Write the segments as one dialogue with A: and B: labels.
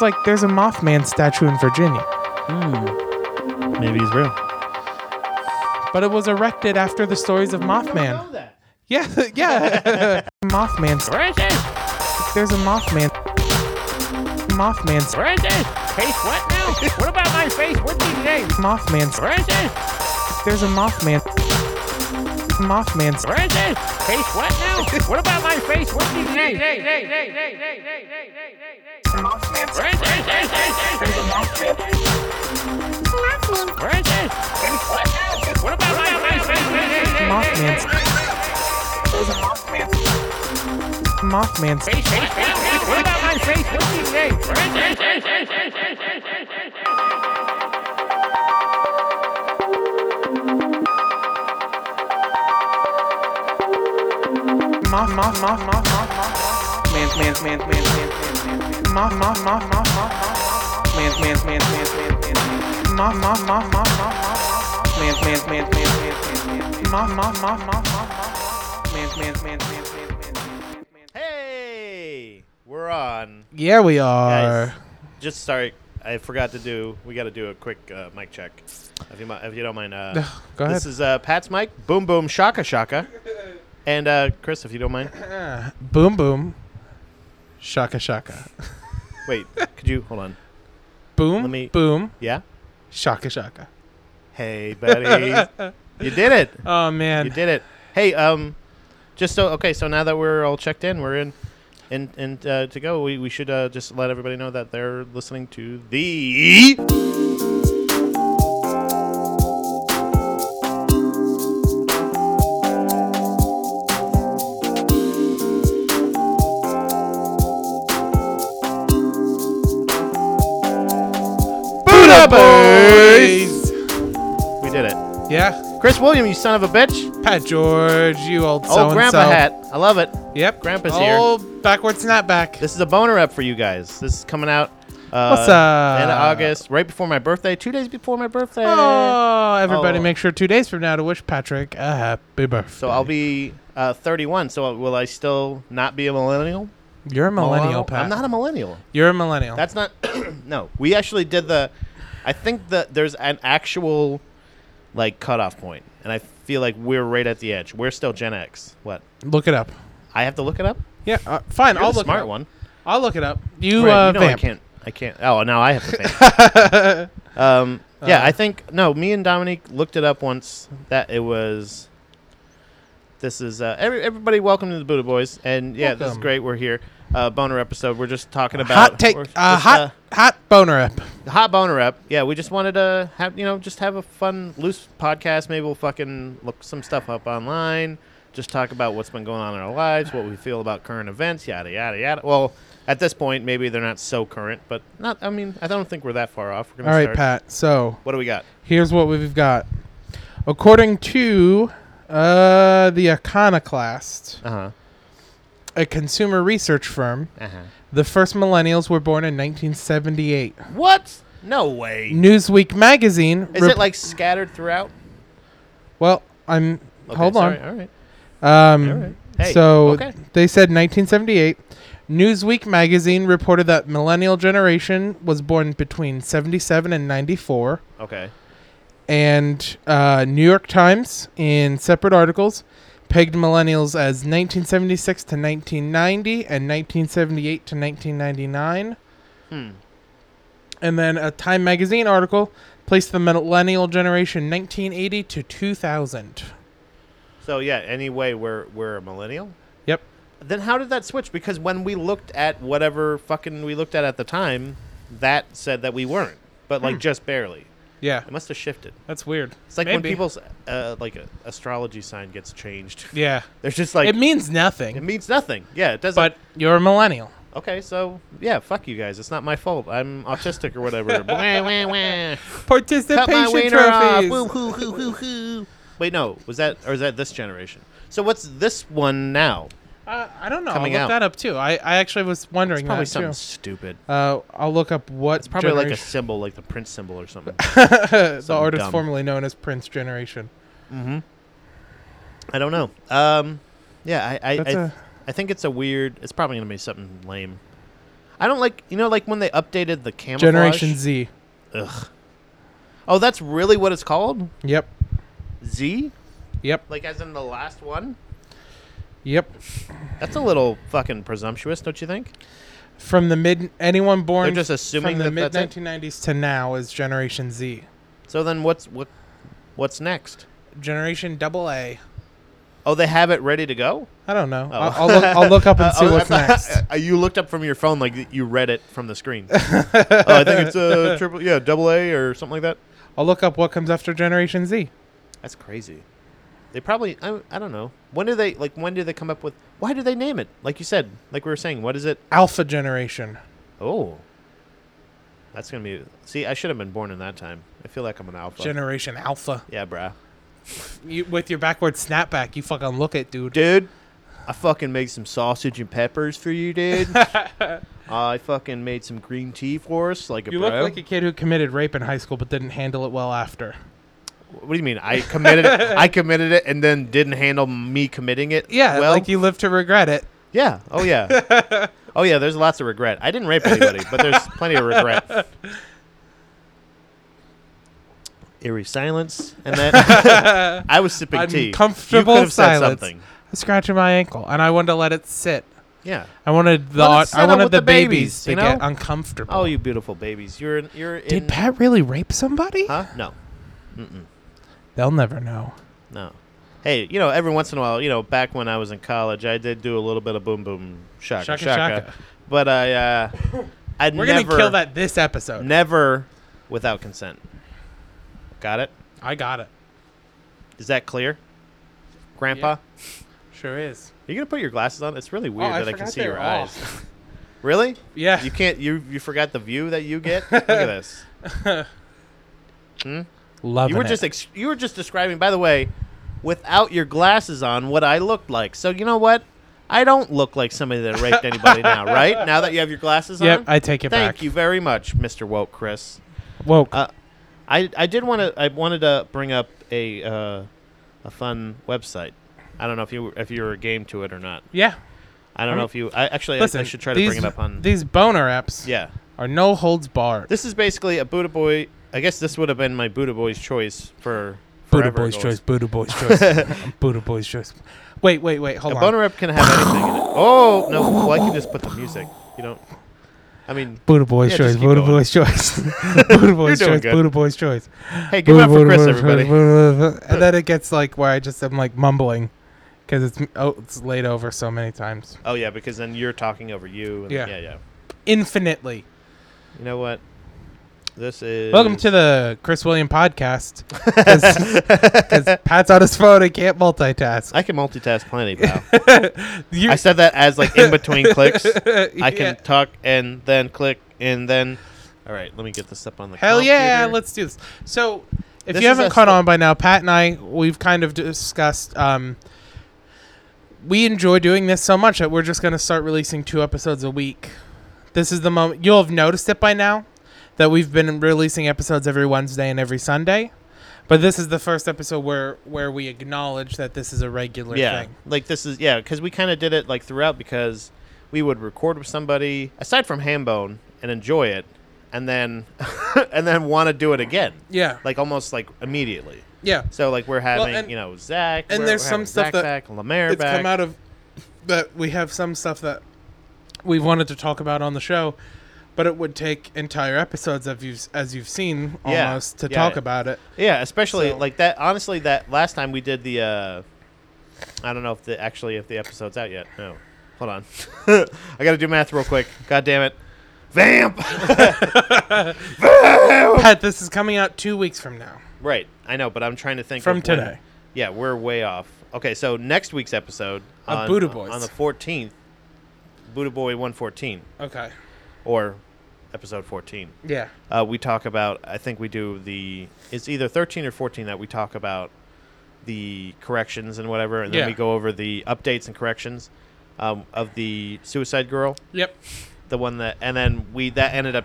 A: like there's a Mothman statue in Virginia,
B: Maybe he's real.
A: but it was erected after the stories of Mothman.
B: that.
A: Yeah, yeah. Mothman. st-
C: Where is it?
A: There's a Mothman. Mothman. st-
C: Where is it? Face what now? what about my face? What's his name?
A: Mothman. st-
C: Where is it?
A: There's a Mothman. Mothman. st-
C: Where is it? Face what now? what about my face? What's his name? Where is it? Where is it? Face what now? What about my my face?
A: Mothman. st- Mothman. st-
C: Face, face, face, face. What about my face? What's his name? Where is it?
A: Moth. Moth. Moth. Moth. Moth. Moth. Man. Man. Man. Man. Man. Man. Moth. Moth. Moth. Moth. Moth. Man. Man. Man. Man. Man. Man. Moth. Moth. Moth. Moth. Moth. Man. Man. Man. Man. Man. Man. Moth. Moth. Moth. Moth. Moth. Man. Man. Man. Man. Man. Man.
B: Hey, we're on.
A: Yeah, we
B: Guys,
A: are.
B: just sorry, I forgot to do. We got to do a quick uh, mic check. If you, mi- if you don't mind. Uh,
A: Go
B: This
A: ahead.
B: is uh, Pat's mic. Boom, boom, shaka, shaka. And uh, Chris, if you don't mind.
A: boom, boom. Shaka, shaka.
B: Wait, could you hold on?
A: Boom,
B: Let me-
A: boom.
B: Yeah.
A: Shaka, shaka.
B: Hey, buddy, you did it.
A: Oh,
B: You
A: man.
B: did it. Hey, um, just so okay. So now that we're all checked in, we're in, and and uh, to go. We, we should uh, just let everybody know that they're listening to the Buddha Boys. We did it,
A: Yeah.
B: Chris William. You son of a bitch.
A: Pat George, you old so
B: Old grandpa Oh, hat. I love it.
A: Yep. Oh,
B: Grandpa's
A: old
B: here.
A: backward snapback.
B: This is a boner up for you guys. This is coming out. Uh,
A: What's up?
B: End of August, right before my birthday, two days before my birthday.
A: Oh, everybody
B: Oh.
A: make sure two days from now to wish Patrick a happy birthday.
B: So I'll be uh, 31. So will I still not be a millennial?
A: You're a millennial, Pat.
B: I'm not a millennial.
A: You're a millennial.
B: That's not. no, we actually did the. I think that there's an actual, like cutoff point, and I feel like we're right at the edge. We're still Gen X. What?
A: look it up.
B: I have to look it up.
A: Yeah, uh, fine.
B: You're
A: I'll
B: the
A: look it
B: smart
A: up.
B: one.
A: I'll look it up. You, uh,
B: Right, you know I
A: vamp.
B: can't. I can't. Oh, now I have to think. um, yeah,
A: Uh.
B: I think no. Me and Dominique looked it up once. That it was. This is uh, every, everybody. Welcome to the Buddha Boys, and yeah, this is
A: Welcome.
B: great. We're here. Uh, boner episode. We're just talking about
A: Hot take.
B: we're
A: Uh,
B: just,
A: hot, hot boner up.
B: uh, hot boner up. Yeah, we just wanted to have you know just have a fun loose podcast. Maybe we'll fucking look some stuff up online. Just talk about what's been going on in our lives, what we feel about current events, yada yada yada. Well, at this point, maybe they're not so current, but not. I mean, I don't think we're that far off. We're
A: All
B: gonna
A: right,
B: start.
A: Pat. So
B: What do we got?
A: here's what we've got. According to uh, the Iconoclast,
B: Uh huh.
A: a consumer research firm,
B: Uh huh.
A: the first millennials were born in 1978.
B: What? No way.
A: Newsweek magazine.
B: Is
A: rep-
B: it like scattered throughout?
A: Well, I'm.
B: Okay,
A: hold
B: sorry,
A: on.
B: All right.
A: Um,
B: All right. Hey,
A: so
B: okay.
A: they said 1978. Newsweek magazine reported that millennial generation was born between 77 and 94.
B: Okay.
A: and uh, New York Times in separate articles pegged millennials as 1976 to 1990 and 1978 to 1999.
B: Hmm.
A: And then a Time magazine article placed the millennial generation 1980 to 2000.
B: So yeah. Anyway, we're we're a millennial.
A: Yep.
B: Then how did that switch? Because when we looked at whatever fucking we looked at at the time, that said that we weren't, but
A: Hmm.
B: like just barely.
A: Yeah,
B: It must have shifted.
A: that's weird.
B: It's like when
A: Maybe.
B: people's uh, like a astrology sign gets changed.
A: Yeah,
B: They're just like
A: it
B: it,
A: means nothing.
B: means nothing. Yeah, it doesn't.
A: but you're a millennial.
B: okay, so yeah, fuck you guys. It's not my fault. I'm autistic or whatever. Wah, wah, wah. Cut my
A: Participation
B: wiener
A: trophies.
B: off. Woo, hoo, hoo, hoo, hoo. Wait, no. Was that or is that this generation? So what's this one now?
A: Uh, I don't know. I'll
B: Coming
A: look
B: out.
A: that up too. I, I actually was
B: It's
A: wondering
B: probably
A: that
B: something
A: too.
B: stupid.
A: Uh, I'll look up what.
B: It's probably like a
A: generation-
B: symbol, like the Prince symbol or something.
A: the
B: Something
A: artist
B: dumb.
A: formerly known as Prince Generation.
B: I don't know. Um, yeah, I I,
A: That's
B: I,
A: a-
B: I think it's a weird. It's probably gonna be something lame. I don't like you know like when they updated the camouflage.
A: Generation Z.
B: Ugh. Oh, that's really what it's called?
A: Yep.
B: Z?
A: Yep.
B: Like as in the last one?
A: Yep.
B: That's a little fucking presumptuous, don't you think?
A: From the mid anyone born
B: They're just assuming
A: from the
B: that
A: mid
B: that's it?
A: 1990s to now is Generation Z.
B: So then what's what what's next?
A: Generation Double A.
B: Oh, they have it ready to go?
A: I don't know.
B: Oh.
A: I'll, I'll, look, I'll look up and see
B: Uh, oh,
A: what's
B: I
A: next.
B: thought- you looked up from your phone like you read it from the screen. oh, I think it's uh, triple, yeah, double A or something like that.
A: I'll look up what comes after Generation Z.
B: That's crazy. They probably I, I don't know. When do they like when do they come up with why do they name it? Like you said, like we were saying, what is it?
A: Alpha Generation.
B: Oh. That's gonna be see, I should have been born in that time. I feel like I'm an alpha.
A: Generation Alpha.
B: yeah, bruh.
A: You, with your backward snapback, you fucking look it, dude.
B: Dude, I fucking made some sausage and peppers for you, dude. I fucking made some green tea for us, like a
A: you
B: bro.
A: look like a kid who committed rape in high school but didn't handle it well after.
B: What do you mean? I committed it. I committed it and then didn't handle me committing it.
A: Yeah,
B: well,
A: like you live to regret it.
B: Yeah. Oh yeah. oh yeah. There's lots of regret. I didn't rape anybody, but there's plenty of regret. Eerie silence, and that I was sipping tea.
A: Uncomfortable
B: you could have said
A: silence.
B: something.
A: I scratching my ankle, and I wanted to let it sit.
B: Yeah.
A: I wanted the
B: Let it
A: I
B: settle
A: wanted
B: with
A: the,
B: the
A: babies,
B: babies,
A: to
B: you
A: get
B: know?
A: uncomfortable.
B: Oh, you beautiful babies. You're in, you're in.
A: did Pat really rape somebody?
B: Huh? No.
A: They'll never know.
B: No. Hey, you know, every once in a while, you know, back when I was in college, I did do a little bit of boom boom shaka
A: Shaka
B: shaka.
A: shaka.
B: But I, uh, I
A: We're
B: never,
A: gonna kill that this episode.
B: Never without consent. Got it?
A: I got it.
B: Is that clear, Grandpa?
A: Sure is.
B: Are you gonna put your glasses on? It's really weird
A: Oh, I
B: that I can
A: forgot
B: see
A: they
B: your
A: were
B: eyes.
A: off.
B: really?
A: Yeah.
B: You can't. You you forgot the view that you get. Look at this.
A: Loving
B: You were
A: it.
B: just ex- you were just describing, by the way, without your glasses on, what I looked like. So you know what? I don't look like somebody that raped anybody now, right? Now that you have your glasses
A: Yep,
B: on.
A: I take it
B: Thank
A: back.
B: you very much, Mr. Woke Chris.
A: woke.
B: Uh, I I did want to I wanted to bring up a uh, a fun website. I don't know if you if you were a game to it or not.
A: yeah.
B: I don't know if you. I actually I-
A: Listen,
B: I, should try to
A: these,
B: bring it up on.
A: these boner apps.
B: yeah,
A: Are no holds barred.
B: this is basically a Buddha boy. I guess this would have been my Buddha boy's choice for
A: Buddha
B: forever
A: boy's
B: ago.
A: choice. Buddha boy's choice. Buddha boy's choice. Wait, wait, wait. Hold
B: A
A: on.
B: boner up can have anything in it. Oh no! Well, I can just put the music. You don't. I mean,
A: Buddha boy's
B: Yeah,
A: choice.
B: just keep
A: Buddha
B: going.
A: boy's choice. Buddha boy's
B: doing
A: choice.
B: good.
A: Buddha boy's choice.
B: hey, give it up for Chris, everybody.
A: And then it gets like where I just am like mumbling because it's oh it's laid over so many times.
B: Oh yeah, because then you're talking over you. And
A: Yeah.
B: yeah, yeah.
A: Infinitely.
B: You know what? This is
A: Welcome to the Chris William podcast. Because Pat's on his phone and can't multitask.
B: I can multitask plenty, pal.
A: You- uh,
B: I said that as like in between clicks. I
A: Yeah.
B: can talk and then click and then. All right, let me get this up on the.
A: Hell yeah,
B: computer.
A: let's do this. So, if
B: This
A: you
B: is
A: haven't
B: us
A: caught
B: that-
A: on by now, Pat and I, we've kind of discussed. Um, we enjoy doing this so much that we're just going to start releasing two episodes a week. This is the moment you'll have noticed it by now that we've been releasing episodes every Wednesday and every Sunday. But this is the first episode where where we acknowledge that this is a regular
B: yeah
A: thing.
B: like this is yeah because we kind of did it like throughout because we would record with somebody aside from hambone and enjoy it and then and then want to do it again
A: Yeah.
B: like almost like immediately
A: yeah.
B: so like we're having
A: and-
B: you know zach
A: and
B: we're-
A: there's
B: we're
A: some
B: having
A: stuff
B: Zach
A: that
B: back, Lemaire
A: it's
B: back.
A: come out of that we have some stuff that we wanted to talk about on the show, but it would take entire episodes of you as you've seen
B: Yeah,
A: almost to
B: yeah.
A: talk about it.
B: yeah especially
A: so-
B: like that honestly that last time we did the uh i don't know if the actually if the episode's out yet no hold on i gotta do math real quick god damn it vamp
A: Pat, this is coming out two weeks from now.
B: Right, I know, but I'm trying to think
A: From
B: of when-
A: today.
B: yeah, we're way off. Okay, so next week's episode
A: Of
B: on, uh,
A: Buddha Boys.
B: on the 14th, Buddha Boy 114
A: Okay.
B: or episode 14.
A: Yeah.
B: Uh, we talk about. I think we do the. It's either 13 or 14 that we talk about the corrections and whatever, and then
A: Yeah.
B: we go over the updates and corrections um, of the Suicide Girl,
A: Yep.
B: the one that, and then we that ended up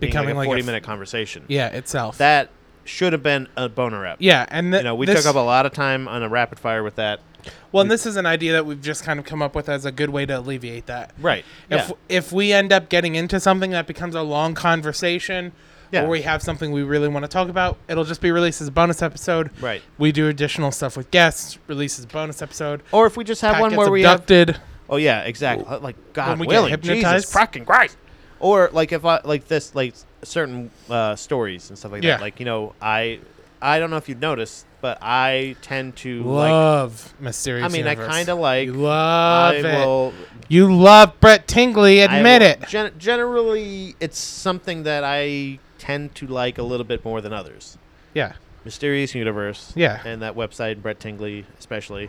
B: being
A: Becoming like
B: like
A: a
B: a 40
A: f-
B: minute conversation.
A: Yeah, itself.
B: That should have been a boner up
A: yeah, and th-
B: you know, we
A: this-
B: took up a lot of time on a rapid fire with that.
A: Well, and this is an idea that we've just kind of come up with as a good way to alleviate that.
B: Right.
A: If
B: yeah.
A: if we end up getting into something that becomes a long conversation,
B: Yeah.
A: or we have something we really want to talk about, it'll just be released as a bonus episode.
B: Right.
A: We do additional stuff with guests, release as a bonus episode.
B: Or if we just have
A: Pat
B: one
A: gets
B: where we have
A: abducted.
B: Oh yeah, exactly. Like God
A: we get
B: willing,
A: hypnotized?
B: Jesus fucking Christ. Or like if I like this like certain uh, stories and stuff like
A: Yeah.
B: that. Like you know, I I don't know if you've noticed, but I tend to like.
A: love mysterious.
B: I mean,
A: Universe.
B: I kind of like.
A: You love
B: I
A: it.
B: will
A: You love Brett Tingley.
B: I
A: Admit
B: will-
A: it.
B: Gen- generally, it's something that I tend to like a little bit more than others.
A: Yeah.
B: Mysterious Universe.
A: Yeah.
B: And that website, Brett Tingley, especially.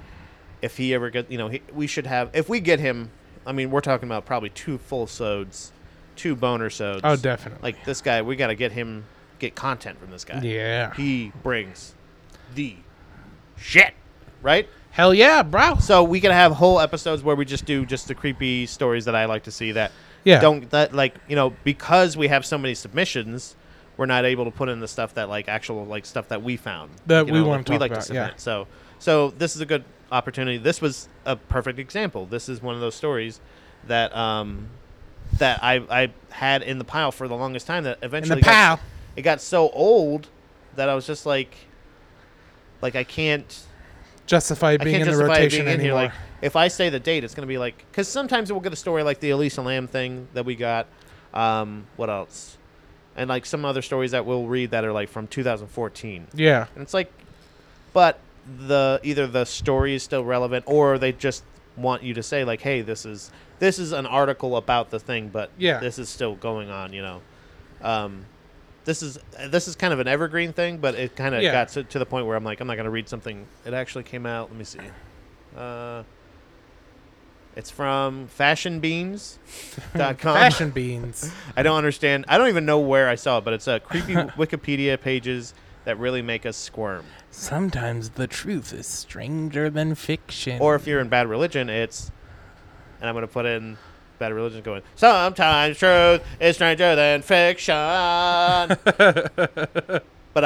B: If he ever gets, you know, he, we should have, if we get him, I mean, we're talking about probably two full sods, two boner sods.
A: Oh, definitely.
B: Like this guy, we got to get him, get content from this guy.
A: yeah.
B: He brings the shit, right?
A: Hell yeah, bro.
B: So we could have whole episodes where we just do just the creepy stories that I like to see that
A: Yeah.
B: don't that like you know because we have so many submissions, we're not able to put in the stuff that like actual like stuff that we found
A: That
B: you
A: we
B: know,
A: wanna
B: like,
A: talk
B: like
A: about,
B: to submit.
A: yeah.
B: So so this is a good opportunity. This was a perfect example. This is one of those stories that um that I I had in the pile for the longest time that eventually
A: pile.
B: got- it got so old that I was just like like I can't
A: justify
B: I
A: being
B: can't
A: in the
B: justify it
A: rotation
B: being in here.
A: anymore.
B: Like, if I say the date, it's going to be like because sometimes we'll get a story like the Elisa Lamb thing that we got. Um, what else? And like some other stories that we'll read that are like from 2014,
A: yeah.
B: and it's like, but the either the story is still relevant or they just want you to say like, hey, this is this is an article about the thing, but
A: Yeah.
B: this is still going on, you know. Um, this is this is kind of an evergreen thing, but it kind of
A: Yeah.
B: got to, to the point where I'm like, I'm not going to read something. It actually came out. Let me see. Uh, it's from fashionbeans.com.
A: Fashion beans.
B: I don't understand. I don't even know where I saw it, but it's a creepy Wikipedia pages that really make us squirm.
A: Sometimes the truth is stranger than fiction.
B: Or if you're in bad religion, it's, and I'm going to put in bad religion going, sometimes truth is stranger than fiction. but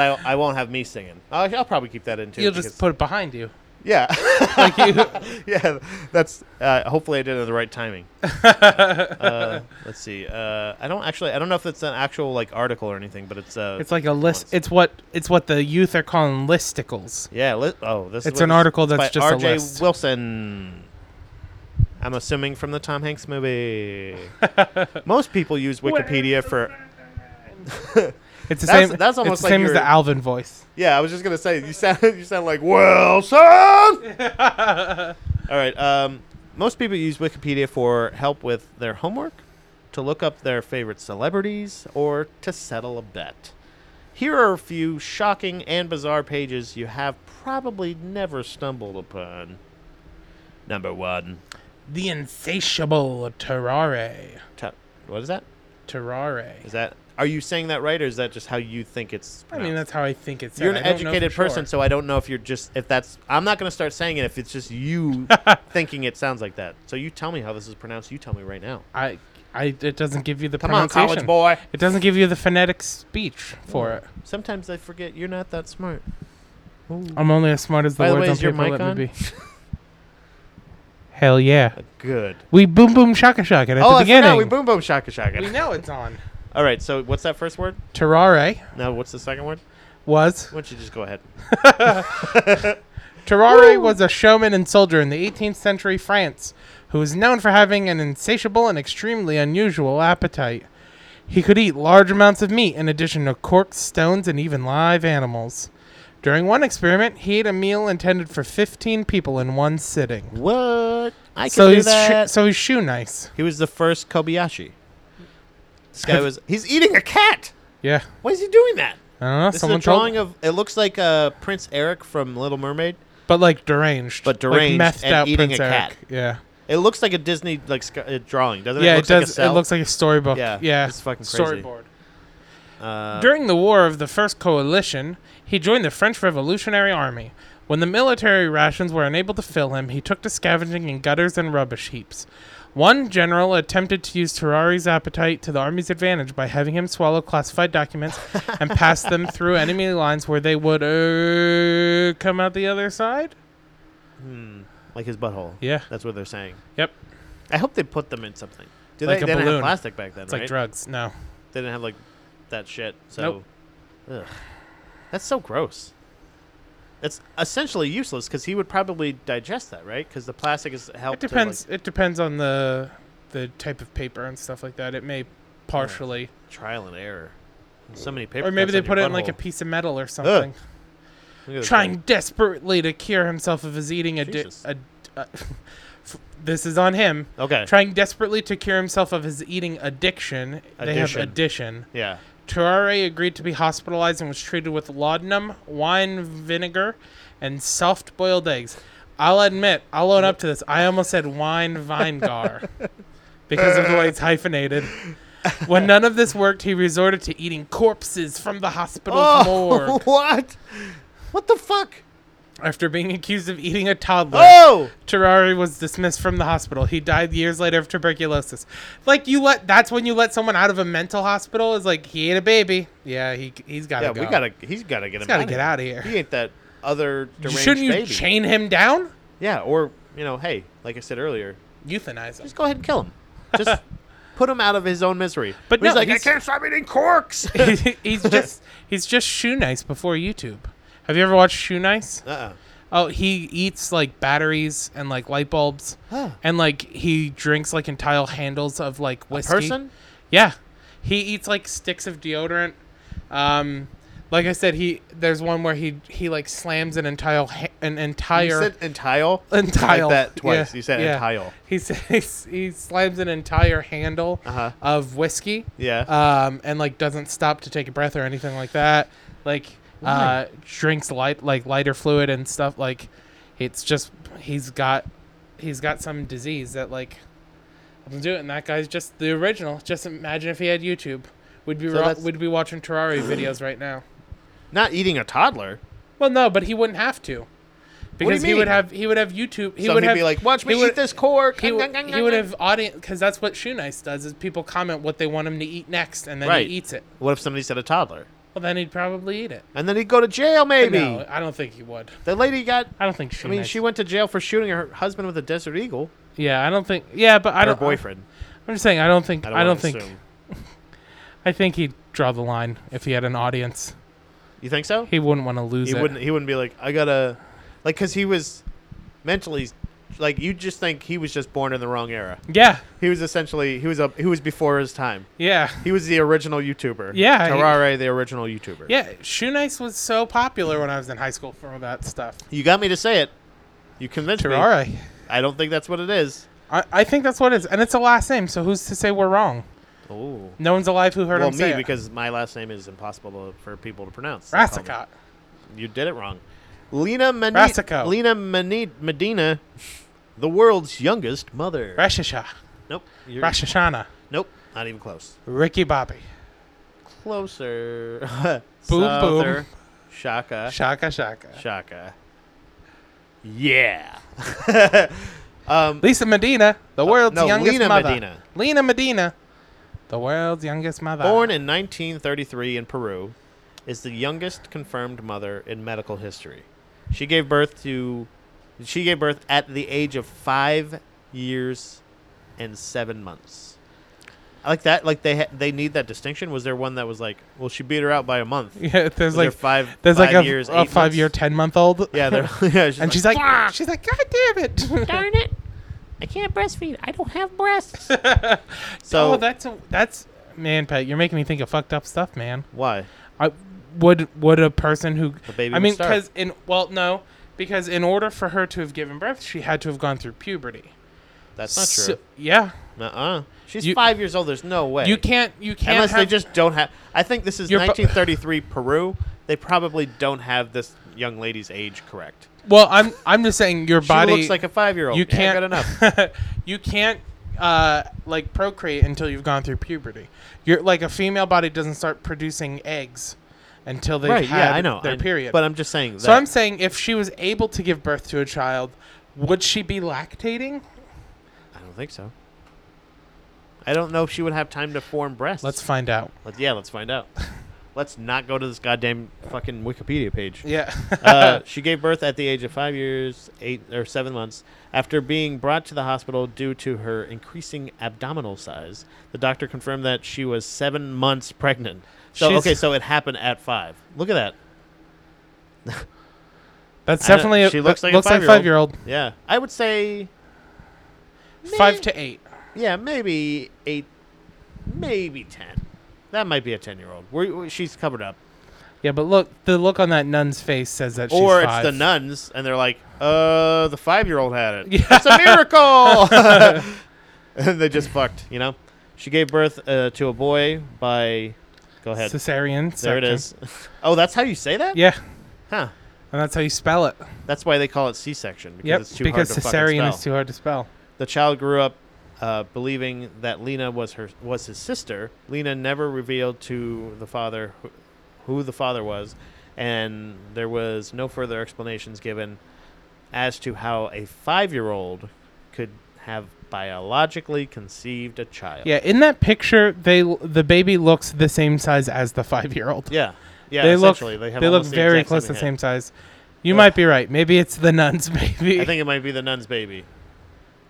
B: I, I won't have me singing. I'll, I'll probably keep that in too.
A: you'll
B: because-
A: just put it behind you.
B: Yeah.
A: Like you
B: yeah. That's, uh, hopefully I did it at the right timing. uh, let's see. Uh, I don't actually, I don't know if it's an actual like article or anything, but it's, uh,
A: it's like a list. It's what it's what the youth are calling listicles.
B: Yeah. Li- oh, this. is
A: It's
B: what
A: an
B: this-
A: article that's
B: by
A: just a
B: R.J.
A: list.
B: Wilson. I'm assuming from the Tom Hanks movie. Most people use Wikipedia for.
A: It's the
B: That's-
A: same.
B: that's almost
A: it's the
B: like
A: same as the
B: you're-
A: Alvin voice.
B: Yeah, I was just gonna say you sound you sound like Wilson. All right. Um, most people use Wikipedia for help with their homework, to look up their favorite celebrities, or to settle a bet. Here are a few shocking and bizarre pages you have probably never stumbled upon. Number one.
A: The insatiable Terrare.
B: Ta- what is that?
A: Terrare.
B: Is that? Are you saying that right, or is that just how you think it's?
A: I mean,
B: pronounced?
A: that's how I think it's.
B: you're an educated person, so I don't know if you're just if that's. I'm not going to start saying it if it's just you thinking it sounds like that. So you tell me how this is pronounced. You tell me right now.
A: I, I, it doesn't give you the
B: Come on,
A: pronunciation.
B: college boy.
A: It doesn't give you the phonetic speech for it.
B: Sometimes I forget you're not that smart.
A: I'm only as smart as the
B: By the
A: words
B: way,
A: on
B: is your
A: paper
B: mic
A: let
B: on?
A: me be. Hell yeah.
B: Good.
A: We boom boom shaka shaka at
B: oh,
A: the
B: I
A: beginning.
B: forgot. We boom boom shaka shaka.
A: We know it's on.
B: All right. So what's that first word?
A: Terrare
B: Now what's the second word?
A: was
B: Why don't you just go ahead?
A: Terrare was a showman and soldier in the 18th century France who was known for having an insatiable and extremely unusual appetite. He could eat large amounts of meat in addition to corks, stones, and even live animals. During one experiment, he ate a meal intended for 15 people in one sitting.
B: What? I can
A: So
B: do
A: he's,
B: that.
A: sh- so he's shoe nice.
B: He was the first Kobayashi. This guy was. He's eating a cat.
A: Yeah.
B: Why is he doing that?
A: I don't know.
B: This
A: someone
B: is a drawing
A: told,
B: of. It looks like uh, Prince Eric from Little Mermaid.
A: but like deranged,
B: but deranged
A: like methed
B: and
A: out
B: eating
A: Prince
B: a
A: Eric.
B: cat.
A: Yeah,
B: It looks like a Disney like sc- uh, drawing, doesn't it?
A: yeah, it,
B: it, looks Like a
A: does. it
B: cell.
A: looks like a storybook.
B: Yeah,
A: Yeah,
B: it's fucking crazy.
A: storyboard.
B: Uh,
A: During the War of the First Coalition, he joined the French Revolutionary Army. When the military rations were unable to fill him, he took to scavenging in gutters and rubbish heaps. One general attempted to use Terrari's appetite to the army's advantage by having him swallow classified documents and pass them through enemy lines where they would uh, come out the other side.
B: like his butthole.
A: Yeah.
B: That's what they're saying.
A: Yep.
B: I hope they put them in something. Do
A: Like
B: they,
A: a
B: they didn't
A: balloon.
B: have plastic back then,
A: It's
B: right?
A: like drugs. No.
B: They didn't have like that shit. So, ugh. that's so gross. It's essentially useless because he would probably digest that, right? Because the plastic is
A: It
B: helped. to, like-
A: depends. It depends on the the type of paper and stuff like that. It may partially,
B: trial and error. So many papers.
A: or maybe they put it in like a piece of metal or something. trying desperately to cure himself of his eating addi-
B: Jesus.
A: ad- uh, f- this is on him.
B: Okay.
A: Trying desperately to cure himself of his eating addiction. They have
B: Addition.
A: addition.
B: yeah.
A: Terrare agreed to be hospitalized and was treated with laudanum, wine vinegar, and soft boiled eggs. I'll admit, I'll own up to this. I almost said wine vinegar because of the way it's hyphenated. When none of this worked, he resorted to eating corpses from the hospital's morgue.
B: Oh, what? What the fuck?
A: After being accused of eating a toddler,
B: Oh,
A: Terrari was dismissed from the hospital. He died years later of tuberculosis. Like you let that's when you let someone out of a mental hospital is like he ate a baby. Yeah, he he's got to
B: yeah.
A: go.
B: We gotta. He's gotta get him.
A: he's got to get
B: outta here.
A: out of here.
B: He ain't that other
A: You-
B: deranged
A: Shouldn't you
B: baby.
A: chain him down?
B: yeah, or you know, hey, like I said earlier,
A: Euthanize him.
B: just go ahead and kill him. Just put him out of his own misery.
A: But
B: he's
A: no,
B: like,
A: he's-
B: I can't stop eating corks.
A: he's just he's just shoe nice before YouTube. Have you ever watched Shoe Nice?
B: uh-uh.
A: Oh, he eats like batteries and like light bulbs,
B: Huh.
A: and like he drinks like entire handles of like whiskey.
B: Person?
A: Yeah, he eats like sticks of deodorant. Um, like I said, he there's one where he he like slams an entire ha- an entire
B: You said entile.
A: entire
B: Like that twice.
A: yeah,
B: you said
A: yeah.
B: entile.
A: He says he slams an entire handle
B: Uh-huh.
A: of whiskey.
B: Yeah.
A: Um, and like doesn't stop to take a breath or anything like that. Like uh, drinks light like lighter fluid and stuff. Like it's just he's got he's got some disease that like I'm doing. And that guy's just the original. Just imagine if he had YouTube. We'd be
B: So
A: ro-
B: that's-
A: we'd be watching Terraria videos right now.
B: Not eating a toddler.
A: Well, no, but he wouldn't have to.
B: do you
A: Because he would
B: mean?
A: have he would have YouTube. He
B: so
A: would
B: he'd
A: have,
B: be like, watch me
A: he
B: eat
A: would-
B: this cork.
A: he, w- he would have audience because that's what Shoe Nice does is people comment what they want him to eat next and then
B: Right.
A: he eats it.
B: What if somebody said a toddler?
A: Well, then he'd probably eat it.
B: And then he'd go to jail, maybe.
A: No, I don't think he would.
B: The lady got.
A: I don't think Shoe
B: I mean,
A: Nice.
B: she went to jail for shooting her husband with a desert eagle.
A: yeah, I don't think. Yeah, but I
B: Her
A: don't.
B: boyfriend.
A: I'm just saying I don't think. I don't,
B: wanna
A: think.
B: assume.
A: I think he'd draw the line if he had an audience.
B: You think so?
A: He wouldn't want to lose
B: He
A: it.
B: wouldn't. He wouldn't be like, I gotta, like, cause he was mentally, like, you just think he was just born in the wrong era.
A: Yeah,
B: He was essentially, he was a, he was before his time.
A: yeah,
B: He was the original YouTuber.
A: Yeah, he-
B: Terrare, the original YouTuber.
A: yeah. Shoe Nice was so popular when I was in high school for all that stuff.
B: You got me to say it. You convinced me.
A: Terraria.
B: I don't think that's what it is.
A: I, I think that's what it is, and it's a last name. So who's to say we're wrong?
B: Oh.
A: No one's alive who heard
B: Well,
A: him
B: me
A: say it.
B: because my last name is impossible to, for people to pronounce. They call me-
A: Rassicot.
B: You did it wrong. Lena Medina.
A: Rassico.
B: Lena Meni- Medina, the world's youngest mother.
A: Rashisha.
B: nope. You're,
A: Rashashana.
B: Nope. Not even close.
A: Ricky Bobby.
B: Closer.
A: Boom, boom.
B: Souther- Shaka.
A: Shaka Shaka.
B: Shaka. Yeah. um,
A: Lisa Medina, the world's
B: Uh, no,
A: youngest
B: Lena
A: mother.
B: Medina.
A: Lena Medina, the world's youngest mother.
B: born in 1933 in Peru, is the youngest confirmed mother in medical history. She gave birth to, she gave birth at the age of five years and seven months. I like that. Like they ha- they need that distinction. Was there one that was like, well, she beat her out by a month?
A: Yeah, there's
B: Was there
A: like
B: five.
A: there's
B: five
A: like a,
B: years,
A: a
B: eight
A: five year
B: months?
A: ten month old.
B: yeah, they're, yeah. She's
A: and she's like she's like God damn it.
C: Darn it. I can't breastfeed. I don't have breasts.
B: so
A: oh, that's a, that's man, Pat. You're making me think of fucked up stuff, man.
B: why?
A: I would would a person who
B: The baby
A: I
B: would
A: mean,
B: starve.
A: because in well, no, because in order for her to have given birth, she had to have gone through puberty.
B: That's not
A: So-
B: true.
A: yeah,
B: Uh uh She's
A: You-
B: five years old. There's no way.
A: you can't. You can't.
B: Unless they
A: have-
B: just don't have. I think this is
A: You're bu-
B: 1933 Peru. They probably don't have this young lady's age correct.
A: Well, I'm. I'm just saying your
B: She
A: body
B: looks like a five year old.
A: you can't
B: got enough.
A: you can't uh, like procreate until you've gone through puberty. You're like a female body doesn't start producing eggs until they
B: right?
A: have
B: Yeah, I know.
A: their
B: I-
A: period.
B: But I'm just saying. That
A: so I'm saying if she was able to give birth to a child, would she be lactating?
B: I don't think so. I don't know if she would have time to form breasts.
A: Let's find out.
B: Let- yeah, let's find out. Let's not go to this goddamn fucking Wikipedia page.
A: Yeah.
B: uh, she gave birth at the age of five years, eight or seven months. After being brought to the hospital due to her increasing abdominal size, the doctor confirmed that she was seven months pregnant. So
A: She's-
B: okay, so it happened at five. Look at that.
A: That's
B: I know,
A: definitely.
B: she looks
A: that
B: like a five-year-old.
A: five year old.
B: Yeah, I would say
A: Five to eight.
B: yeah, maybe eight, maybe ten. That might be a ten-year-old. We're, we she's covered up,
A: Yeah, but look, the look on that nun's face says that she's
B: or it's
A: five.
B: the nuns, and they're like, "Uh, the five-year-old had it.
A: Yeah.
B: It's a miracle." and they just fucked, you know. She gave birth uh, to a boy by. Go ahead.
A: Cesarean.
B: there it
A: septum.
B: is. oh, that's how you say that?
A: Yeah,
B: Huh.
A: and that's how you spell it.
B: That's why they call it C-section because
A: yep,
B: it's too
A: because
B: hard to fucking
A: cesarean
B: spell.
A: is too hard to spell.
B: The child grew up uh, believing that Lena was her was his sister. Lena never revealed to the father who, who the father was, and there was no further explanations given as to how a five-year-old could have biologically conceived a child.
A: Yeah, in that picture, they the baby looks the same size as the five year old.
B: yeah, yeah.
A: they look
B: essentially, they have
A: look
B: almost the
A: very
B: exact
A: close to the
B: head.
A: same size. You
B: Ugh.
A: might be right. Maybe it's the nuns. Maybe
B: I think it might be the nun's baby.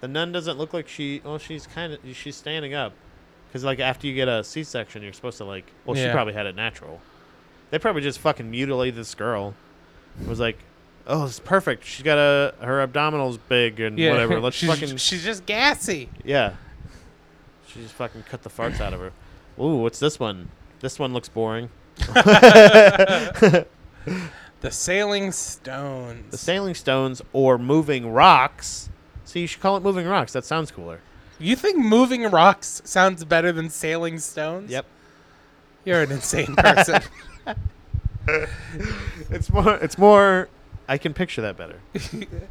B: The nun doesn't look like she. Well, she's kind of she's standing up, because like after you get a C-section, you're supposed to like. Well, she
A: Yeah.
B: probably had it natural. They probably just fucking mutilated this girl. It was like, oh, it's perfect. She's got a her abdominals big and
A: yeah.
B: whatever. Let's
A: she's,
B: fucking
A: she's just gassy.
B: yeah. She just fucking cut the farts out of her. Ooh, what's this one? This one looks boring.
A: The sailing stones.
B: The sailing stones or moving rocks. See, you should call it moving rocks. That sounds cooler.
A: you think moving rocks sounds better than sailing stones? You're an insane person.
B: It's more. It's more. I can picture that better.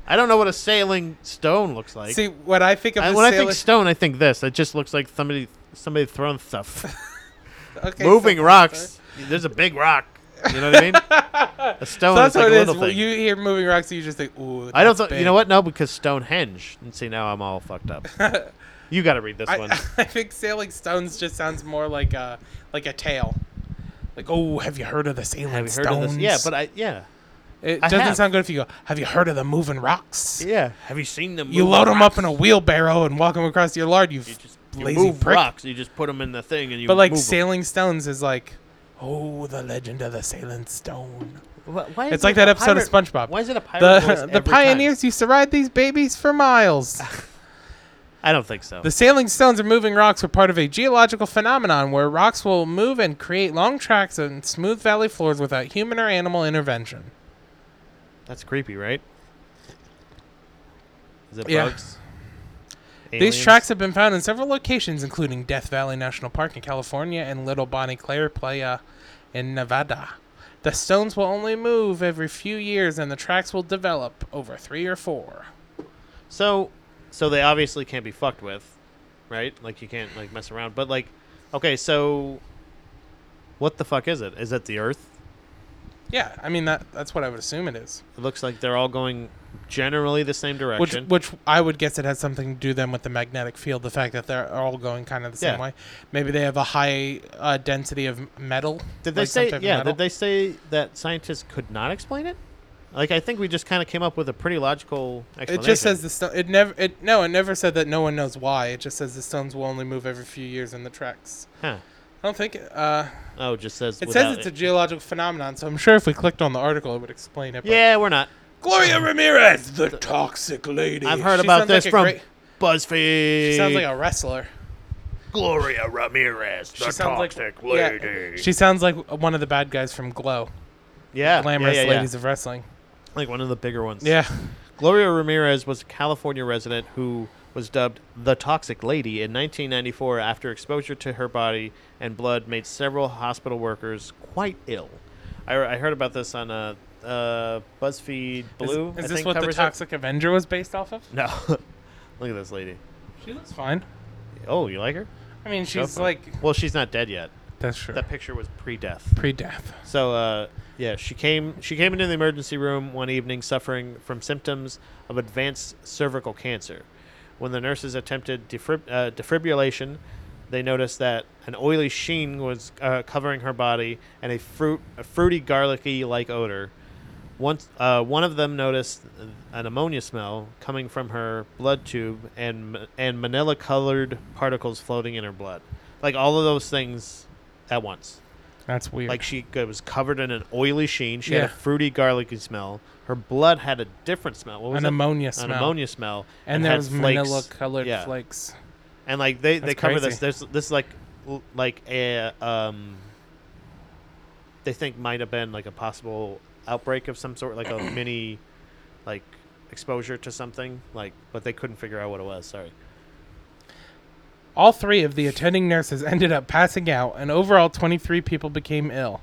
B: I don't know what a sailing stone looks like.
A: See, when I think of
B: I-
A: a
B: when I
A: sailing,
B: think stone, I think this. It just looks like somebody somebody throwing stuff,
A: okay,
B: moving
A: so-
B: rocks. There's a big rock. You know what I mean? a
A: So
B: stone
A: that's
B: is like
A: what
B: a
A: it is.
B: little
A: When
B: thing.
A: You hear moving rocks, you just think, ooh.
B: I
A: that's
B: don't think you
A: big.
B: know what? No, because Stonehenge. And see, now I'm all fucked up. you got to read this one.
A: I, I think sailing stones just sounds more like a like a tale. Like, oh, have you heard of the sailing
B: Have you heard
A: stones?
B: of this? Yeah, but I yeah
A: it
B: I
A: doesn't
B: have.
A: sound good if you go. Have you heard of the moving rocks?
B: yeah. Have you seen them?
A: You
B: move
A: load them
B: rocks?
A: up in a wheelbarrow and walk them across your yard. You,
B: You just you
A: lazy
B: move
A: prick.
B: rocks. You just put them in the thing and you.
A: But like
B: move 'em.
A: sailing stones is like, oh, the legend of the sailing stone.
B: Why, why is
A: It's like
B: it
A: that
B: a
A: episode of
B: pirate-
A: SpongeBob.
B: Why is it a pirate? voice
A: The
B: every
A: the
B: time?
A: pioneers used to ride these babies for miles.
B: I don't think so.
A: The sailing stones or moving rocks were part of a geological phenomenon where rocks will move and create long tracks and smooth valley floors without human or animal intervention.
B: That's creepy, right? Is it
A: Yeah.
B: bugs?
A: These
B: Aliens?
A: tracks have been found in several locations, including Death Valley National Park in California and Little Bonnie Claire Playa in Nevada. The stones will only move every few years, and the tracks will develop over three or four.
B: So, so they obviously can't be fucked with, right? Like you can't like mess around. But like, okay, so what the fuck is it? Is it the Earth?
A: Yeah, I mean that, thats what I would assume it is.
B: It looks like they're all going generally the same
A: which
B: direction.
A: which I would guess it has something to do then with the magnetic field, the fact that they're all going kind of the same
B: Yeah.
A: way. Maybe they have a high uh, density of m- metal.
B: did they
A: like some
B: say?
A: type of
B: Yeah.
A: metal.
B: Did they say that scientists could not explain it? Like I think we just kind of came up with a pretty logical explanation.
A: It just says the stone. It never. It no. It never said that no one knows why. It just says the stones will only move every few years in the tracks.
B: Huh.
A: I don't think. Uh,
B: Oh, it just says.
A: it
B: without
A: says it's a geological phenomenon, so I'm sure if we clicked on the article, it would explain it. but-
B: Yeah, we're not.
A: Gloria Ramirez, the toxic lady.
B: I've heard
A: She
B: about
A: sounds like
B: this
A: a
B: from
A: great-
B: BuzzFeed.
A: she sounds like a wrestler.
B: Gloria Ramirez, the
A: She sounds like
B: toxic
A: yeah,
B: lady.
A: she sounds like one of the bad guys from Glow.
B: yeah,
A: glamorous
B: yeah, yeah, yeah.
A: ladies of wrestling.
B: like one of the bigger ones.
A: Yeah.
B: Gloria Ramirez was a California resident who was dubbed the Toxic Lady in 1994 after exposure to her body and blood made several hospital workers quite ill. I, I heard about this on a uh, BuzzFeed Blue.
A: Is,
B: I
A: this
B: think,
A: what the
B: covers it.
A: Toxic Avenger was based off of?
B: No, look at this lady.
A: She looks fine.
B: Oh, you like her?
A: I mean,
B: Go
A: she's
B: for it.
A: like
B: Well, she's not dead yet.
A: that's true.
B: That picture was pre-death.
A: Pre-death.
B: So uh, yeah, she came she came into the emergency room one evening suffering from symptoms of advanced cervical cancer. When the nurses attempted defib- uh, defibrillation, they noticed that an oily sheen was uh, covering her body and a fruit, a fruity, garlicky like odor. Once, uh, one of them noticed an ammonia smell coming from her blood tube and ma- and manila colored particles floating in her blood, like all of those things at once.
A: That's weird.
B: Like she g- was covered in an oily sheen. She had
A: Yeah.
B: a fruity, garlicky smell. Her blood had a different smell. What was
A: an
B: it?
A: ammonia
B: an
A: smell.
B: ammonia smell.
A: And
B: it had
A: there's
B: flakes.
A: manila colored
B: Yeah.
A: flakes.
B: And like they, they
A: That's
B: cover
A: crazy.
B: this. There's this is like l- like a um. They think might have been like a possible outbreak of some sort, like a mini, like exposure to something, like but they couldn't figure out what it was. Sorry.
A: All three of the attending nurses ended up passing out, and overall, 23 people became ill.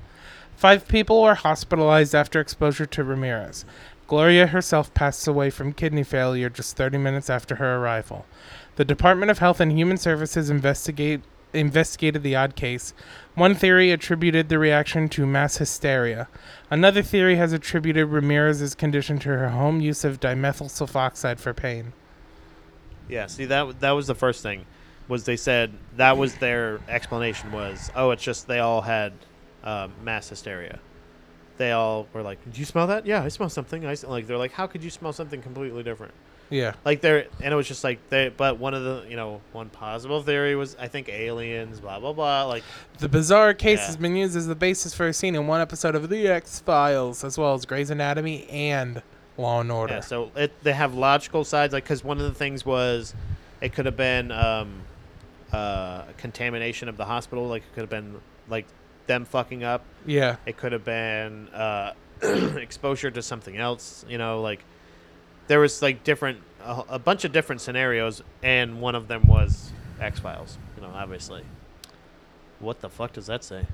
A: Five people were hospitalized after exposure to Ramirez. Gloria herself passed away from kidney failure just 30 minutes after her arrival. The Department of Health and Human Services investigate, investigated the odd case. One theory attributed the reaction to mass hysteria. Another theory has attributed Ramirez's condition to her home use of dimethyl sulfoxide for pain.
B: Yeah. See that w- that was the first thing, was they said that was their explanation was oh it's just they all had um, mass hysteria. They all were like, "Did you smell that? Yeah, I smell something." I s-" like they're like, "How could you smell something completely different?"
A: Yeah.
B: like there and it was just like they but one of the you know one possible theory was i think aliens blah blah blah like
A: The bizarre case
B: Yeah.
A: has been used as the basis for a scene in one episode of The X Files, as well as Grey's Anatomy and Law and Order.
B: yeah so it, they have logical sides like because one of the things was it could have been um uh contamination of the hospital like it could have been like them fucking up
A: yeah,
B: it could have been uh exposure to something else you know like there was like different a, a bunch of different scenarios and one of them was x files you know obviously what the fuck does that say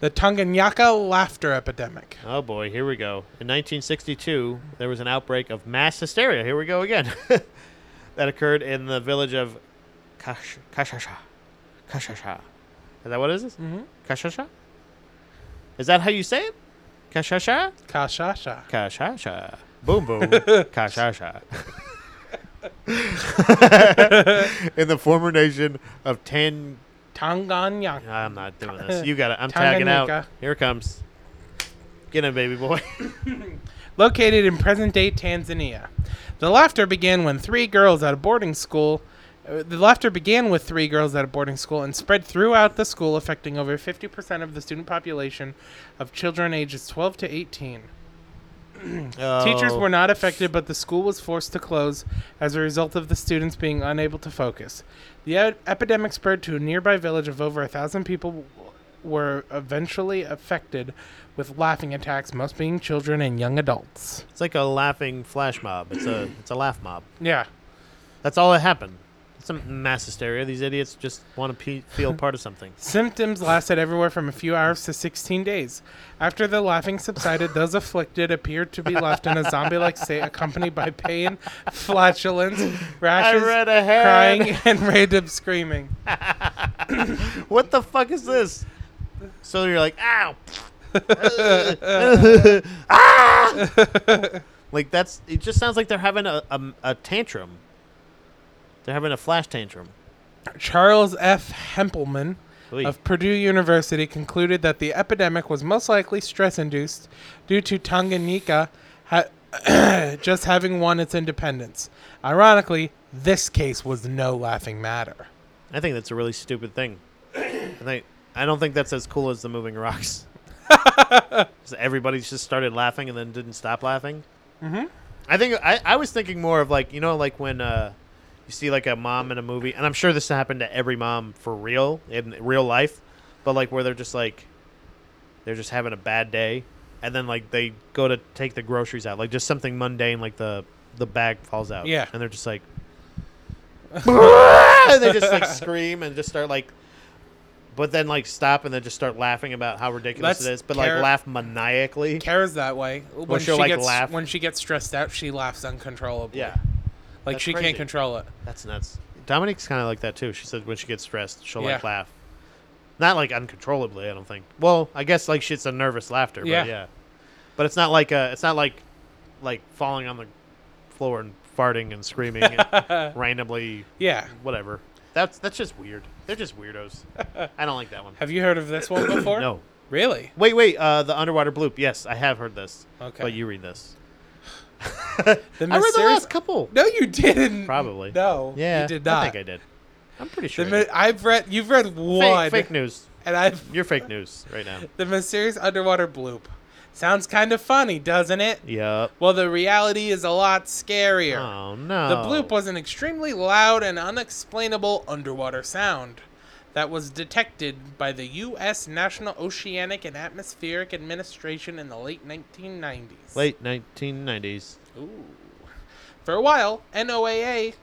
A: the Tanganyika laughter epidemic.
B: Oh boy, here we go. In 1962, there was an outbreak of mass hysteria. Here we go again. that occurred in the village of Kash- Kashasha. Kashasha. Is that what it is?
A: Mm-hmm.
B: Kashasha? Is that how you say it? Kashasha?
A: Kashasha.
B: Kashasha. Boom boom. Kashasha. in the former nation of Tan.
A: Tanganyika.
B: I'm not doing this. You got it. I'm tagging
A: Tanganyika.
B: out. Here it comes. Get him, baby boy.
A: located in present day Tanzania. The laughter began when three girls at a boarding school. uh, The laughter began with three girls at a boarding school and spread throughout the school, affecting over 50% of the student population of children ages 12 to 18. Teachers
B: Oh.
A: were not affected, but the school was forced to close as a result of the students being unable to focus. The e- epidemic spread to a nearby village of over a thousand people w- were eventually affected with laughing attacks, most being children and young adults.
B: It's like a laughing flash mob. It's a it's a laugh mob.
A: Yeah.
B: That's all that happened. It's some mass hysteria. These idiots just want to pe- feel part of something.
A: Symptoms lasted everywhere from a few hours to 16 days. After the laughing subsided, those afflicted appeared to be left in a zombie like state accompanied by pain, flatulence, rashes,
B: read ahead.
A: crying, and random screaming.
B: What the fuck is this? So you're like, ow, ah! like that's. It just sounds like they're having a, a a tantrum. They're having a flash tantrum.
A: Charles F. Hempelman
B: Oy.
A: of Purdue University concluded that the epidemic was most likely stress induced due to Tanganyika ha- just having won its independence. Ironically, this case was no laughing matter.
B: I think that's a really stupid thing. I think I don't think that's as cool as the moving rocks. so everybody just started laughing and then didn't stop laughing. Mm-hmm. I think I, I was thinking more of like you know like when uh, you see like a mom in a movie, and I'm sure this happened to every mom for real in real life, but like where they're just like they're just having a bad day, and then like they go to take the groceries out, like just something mundane, like the the bag falls out,
A: Yeah.
B: and they're just like. and they just like scream and just start like but then like stop and then just start laughing about how ridiculous
A: That's
B: it is but like
A: char-
B: laugh maniacally
A: Kara's that way. When she
B: she'll, like,
A: gets
B: laugh.
A: when she gets stressed out, she laughs uncontrollably.
B: yeah
A: like
B: that's
A: she
B: crazy.
A: can't control it.
B: that's nuts dominique's kind of like that too she said when she gets stressed she'll like
A: Yeah.
B: laugh not like uncontrollably i don't think well i guess like shit's a nervous laughter
A: Yeah.
B: but yeah but it's not like uh it's not like like falling on the floor and farting and screaming and randomly
A: Yeah,
B: whatever That's that's just weird. They're just weirdos. I don't like that one.
A: Have you heard of this one before?
B: No.
A: Really?
B: Wait, wait. Uh, the underwater bloop. Yes, I have heard this.
A: Okay.
B: But you read this.
A: The
B: I read the
A: mysterious-
B: last couple.
A: No, you didn't.
B: Probably.
A: No.
B: Yeah.
A: You did not.
B: I think I did. I'm pretty sure.
A: The
B: I
A: mi-
B: did.
A: I've read. You've read one,
B: Fake, fake news.
A: and I've
B: You're fake news right now.
A: the mysterious underwater bloop. Sounds kind of funny, doesn't it?
B: Yep.
A: Well, the reality is a lot scarier.
B: Oh no.
A: The bloop was an extremely loud and unexplainable underwater sound that was detected by the U.S. National Oceanic and Atmospheric Administration in the late 1990s.
B: late 1990s.
A: Ooh. For a while, NOAA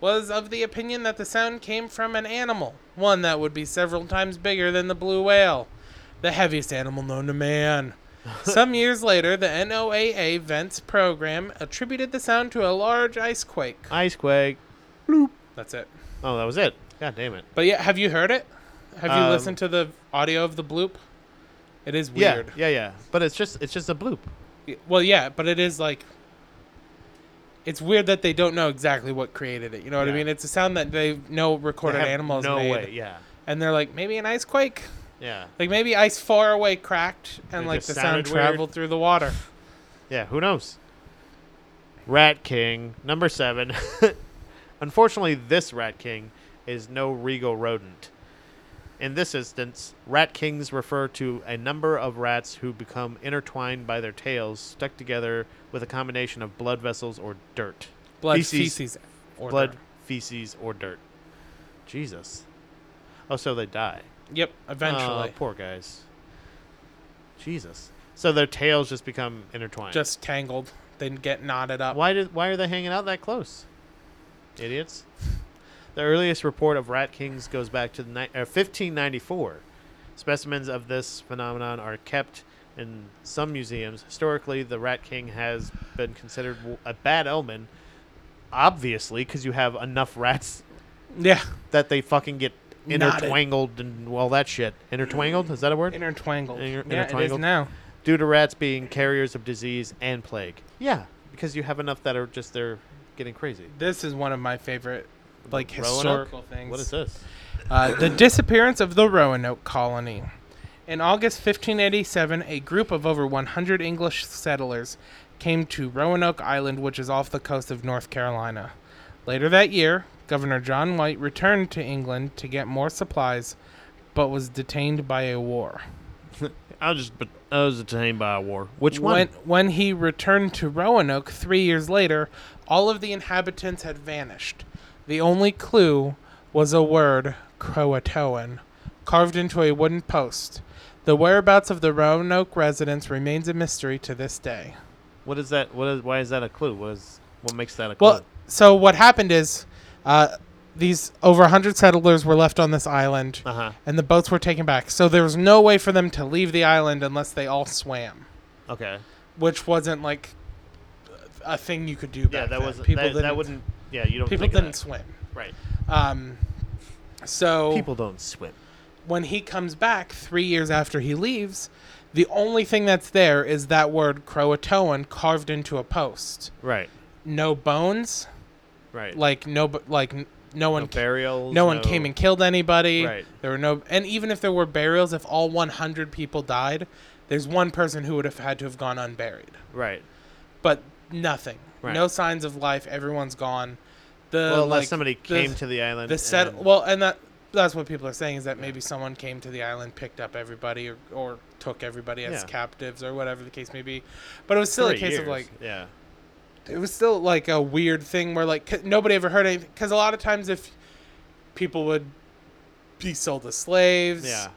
A: was of the opinion that the sound came from an animal, one that would be several times bigger than the blue whale, the heaviest animal known to man. Some years later, the NOAA Vents program attributed the sound to a large ice quake.
B: Ice quake.
A: That's it.
B: Oh, that was it. God damn it.
A: But yeah, have you heard it? Have you
B: Um,
A: listened to the audio of the bloop? It is
B: Yeah,
A: weird.
B: yeah, yeah. But it's just it's just a bloop.
A: Well, yeah, but it is like it's weird that they don't know exactly what created it. You know what
B: Yeah.
A: I mean? It's a sound that they know recorded
B: They have
A: animals
B: No
A: made,
B: way. Yeah,
A: and they're like maybe an ice quake,
B: yeah,
A: like maybe ice far away cracked, and
B: It
A: like
B: just
A: the sound
B: sounded weird.
A: traveled through the water.
B: yeah. Who knows? Rat King number seven. Unfortunately, this Rat King is no regal rodent. In this instance, rat kings refer to a number of rats who become intertwined by their tails, stuck together with a combination of blood vessels or dirt.
A: Blood,
B: Feces.
A: feces, or
B: blood,
A: dirt.
B: feces, or dirt. Jesus. Oh, so they die.
A: Yep, eventually,
B: Oh, poor guys. Jesus. So their tails just become intertwined.
A: just tangled. They get knotted up.
B: why did why are they hanging out that close? Idiots. The earliest report of rat kings goes back to the ni- uh, 1594. Specimens of this phenomenon are kept in some museums. Historically, the rat king has been considered w- a bad omen, obviously, because you have enough rats
A: Yeah,
B: that they fucking get
A: Knotted.
B: intertwangled and all that shit. Intertwangled? Is that a word?
A: intertwangled.
B: Inter-
A: yeah, it is
B: intertwangled.
A: now.
B: due to rats being carriers of disease and plague. Yeah, because you have enough that are just they're getting crazy.
A: This is one of my favorite, like
B: Roanoke?
A: historical things.
B: What is this?
A: Uh, the disappearance of the Roanoke colony. In August 1587, a group of over 100 English settlers came to Roanoke Island, which is off the coast of North Carolina. Later that year, Governor John White returned to England to get more supplies, but was detained by a war.
B: I was just I was detained by a war. Which
A: When, when he returned to Roanoke three years later, all of the inhabitants had vanished. The only clue was a word, Croatoan, carved into a wooden post. The whereabouts of the Roanoke residents remains a mystery to this day.
B: What is that? What is? Why is that a clue? What is? What makes that a clue?
A: Well, so what happened is uh, these over 100 settlers were left on this island,
B: uh huh.
A: and the boats were taken back. So there was no way for them to leave the island unless they all swam.
B: Okay.
A: which wasn't like a thing you could do back
B: Yeah, that
A: then.
B: wasn't.
A: people
B: That,
A: didn't,
B: that wouldn't. Yeah, you don't.
A: people
B: think of
A: didn't
B: that.
A: swim
B: Right.
A: um so
B: People don't swim.
A: when he comes back 3 years after he leaves the only thing that's there is that word croatoan carved into a post
B: Right.
A: no bones
B: Right.
A: like no bo- like n- no one
B: no
A: ca-
B: burials.
A: no one came and killed anybody.
B: Right.
A: There were no, and even if there were burials, if all 100 people died, there's one person who would have had to have gone unburied.
B: Right.
A: but nothing.
B: Right.
A: No signs of life. Everyone's gone. The
B: Well, unless
A: like,
B: somebody
A: the-
B: came to the island.
A: the set.
B: and-
A: Well, and that that's what people are saying is that maybe someone came to the island, picked up everybody, or, or took everybody as
B: Yeah.
A: captives, or whatever the case may be. But it was still
B: three
A: a case of
B: years,
A: like
B: Yeah.
A: it was still like a weird thing where like 'cause nobody ever heard anything because a lot of times if people would be sold as slaves
B: Yeah.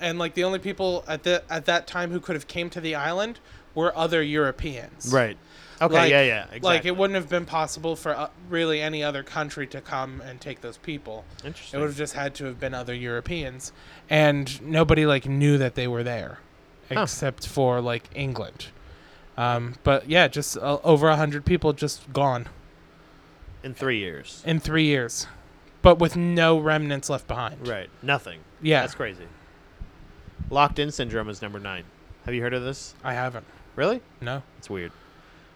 A: and like the only people at the at that time who could have came to the island were other europeans
B: Right. Okay.
A: Like-
B: yeah. Yeah. Exactly.
A: Like it wouldn't have been possible for uh, really any other country to come and take those people. It
B: Interesting.
A: would have just had to have been other Europeans, and nobody like knew that they were there,
B: Huh.
A: except for like England. Um, but yeah, just uh, over a hundred people just gone
B: in three years.
A: in three years, but with no remnants left behind.
B: Right. Nothing.
A: Yeah,
B: That's crazy. Locked in syndrome is number nine. Have you heard of this?
A: I haven't.
B: Really?
A: No.
B: It's weird.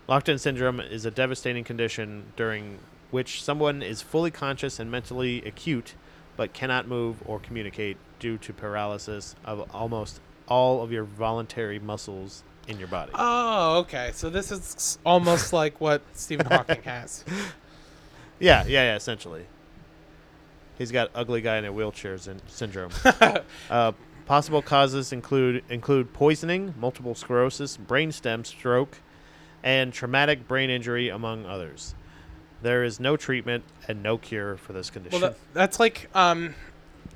B: Locked in syndrome is a devastating condition during which someone is fully conscious and mentally acute, but cannot move or communicate due to paralysis of almost all of your voluntary muscles in your body.
A: Oh, okay. So this is almost like what Stephen Hawking has.
B: yeah, yeah, yeah, essentially. He's got ugly guy in a wheelchair syn- syndrome. uh, possible causes include include poisoning, multiple sclerosis, brainstem stroke, and traumatic brain injury, among others. There is no treatment and no cure for this condition.
A: Well, that, that's like um,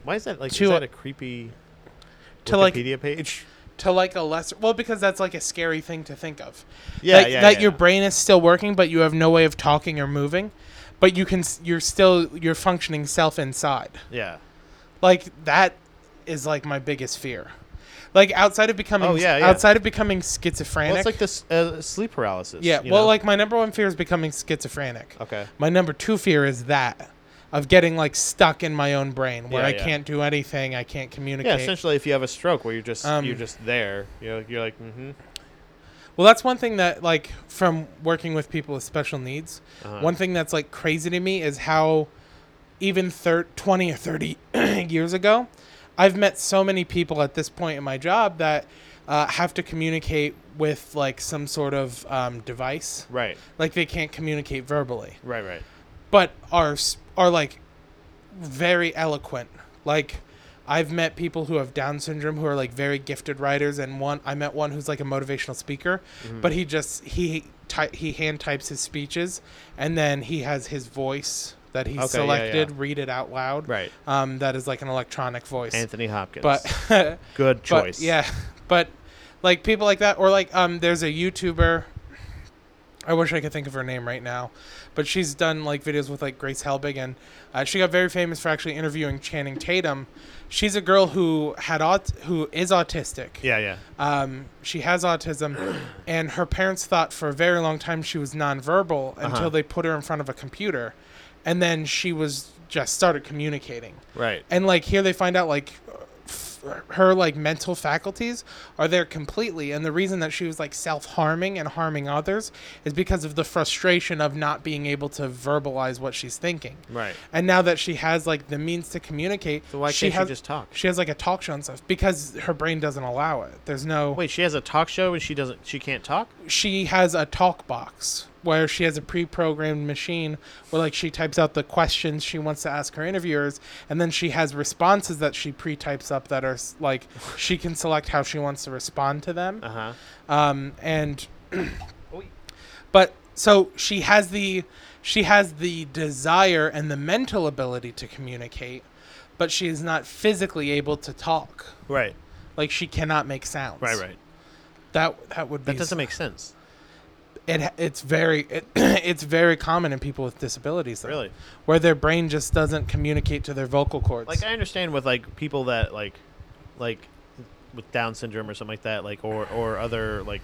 B: Why is that like?
A: to- uh,
B: is that a creepy
A: to like
B: Wikipedia page?
A: to like a lesser. Well, because that's like a scary thing to think of.
B: Yeah,
A: that,
B: yeah,
A: that
B: yeah.
A: your brain is still working, but you have no way of talking or moving, but you can. s- You're still your functioning self inside.
B: Yeah.
A: Like that is like my biggest fear. Like outside of becoming,
B: Oh, yeah, yeah.
A: outside of becoming schizophrenic.
B: Well, it's like this uh, sleep paralysis.
A: yeah.
B: you
A: Well,
B: know?
A: like my number one fear is becoming schizophrenic.
B: okay.
A: My number two fear is that of getting like stuck in my own brain where
B: Yeah,
A: I
B: yeah.
A: can't do anything, I can't
B: Yeah,
A: communicate.
B: essentially, if you have a stroke where you're just
A: Um,
B: you're just there, you're you're like, mm-hmm.
A: well, that's one thing that like from working with people with special needs,
B: Uh-huh.
A: one thing that's like crazy to me is how even thir- 20 or 30 years ago, I've met so many people at this point in my job that uh, have to communicate with like some sort of um, device.
B: Right,
A: Like they can't communicate verbally.
B: right, right.
A: but are s- are like very eloquent. Like I've met people who have Down syndrome who are like very gifted writers, and one I met one who's like a motivational speaker,
B: Mm-hmm.
A: but he just he ty- he hand types his speeches, and then he has his voice that he
B: Okay, yeah,
A: selected
B: yeah.
A: read it out loud.
B: Right.
A: Um, that is like an electronic voice.
B: Anthony Hopkins.
A: but
B: good choice.
A: But, yeah, but like people like that, or like um, there's a YouTuber. I wish I could think of her name right now, but she's done like videos with like Grace Helbig, and uh, she got very famous for actually interviewing Channing Tatum. She's a girl who had aut- who is autistic.
B: yeah, yeah.
A: Um, she has autism, and her parents thought for a very long time she was nonverbal
B: Uh-huh.
A: until they put her in front of a computer, and then she was just started communicating
B: Right.
A: and like here they find out like f- her like mental faculties are there completely and the reason that she was like self-harming and harming others is because of the frustration of not being able to verbalize what she's thinking
B: Right.
A: and now that she has like the means to communicate
B: So why
A: she
B: can't she
A: has
B: just talk?
A: she has like a talk show and stuff because her brain doesn't allow it there's no
B: Wait, she has a talk show and she doesn't. She can't talk.
A: she has a talk box where she has a pre-programmed machine where like she types out the questions she wants to ask her interviewers and then she has responses that she pre-types up that are s- like she can select how she wants to respond to them
B: Uh huh.
A: um, and
B: Oh,
A: but so she has the she has the desire and the mental ability to communicate but she is not physically able to talk
B: Right.
A: like she cannot make sounds
B: Right. Right.
A: that that would be
B: That doesn't make sense.
A: it it's very it, it's very common in people with disabilities though,
B: Really.
A: where their brain just doesn't communicate to their vocal cords
B: Like I understand with like people that like, like, with Down syndrome or something like that, like or or other like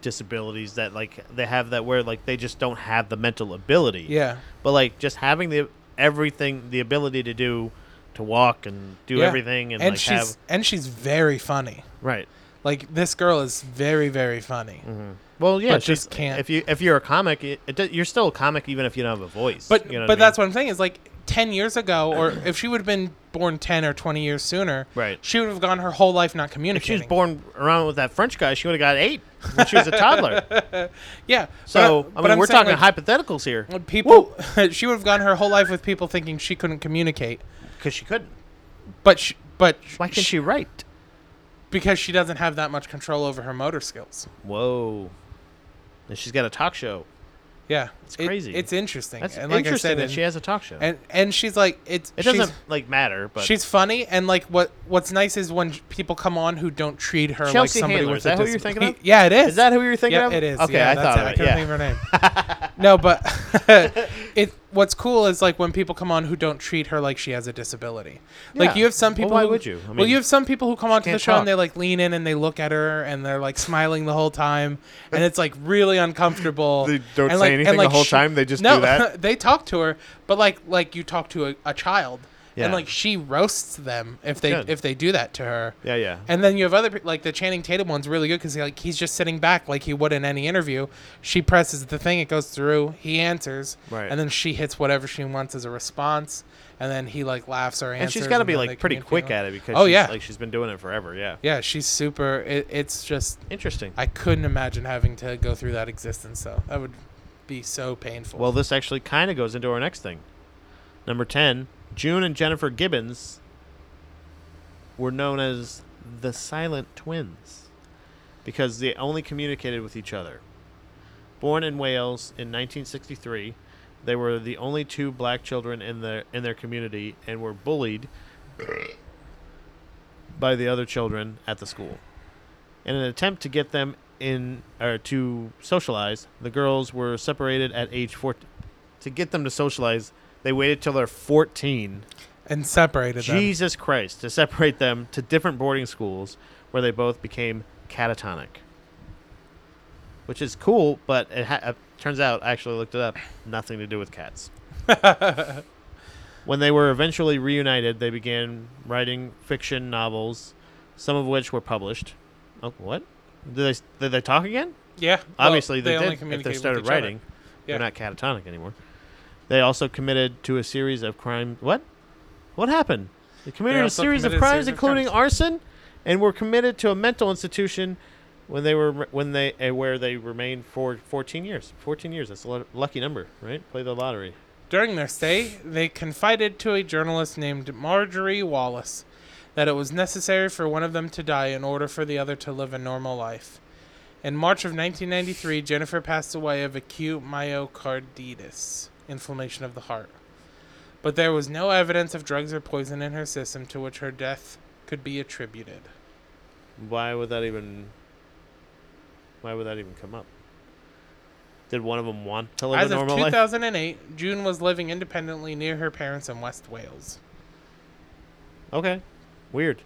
B: disabilities that like they have that where like they just don't have the mental ability.
A: yeah
B: But like just having the everything, the ability to do, to walk and do
A: yeah.
B: everything, and, like
A: she's
B: have
A: and she's very funny
B: right.
A: like this girl is very very funny
B: Mm-hmm. Well, yeah,
A: But
B: it's
A: just can't.
B: If you if you're a comic, it, it, do- you're still a comic even if you don't have a voice.
A: but
B: you
A: but
B: know what I mean?
A: that's what i'm saying is like 10 years ago or if she would have been born 10 or 20 years sooner
B: Right.
A: she would have gone her whole life not
B: If she
A: communicating
B: was born around with that French guy, she would have got eight when she was a toddler.
A: yeah
B: So
A: but
B: I
A: but
B: mean,
A: I'm
B: we're
A: saying,
B: talking
A: like,
B: hypotheticals here
A: when people she would have gone her whole life with people thinking she couldn't communicate
B: because she couldn't.
A: but she, but
B: Why can't she write?
A: because she doesn't have that much control over her motor skills.
B: Whoa! And she's got a talk show.
A: Yeah,
B: It's
A: It-
B: crazy.
A: it's interesting.
B: That's
A: and like
B: interesting
A: I said,
B: that
A: and,
B: she has a talk show.
A: and and she's like it's
B: it
A: she's,
B: doesn't like matter, but
A: she's funny and like what what's nice is when people come on who don't treat her like
B: Chelsea
A: somebody
B: Handler,
A: with
B: is
A: a
B: that who you're
A: disability.
B: thinking of?
A: Yeah, it is.
B: is that who you were thinking
A: Yep,
B: of?
A: it is.
B: Okay,
A: Yeah,
B: I
A: that's
B: thought
A: it. I
B: of it.
A: couldn't
B: Yeah.
A: think of her name. no, but it what's cool is like when people come on who don't treat her like she has a disability. Like
B: Yeah.
A: you have some
B: Well,
A: people.
B: why
A: who-
B: would you? I
A: well,
B: mean,
A: you have some people who come onto the
B: can't
A: show
B: talk.
A: and they like lean in and they look at her and they're like smiling the whole time and it's like really uncomfortable.
D: They don't say
A: And, like- and,
D: anything the
A: like,
D: whole
A: she-
D: time, they just
A: no,
D: do that?
A: they talk to her, but like like you talk to a, a child. And
B: Yeah.
A: like she roasts them if they
B: Good.
A: if they do that to her.
B: yeah, yeah.
A: And then you have other people like the Channing Tatum one's really good because he, like he's just sitting back like he would in any interview. She presses the thing, it goes through, he answers,
B: Right.
A: and then she hits whatever she wants as a response. and then he like laughs or answers.
B: and she's got to be
A: then
B: like
A: they
B: pretty
A: communicate
B: quick
A: on-
B: at it because
A: Oh,
B: she's,
A: yeah.
B: like she's been doing it forever. Yeah,
A: Yeah, she's super. It, it's just
B: interesting.
A: I couldn't imagine having to go through that existence though. That would be so painful.
B: Well, this actually kind of goes into our next thing. Number 10, June and Jennifer Gibbons were known as the Silent Twins because they only communicated with each other. Born in Wales in 1963, they were the only two black children in their in their community and were bullied by the other children at the school. In an attempt to get them in or to socialize, the girls were separated at age 14. To get them to socialize, they waited till they're 14.
A: and separated them.
B: Jesus Christ, to separate them to different boarding schools where they both became catatonic. Which is cool, but it ha- uh, turns out I actually looked it up, nothing to do with cats. when they were eventually reunited, they began writing fiction novels, some of which were published. Oh, what? Did they s- did they talk again?
A: Yeah. well,
B: Obviously, they,
A: only
B: did. If
A: communicate
B: they
A: with
B: started
A: each other.
B: writing,
A: Yeah.
B: they're not catatonic anymore. They also committed to a series of crime. What? What happened? They committed a
A: also
B: series of
A: committed a
B: crimes,
A: series of
B: including
A: crimes.
B: arson, and were committed to a mental institution when they were when they uh, where they remained for 14 years. 14 years. That's a lu- lucky number, right? Play the lottery.
A: During their stay, they confided to a journalist named Marjorie Wallace that it was necessary for one of them to die in order for the other to live a normal life. In March of 1993, Jennifer passed away of acute myocarditis, inflammation of the heart. But there was no evidence of drugs or poison in her system to which her death could be attributed.
B: Why would that even? Why would that even come up? Did one of them want to live
A: As
B: a
A: of
B: normal life?
A: 2008, June was living independently near her parents in West Wales.
B: Okay, weird.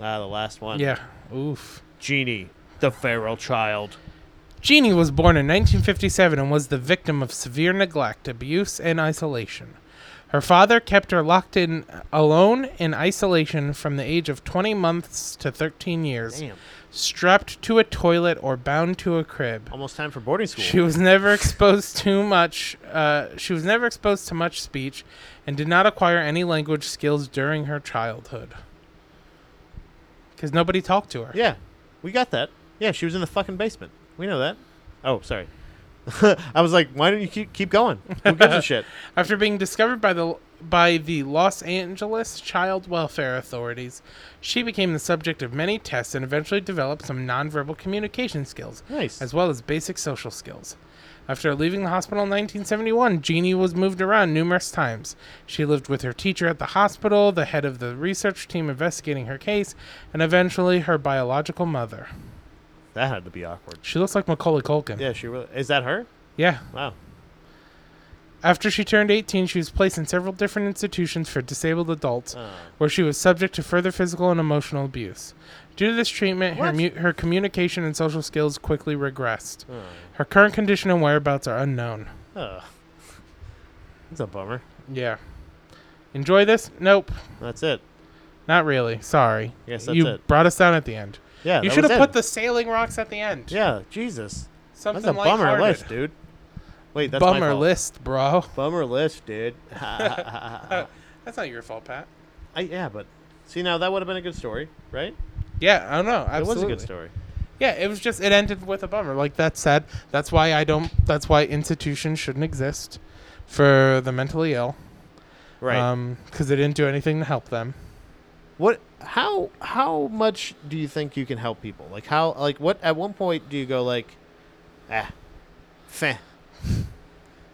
B: Ah, the last one.
A: Yeah. Oof.
B: Genie, the feral child.
A: Jeannie was born in 1957 and was the victim of severe neglect, abuse, and isolation. Her father kept her locked in alone in isolation from the age of 20 months to 13 years,
B: Damn.
A: strapped to a toilet or bound to a crib.
B: Almost time for boarding school.
A: She was never exposed to much. Uh, she was never exposed to much speech, and did not acquire any language skills during her childhood. Because nobody talked to her.
B: Yeah, we got that. Yeah, she was in the fucking basement. We know that. Oh, sorry. I was like, why don't you keep keep going? Who gives a shit?
A: After being discovered by the by the Los Angeles Child Welfare authorities, she became the subject of many tests and eventually developed some nonverbal communication skills,
B: Nice.
A: as well as basic social skills. After leaving the hospital in 1971, Jeannie was moved around numerous times. She lived with her teacher at the hospital, the head of the research team investigating her case, and eventually her biological mother.
B: That had to be awkward.
A: She looks like Macaulay Culkin.
B: Yeah, she really. Is that her?
A: yeah.
B: Wow.
A: After she turned 18, she was placed in several different institutions for disabled adults,
B: Oh.
A: where she was subject to further physical and emotional abuse. Due to this treatment, her,
B: What?
A: mu- her communication and social skills quickly regressed.
B: Uh.
A: Her current condition and whereabouts are unknown.
B: Ugh. That's a bummer.
A: Yeah. Enjoy this? Nope.
B: That's it.
A: Not really. Sorry.
B: Yes, that's
A: you
B: it.
A: brought us down at the end.
B: Yeah.
A: you
B: that
A: should
B: was
A: have
B: it.
A: put the sailing rocks at the end.
B: Yeah, Jesus.
A: Something
B: that's a bummer
A: lighthearted.
B: list, dude. Wait, that's my
A: bummer
B: fault.
A: list, bro.
B: Bummer list, dude. I,
A: That's not your fault, Pat.
B: yeah, but see now that would have been a good story, right?
A: Yeah, I don't know. Absolutely.
B: It was a good story.
A: Yeah, it was just it ended with a bummer. Like that said, that's why I don't. That's why institutions shouldn't exist for the mentally ill.
B: Right.
A: Um, Because they didn't do anything to help them.
B: What? How? How much do you think you can help people? Like how? Like what? At one point, do you go like, ah, feh.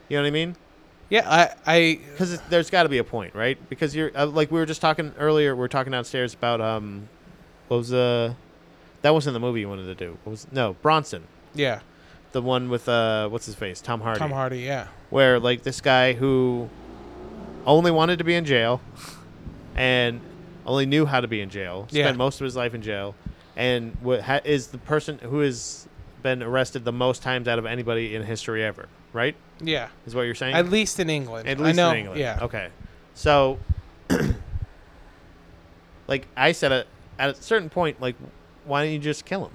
B: You know what I mean?
A: Yeah, I. I
B: Because there's got to be a point, right? Because you're uh, like we were just talking earlier. We were talking downstairs about um, what was uh, that wasn't the movie you wanted to do. What was no Bronson,
A: yeah,
B: the one with uh, what's his face, Tom Hardy.
A: Tom Hardy. Yeah,
B: where like this guy who only wanted to be in jail and only knew how to be in jail spent
A: Yeah.
B: most of his life in jail and wha- ha- is the person who has been arrested the most times out of anybody in history ever right
A: yeah.
B: is what you're saying
A: At least in England.
B: at
A: I
B: least
A: know,
B: in England.
A: Yeah.
B: Okay. So, like I said, at, at a certain point, like, why don't you just kill him?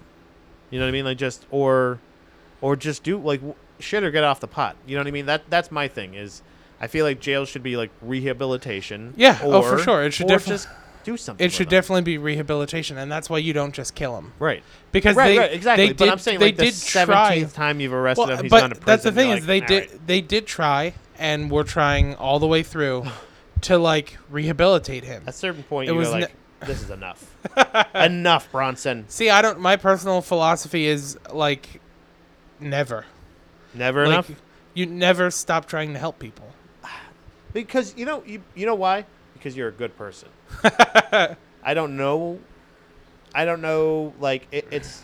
B: You know what I mean? Like, just or, or just do like w- shit or get off the pot. You know what I mean? That that's my thing. Is I feel like jail should be like rehabilitation.
A: Yeah, oh, for sure. It should
B: or
A: defi-
B: just do something.
A: It should
B: with 'em.
A: definitely be rehabilitation, and that's why you don't just kill him
B: right.
A: because
B: Right,
A: they
B: right, exactly.
A: they
B: but
A: did
B: I'm saying
A: they
B: like the
A: did try.
B: seventeenth time you've arrested
A: Well,
B: him, he's
A: but
B: gone to prison.
A: that's the thing
B: you're
A: is they
B: like, "All
A: did they did try and were trying all the way through to like rehabilitate him.
B: At a certain point,
A: It
B: you
A: was
B: go like, "This is enough, enough, Bronson.
A: See, I don't. My personal philosophy is like never.
B: Never
A: like,
B: enough."
A: You never stop trying to help people.
B: Because you know you you know why? Because you're a good person. I don't know. I don't know. Like it, it's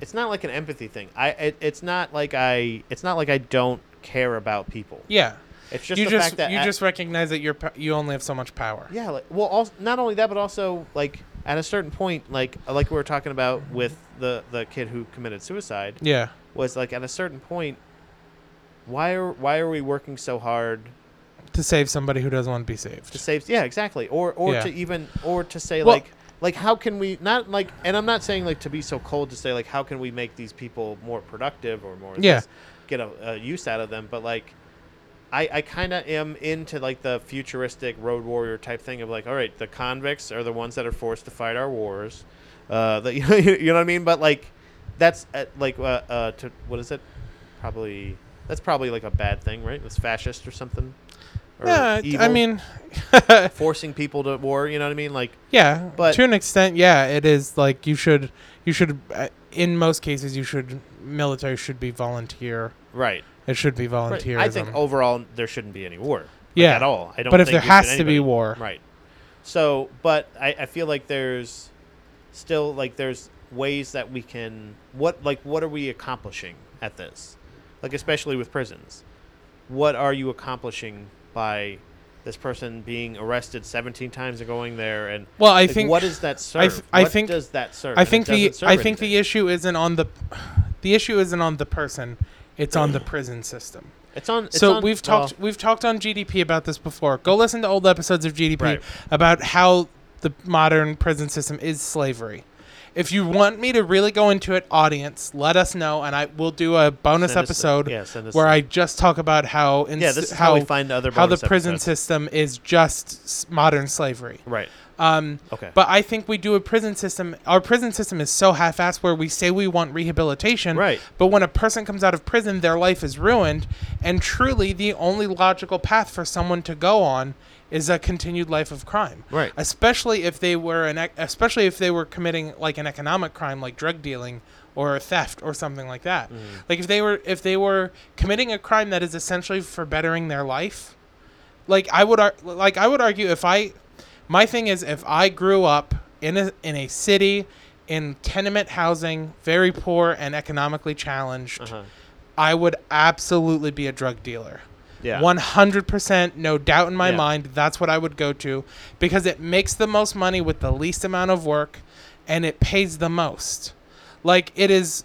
B: it's not like an empathy thing. I it, it's not like I it's not like I don't care about people.
A: Yeah.
B: It's just
A: you
B: the
A: just
B: fact that
A: you
B: at-
A: just recognize that you're po- you only have so much power.
B: yeah. Like, well, also, not only that, but also like at a certain point, like uh, like we were talking about with the the kid who committed suicide.
A: Yeah.
B: was like at a certain point why are why are we working so hard
A: To save somebody who doesn't want to be
B: to
A: saved.
B: save yeah exactly or or
A: Yeah.
B: to even or to say
A: Well-
B: like like how can we not like and i'm not saying like to be so cold to say like how can we make these people more productive or more
A: Yeah.
B: this, get a, a use out of them but like i i kind of am into like the futuristic road warrior type thing of like all right the convicts are the ones that are forced to fight our wars uh that you know, you know what i mean but like that's uh, like uh, uh to what is it probably that's probably like a bad thing right it's fascist or something or
A: Yeah, I
B: evil
A: mean,
B: forcing people to war. You know what I mean? Like,
A: yeah,
B: But-
A: to an extent, yeah, it is like you should, you should, uh, in most cases, you should military should be volunteer.
B: right.
A: It should be
B: right.
A: volunteerism.
B: I think overall there shouldn't be any war. like,
A: Yeah.
B: at all. I don't.
A: But if
B: think
A: there
B: we should
A: has to be
B: anybody-
A: war.
B: right? So, but I, I feel like there's still like there's ways that we can what like what are we accomplishing at this? Like especially with prisons, what are you accomplishing by this person being arrested 17 times and going there and
A: Well, I
B: like,
A: think-
B: what does that serve?
A: I th- I
B: what
A: think-
B: does that serve?
A: I
B: And it
A: think the
B: doesn't serve
A: I think
B: anything.
A: the issue isn't on the the issue isn't on the person. It's on the prison system.
B: it's on. It's
A: so
B: on-
A: we've
B: well,
A: talked we've talked on GDP about this before. Go listen to old episodes of GDP
B: Right.
A: about how the modern prison system is slavery. If you want me to really go into it, audience, let us know, and I will do a bonus
B: Send us-
A: episode
B: yeah, send us
A: where
B: the-
A: I just talk about how in
B: Yeah, this is how we find other
A: how the
B: bonus
A: prison
B: episodes.
A: system is just s- modern slavery.
B: Right.
A: Um,
B: Okay.
A: But I think we do a prison system. Our prison system is so half-assed where we say we want rehabilitation,
B: Right.
A: But when a person comes out of prison, their life is ruined, and truly the only logical path for someone to go on is a continued life of crime,
B: Right.
A: Especially if they were an, ec- especially if they were committing like an economic crime, like drug dealing or theft or something like that.
B: Mm.
A: Like if they were if they were committing a crime that is essentially for bettering their life like I would ar- like I would argue if I my thing is if I grew up in a in a city in tenement housing, very poor and economically challenged,
B: Uh-huh.
A: I would absolutely be a drug dealer.
B: Yeah.
A: 100% no doubt in my
B: Yeah.
A: mind that's what I would go to because it makes the most money with the least amount of work and it pays the most. Like it is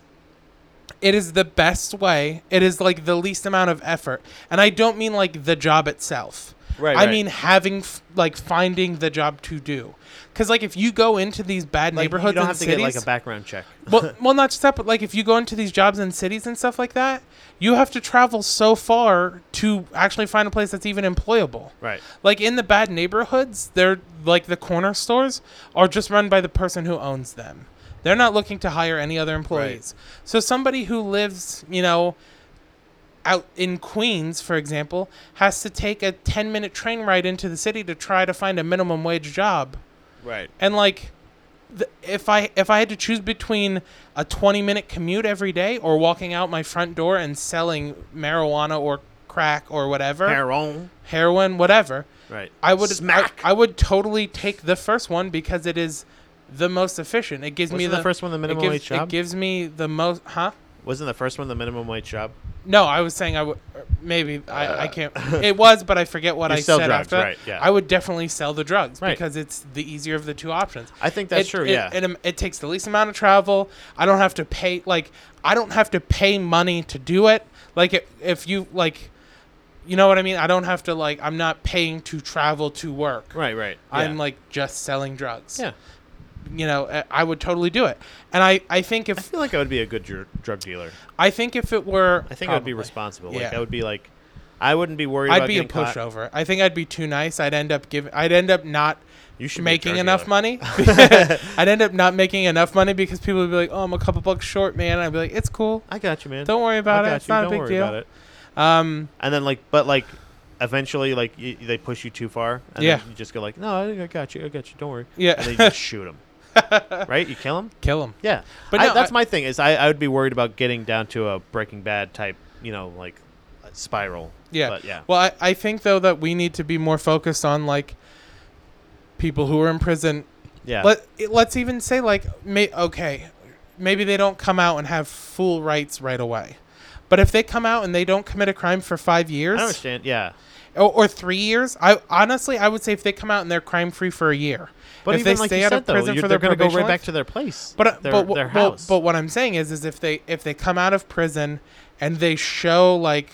A: it is the best way. It is like the least amount of effort. And I don't mean like the job itself.
B: Right,
A: I
B: right.
A: mean having f- like finding the job to do. Cuz like if you go into these bad
B: Like,
A: neighborhoods
B: You don't
A: and
B: have to
A: cities,
B: get like a background check.
A: well, well, not just that, but like if you go into these jobs in cities and stuff like that, you have to travel so far to actually find a place that's even employable.
B: Right.
A: Like in the bad neighborhoods, they're like the corner stores are just run by the person who owns them. They're not looking to hire any other employees. So somebody who lives, you know, out in Queens, for example, has to take a 10 minute train ride into the city to try to find a minimum wage job
B: Right.
A: and like th- if i if i had to choose between a 20 minute commute every day or walking out my front door and selling marijuana or crack or whatever
B: Heroin.
A: heroin whatever
B: Right.
A: i would I,
B: smack.
A: I would totally take the first one because it is the most efficient it gives me
B: Wasn't
A: the,
B: the first one the
A: it
B: minimum
A: gives-
B: wage job?
A: it gives me the most huh
B: Wasn't the first one the minimum wage job?
A: no, I was saying I would er, maybe I, I can't. It was, but I forget what
B: Uh. You
A: I
B: sell
A: said
B: drugs,
A: after.
B: right, yeah.
A: I would definitely sell the drugs
B: Right.
A: because it's the easier of the two options.
B: I think that's
A: It-
B: true,
A: it-
B: yeah.
A: it, um, it takes the least amount of travel. I don't have to pay like I don't have to pay money to do it. Like if- if you like, you know what I mean. I don't have to like. I'm not paying to travel to work.
B: Right. Right.
A: I'm
B: yeah.
A: like just selling drugs.
B: Yeah.
A: You know, I- I would totally do it. And I, I think
B: I
A: if
B: feel like I would be a good dr- drug dealer.
A: I think if it were
B: I think I would be
A: probably.
B: responsible.
A: Yeah.
B: Like I would be like, I wouldn't be worried.
A: I'd
B: about
A: be a
B: getting caught.
A: pushover. I think I'd be too nice. I'd end up giving. I'd end up not
B: You should be a
A: making
B: drug
A: enough
B: dealer.
A: money. I'd end up not making enough money because people would be like, "Oh, I'm a couple bucks short, man." I'd be like, "It's cool.
B: I got you, man.
A: Don't worry
B: I
A: about
B: got
A: it. It's
B: you.
A: not
B: Don't
A: a big
B: worry
A: deal."
B: about it.
A: Um,
B: And then like, but like, eventually like y they push you too far. And
A: Yeah.
B: then You just go like, no, I think I got you. I got you. Don't worry. And then you
A: yeah,
B: just shoot him. right? You kill him.
A: kill him.
B: Yeah.
A: But
B: But I,
A: no,
B: that's
A: I-
B: my thing is I, I would be worried about getting down to a Breaking Bad type, you know, like uh, spiral.
A: Yeah.
B: But yeah.
A: Well, I, I think though that we need to be more focused on like people who are in prison.
B: yeah.
A: Let let's even say like, may, okay, maybe they don't come out and have full rights right away, but if they come out and they don't commit a crime for five
B: I
A: years,
B: don't understand. Yeah.
A: or, or three years. I honestly, I would say if they come out and they're crime free for a year,
B: But
A: if
B: even
A: they
B: like
A: stay
B: you
A: out
B: said,
A: of
B: though,
A: prison
B: you-
A: for
B: they're
A: their
B: going to go right
A: probational
B: back
A: life-
B: to their place.
A: But uh,
B: their,
A: but, wh-
B: their
A: but-
B: house.
A: but what I'm saying is is if they if they come out of prison and they show like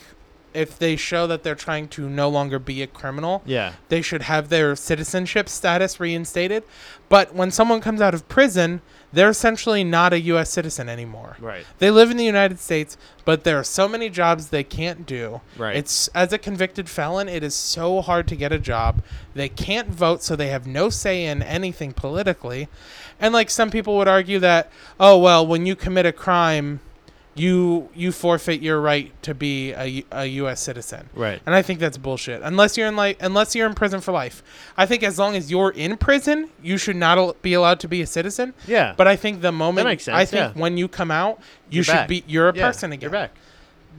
A: if they show that they're trying to no longer be a criminal,
B: yeah.
A: they should have their citizenship status reinstated. But when someone comes out of prison, they're essentially not a U.S. citizen anymore.
B: Right.
A: They live in the United States, but there are so many jobs they can't do.
B: Right.
A: It's as a convicted felon, it is so hard to get a job. They can't vote, so they have no say in anything politically. And like some people would argue that, oh well, when you commit a crime, you you forfeit your right to be a, U- a U.S. citizen.
B: Right.
A: And I think that's bullshit. Unless you're in like unless you're in prison for life. I think as long as you're in prison, you should not al- be allowed to be a citizen.
B: Yeah.
A: But I think the moment
B: makes sense,
A: I think
B: yeah.
A: when you come out, you
B: You're
A: should
B: back.
A: be you're a
B: Yeah,
A: person again.
B: You're back.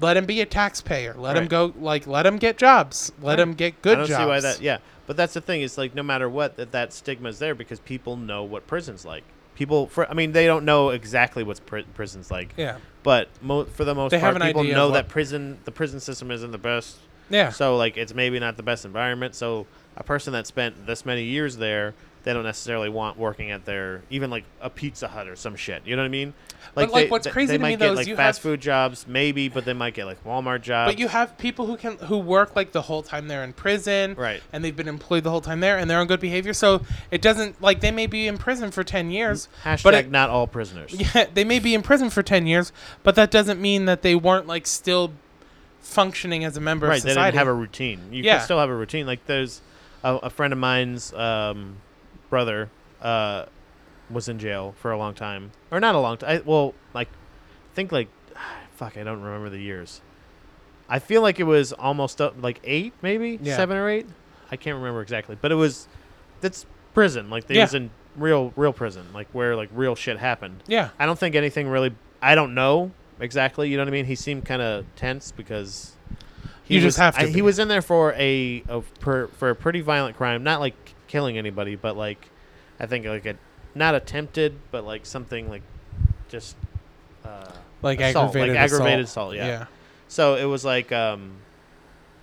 A: Let him be a taxpayer. Let him
B: Right.
A: go like let him get jobs. Let him get good
B: I don't
A: jobs.
B: see why that. Yeah, but that's the thing. It's like no matter what, that that stigma is there because people know what prison's like. People, for I mean, they don't know exactly what's pri- prison's like.
A: Yeah.
B: But mo- for the most
A: They have
B: part,
A: an
B: people
A: idea of
B: know
A: what-
B: that prison, the prison system isn't the best.
A: Yeah.
B: So like, it's maybe not the best environment. So a person that spent this many years there, they don't necessarily want working at their even like a Pizza Hut or some shit. You know what I mean?
A: But, like,
B: they-
A: what's
B: they-
A: crazy
B: they
A: to me,
B: might
A: though,
B: get
A: is
B: like
A: you
B: fast
A: have-
B: food jobs, maybe, but they might get like Walmart jobs.
A: But you have people who can who work like the whole time they're in prison,
B: Right.
A: And they've been employed the whole time there, and they're on good behavior. So it doesn't like they may be in prison for ten years.
B: hashtag
A: but it-
B: not all prisoners.
A: Yeah, they may be in prison for ten years, but that doesn't mean that they weren't like still functioning as a member
B: right
A: of
B: they
A: society.
B: didn't have a routine you
A: Yeah.
B: can still have a routine like there's a, a friend of mine's um, brother uh, was in jail for a long time or not a long time well like i think like fuck i don't remember the years i feel like it was almost up like eight maybe
A: Yeah.
B: seven or eight i can't remember exactly but it was that's prison like they
A: Yeah.
B: was in real real prison like where like real shit happened
A: yeah,
B: I don't think anything really. I don't know exactly. You know what I mean? He seemed kind of tense because
A: You just
B: was-
A: have to
B: I-
A: be.
B: he was in there for a, a per, for a pretty violent crime, not like killing anybody, but like I think like a not attempted, but like something like just uh,
A: like
B: assault,
A: aggravated,
B: like aggravated assault. yeah.
A: yeah.
B: So it was like, um,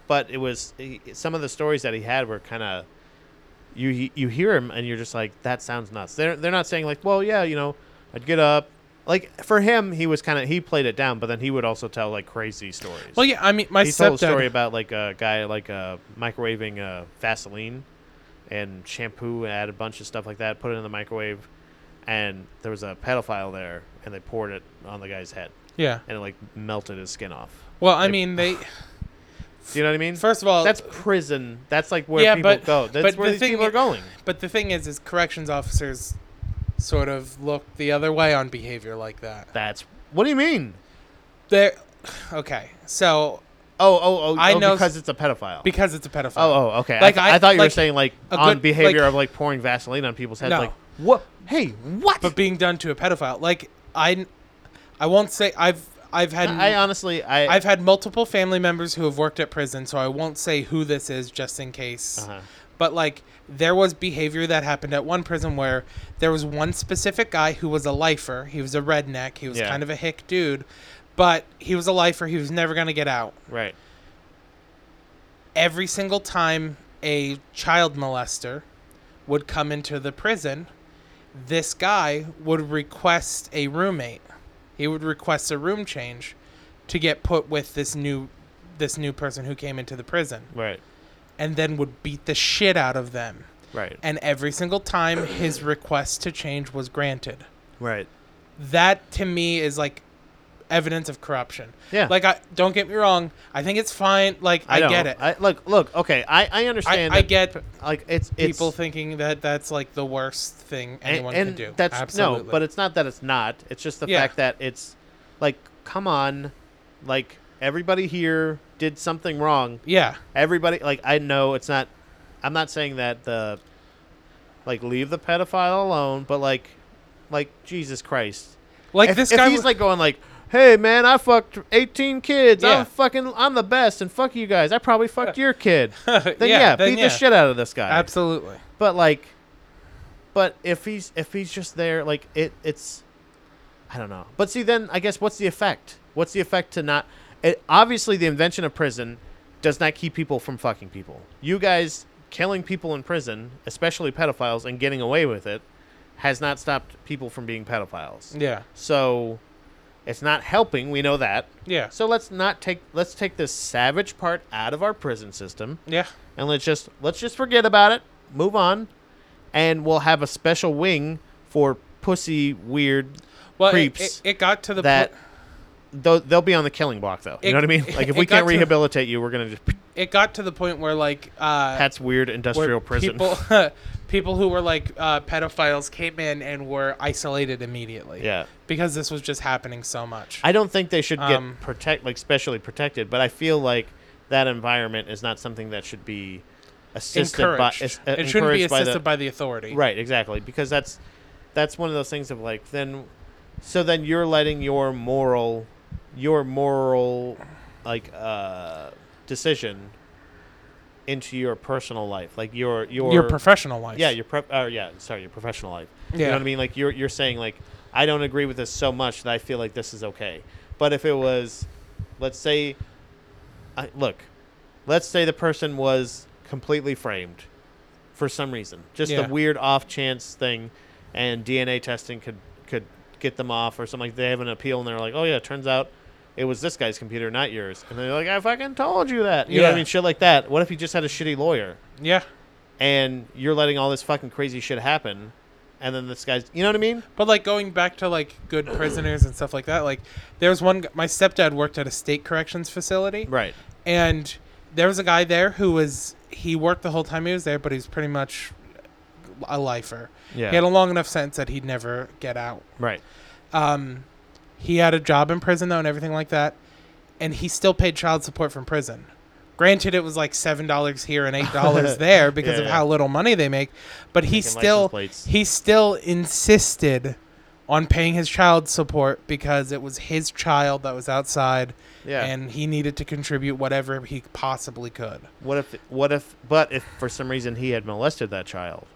B: but it was he- some of the stories that he had were kind of you you hear him and you're just like that sounds nuts. They're they're not saying like well yeah you know I'd get up like for him he was kind of he played it down but then he would also tell like crazy stories.
A: Well, yeah, I mean, my
B: he told a
A: stepdad.
B: story about like a guy like uh, microwaving uh, Vaseline and shampoo and add a bunch of stuff like that, put it in the microwave, and there was a pedophile there and they poured it on the guy's head
A: yeah.
B: and it like melted his skin off.
A: Well, I
B: They-
A: mean, they
B: Do you know what I mean?
A: first of all
B: that's prison. That's like where
A: Yeah,
B: people
A: but-
B: go. That's
A: but
B: where
A: the
B: these
A: thing
B: people
A: i-
B: are going.
A: But the thing is, is corrections officers sort of look the other way on behavior like that.
B: That's what do you mean?
A: They're okay. So
B: Oh, oh, oh!
A: I
B: oh,
A: know-
B: because it's a pedophile.
A: because it's a pedophile.
B: oh, oh, okay.
A: Like,
B: I,
A: I-
B: th- I thought you
A: like,
B: were saying like
A: a
B: on
A: good-
B: behavior
A: like-
B: of like pouring Vaseline on people's heads.
A: No.
B: Like what? Hey, what?
A: But being done to a pedophile, like I, I won't say I've I've had
B: I honestly,
A: Mm.
B: I
A: I've had multiple family members who have worked at prison, so I won't say who this is just in case.
B: Uh-huh.
A: But like there was behavior that happened at one prison where there was one specific guy who was a lifer. He was a redneck. He was
B: Yeah.
A: kind of a hick dude, but he was a lifer. He was never going to get out.
B: right.
A: Every single time a child molester would come into the prison, this guy would request a roommate. He would request a room change to get put with this new this new person who came into the prison
B: Right.
A: and then would beat the shit out of them.
B: Right.
A: And every single time his request to change was granted.
B: Right.
A: That to me is like evidence of corruption.
B: Yeah.
A: Like, I don't get me wrong. I think it's fine. Like, I,
B: don't-
A: get it.
B: I, look, look. Okay, I, I
A: I,
B: understand.
A: I
B: that,
A: get
B: like it's it's
A: people thinking that that's like the worst thing
B: and-
A: anyone
B: and
A: can do.
B: That's
A: Absolutely.
B: no, but it's not that it's not. It's just the
A: Yeah.
B: fact that it's like, come on, like everybody here did something wrong.
A: yeah,
B: Everybody, like I know it's not. I'm not saying that the, like, leave the pedophile alone, but like, like Jesus Christ,
A: like
B: if,
A: this
B: if
A: guy
B: he's
A: w-
B: like going like hey man i fucked 18 kids
A: Yeah.
B: i'm fucking i'm the best and fuck you guys i probably fucked your kid then yeah,
A: Yeah, then
B: beat
A: yeah.
B: the shit out of this guy
A: absolutely.
B: but like but if he's if he's just there like it it's i don't know but see then i guess what's the effect what's the effect to not it, obviously the invention of prison does not keep people from fucking people you guys killing people in prison especially pedophiles and getting away with it has not stopped people from being pedophiles
A: Yeah,
B: so it's not helping. We know that.
A: yeah,
B: So let's not take let's take this savage part out of our prison system
A: yeah,
B: and let's just let's just forget about it. Move on, and we'll have a special wing for pussy weird.
A: well, it-
B: creeps
A: It, it got to the
B: that
A: po-
B: They'll, they'll be on the killing block though. You
A: It-
B: know what I mean? Like if
A: it
B: we
A: got
B: can't
A: to-
B: rehabilitate you, we're gonna just
A: it got to the point where like uh,
B: that's weird industrial
A: where
B: prison.
A: people people who were like uh, pedophiles came in and were isolated immediately.
B: yeah.
A: because this was just happening so much.
B: I don't think they should get
A: Um,
B: protect like specially protected, but I feel like that environment is not something that should be assisted
A: encouraged.
B: by. is- uh,
A: it shouldn't be
B: encouraged by the-
A: assisted by the, authority.
B: Right, exactly, because that's that's one of those things of like then, so then you're letting your moral, your moral, like uh, decision into your personal life, like your your
A: Your professional life.
B: yeah your prep uh, yeah sorry your professional life. You
A: Yeah.
B: know what I mean? Like you're you're saying like I don't agree with this so much that I feel like this is okay, but if it was, let's say, I, look, let's say the person was completely framed for some reason, just
A: Yeah.
B: a weird off chance thing, and DNA testing could could get them off or something. Like they have an appeal and they're like, oh yeah, it turns out it was this guy's computer, not yours. And they're like, I fucking told you that. You know what
A: Yeah.
B: I mean? Shit like that. What if he just had a shitty lawyer
A: yeah.
B: and you're letting all this fucking crazy shit happen? And then this guy's, you know what I mean?
A: But like going back to like good prisoners and stuff like that. Like there was one. g- My stepdad worked at a state corrections facility,
B: Right.
A: and there was a guy there who was he worked the whole time he was there, but he was pretty much a lifer.
B: Yeah.
A: He had a long enough sentence that he'd never get out.
B: Right.
A: Um, he had a job in prison though, and everything like that, and he still paid child support from prison. Granted, it was like seven dollars here and eight dollars there because
B: Yeah,
A: of
B: yeah.
A: how little money they make, but he
B: Making license
A: still
B: plates.
A: he still insisted on paying his child support because it was his child that was outside,
B: Yeah.
A: and he needed to contribute whatever he possibly could.
B: What if? What if? But if for some reason he had molested that child,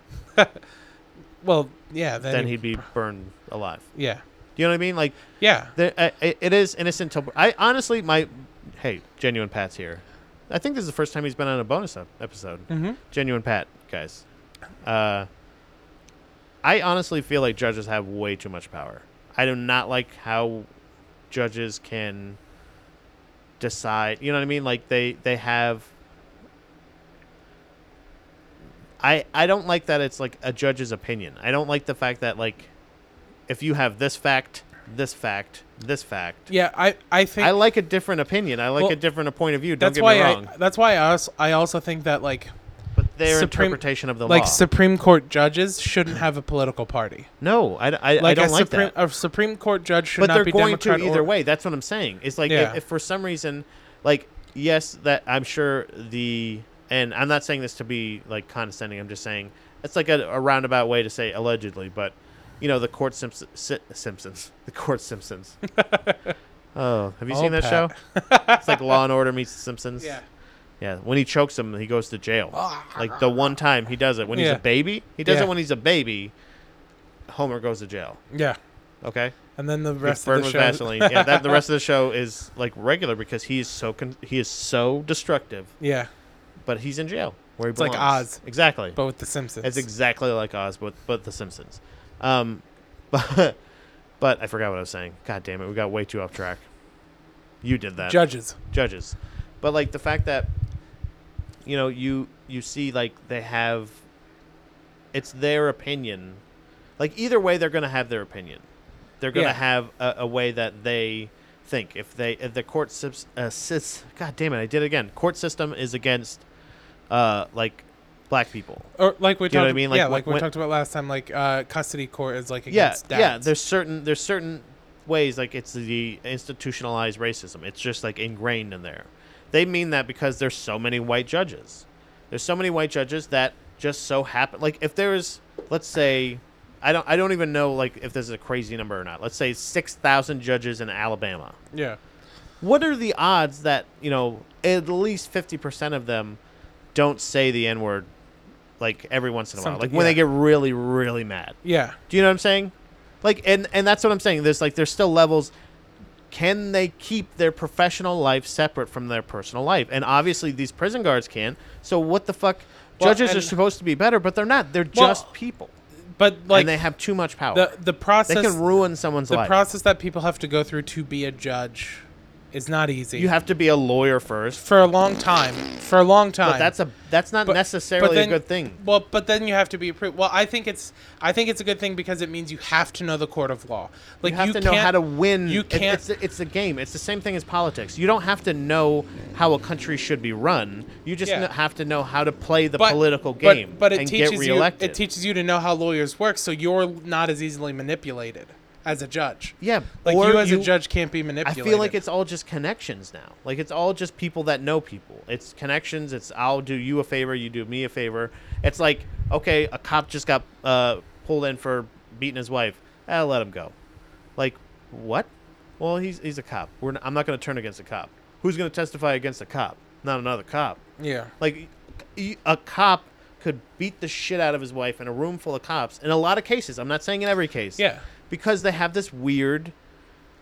A: Well, yeah, then,
B: then
A: he,
B: he'd be burned alive.
A: yeah,
B: You know what I mean? Like
A: yeah,
B: There, I, I- it is innocent till I honestly my hey genuine Pat's here. I think this is the first time he's been on a bonus ep- episode.
A: Mhm.
B: Genuine Pat, guys. Uh, I honestly feel like judges have way too much power. I do not like how judges can decide. You know what I mean? Like they they have. I I don't like that it's like a judge's opinion. I don't like the fact that like if you have this fact, this fact, this fact.
A: yeah. I I think
B: I like a different opinion. I like
A: Well,
B: a different point of view. Don't
A: that's
B: get
A: why
B: me wrong.
A: I that's why I also, I also think that like
B: but their
A: Supreme-
B: interpretation of the
A: like
B: law.
A: Supreme Court judges shouldn't have a political party.
B: no, I, I, I
A: Like
B: don't
A: a
B: like
A: Supreme
B: that.
A: a Supreme Court judge should
B: but
A: not
B: they're
A: be
B: going
A: Democrat
B: to either
A: or-
B: way. That's what I'm saying. It's like
A: Yeah.
B: if, if for some reason, like yes, that I'm sure the and I'm not saying this to be like condescending. I'm just saying it's like a, a roundabout way to say allegedly, but you know the court Simpson, si- Simpsons, the court Simpsons. oh, have you
A: Oh,
B: seen that
A: Pat.
B: show? It's like Law and Order meets The Simpsons.
A: Yeah. Ah.
B: Yeah, when he chokes him, he goes to jail. Like the one time he does it when he's
A: Yeah.
B: a baby, he does
A: Yeah.
B: it when he's a baby. Homer goes to jail.
A: Yeah.
B: Okay,
A: And then the
B: He's
A: rest
B: burned
A: of the
B: with
A: show.
B: Vaseline. yeah, that, the rest of the show is like regular because he is so con- he is so destructive,
A: yeah,
B: but he's in jail where he
A: like
B: belongs.
A: Oz.
B: exactly.
A: but with the Simpsons.
B: it's exactly like Oz, but but The Simpsons. Um, but but I forgot what I was saying. God damn it, we got way too off track. You did that
A: judges.
B: judges but like the fact that you know you you see like they have it's their opinion like either way they're gonna have their opinion they're gonna
A: Yeah.
B: have a, a way that they think if they if the court sys- uh, sys- God damn it, I did it again. Court system is against uh like black people.
A: Or like we
B: You know
A: talked,
B: what I mean? Like,
A: yeah,
B: when-
A: like we
B: when-
A: talked about last time, like uh, custody court is like
B: yeah,
A: against
B: yeah.
A: dads.
B: There's certain there's certain ways like it's the institutionalized racism. It's just like ingrained in there. They mean that because there's so many white judges. There's so many white judges that just so happen. Like if there is, let's say, I don't I don't even know like if this is a crazy number or not. Let's say six thousand judges in Alabama.
A: yeah,
B: What are the odds that you know at least fifty percent of them don't say the n word? Like every once in a while,
A: Something-
B: like when
A: yeah.
B: they get really, really mad.
A: yeah.
B: Do you know what I'm saying? Like, and and that's what I'm saying. There's like there's still levels. Can they keep their professional life separate from their personal life? And obviously, these prison guards can. So what the fuck?
A: Well,
B: Judges are
A: and-
B: supposed to be better, but they're not. They're
A: Well,
B: just people,
A: But like
B: and they have too much power.
A: the the
B: they
A: process,
B: can ruin someone's
A: the
B: life.
A: process that people have to go through to be a judge, is not easy.
B: you have to be a lawyer first,
A: for a long time. For a long time.
B: but that's a that's not
A: But- but
B: necessarily
A: then-
B: a good thing.
A: Well, but then you have to be approved. Well, I think it's I think it's a good thing because it means you have to know the court of law. Like
B: You have to know
A: can't,
B: how to win.
A: You
B: It-
A: can't.
B: It's, a- it's a game. It's the same thing as politics. You don't have to know how a country should be run. You just
A: Yeah.
B: kn- have to know how to play the
A: but-
B: political
A: but-
B: game
A: but it
B: and
A: teaches
B: get
A: you.
B: reelected.
A: It teaches you to know how lawyers work, so you're not as easily manipulated as a judge.
B: yeah,
A: Like
B: or
A: you as a judge can't be
B: I
A: manipulated.
B: feel like it's all just connections now. Like it's all just people that know people. It's connections. It's I'll do you a favor, you do me a favor. It's like okay, a cop just got uh, pulled in for beating his wife. I'll let him go. Like what? Well, he's he's a cop. We're not, I'm not going to turn against a cop. Who's going to testify against a cop? Not another cop.
A: yeah.
B: Like y- a cop could beat the shit out of his wife in a room full of cops. In a lot of cases, I'm not saying in every case.
A: Yeah.
B: Because they have this weird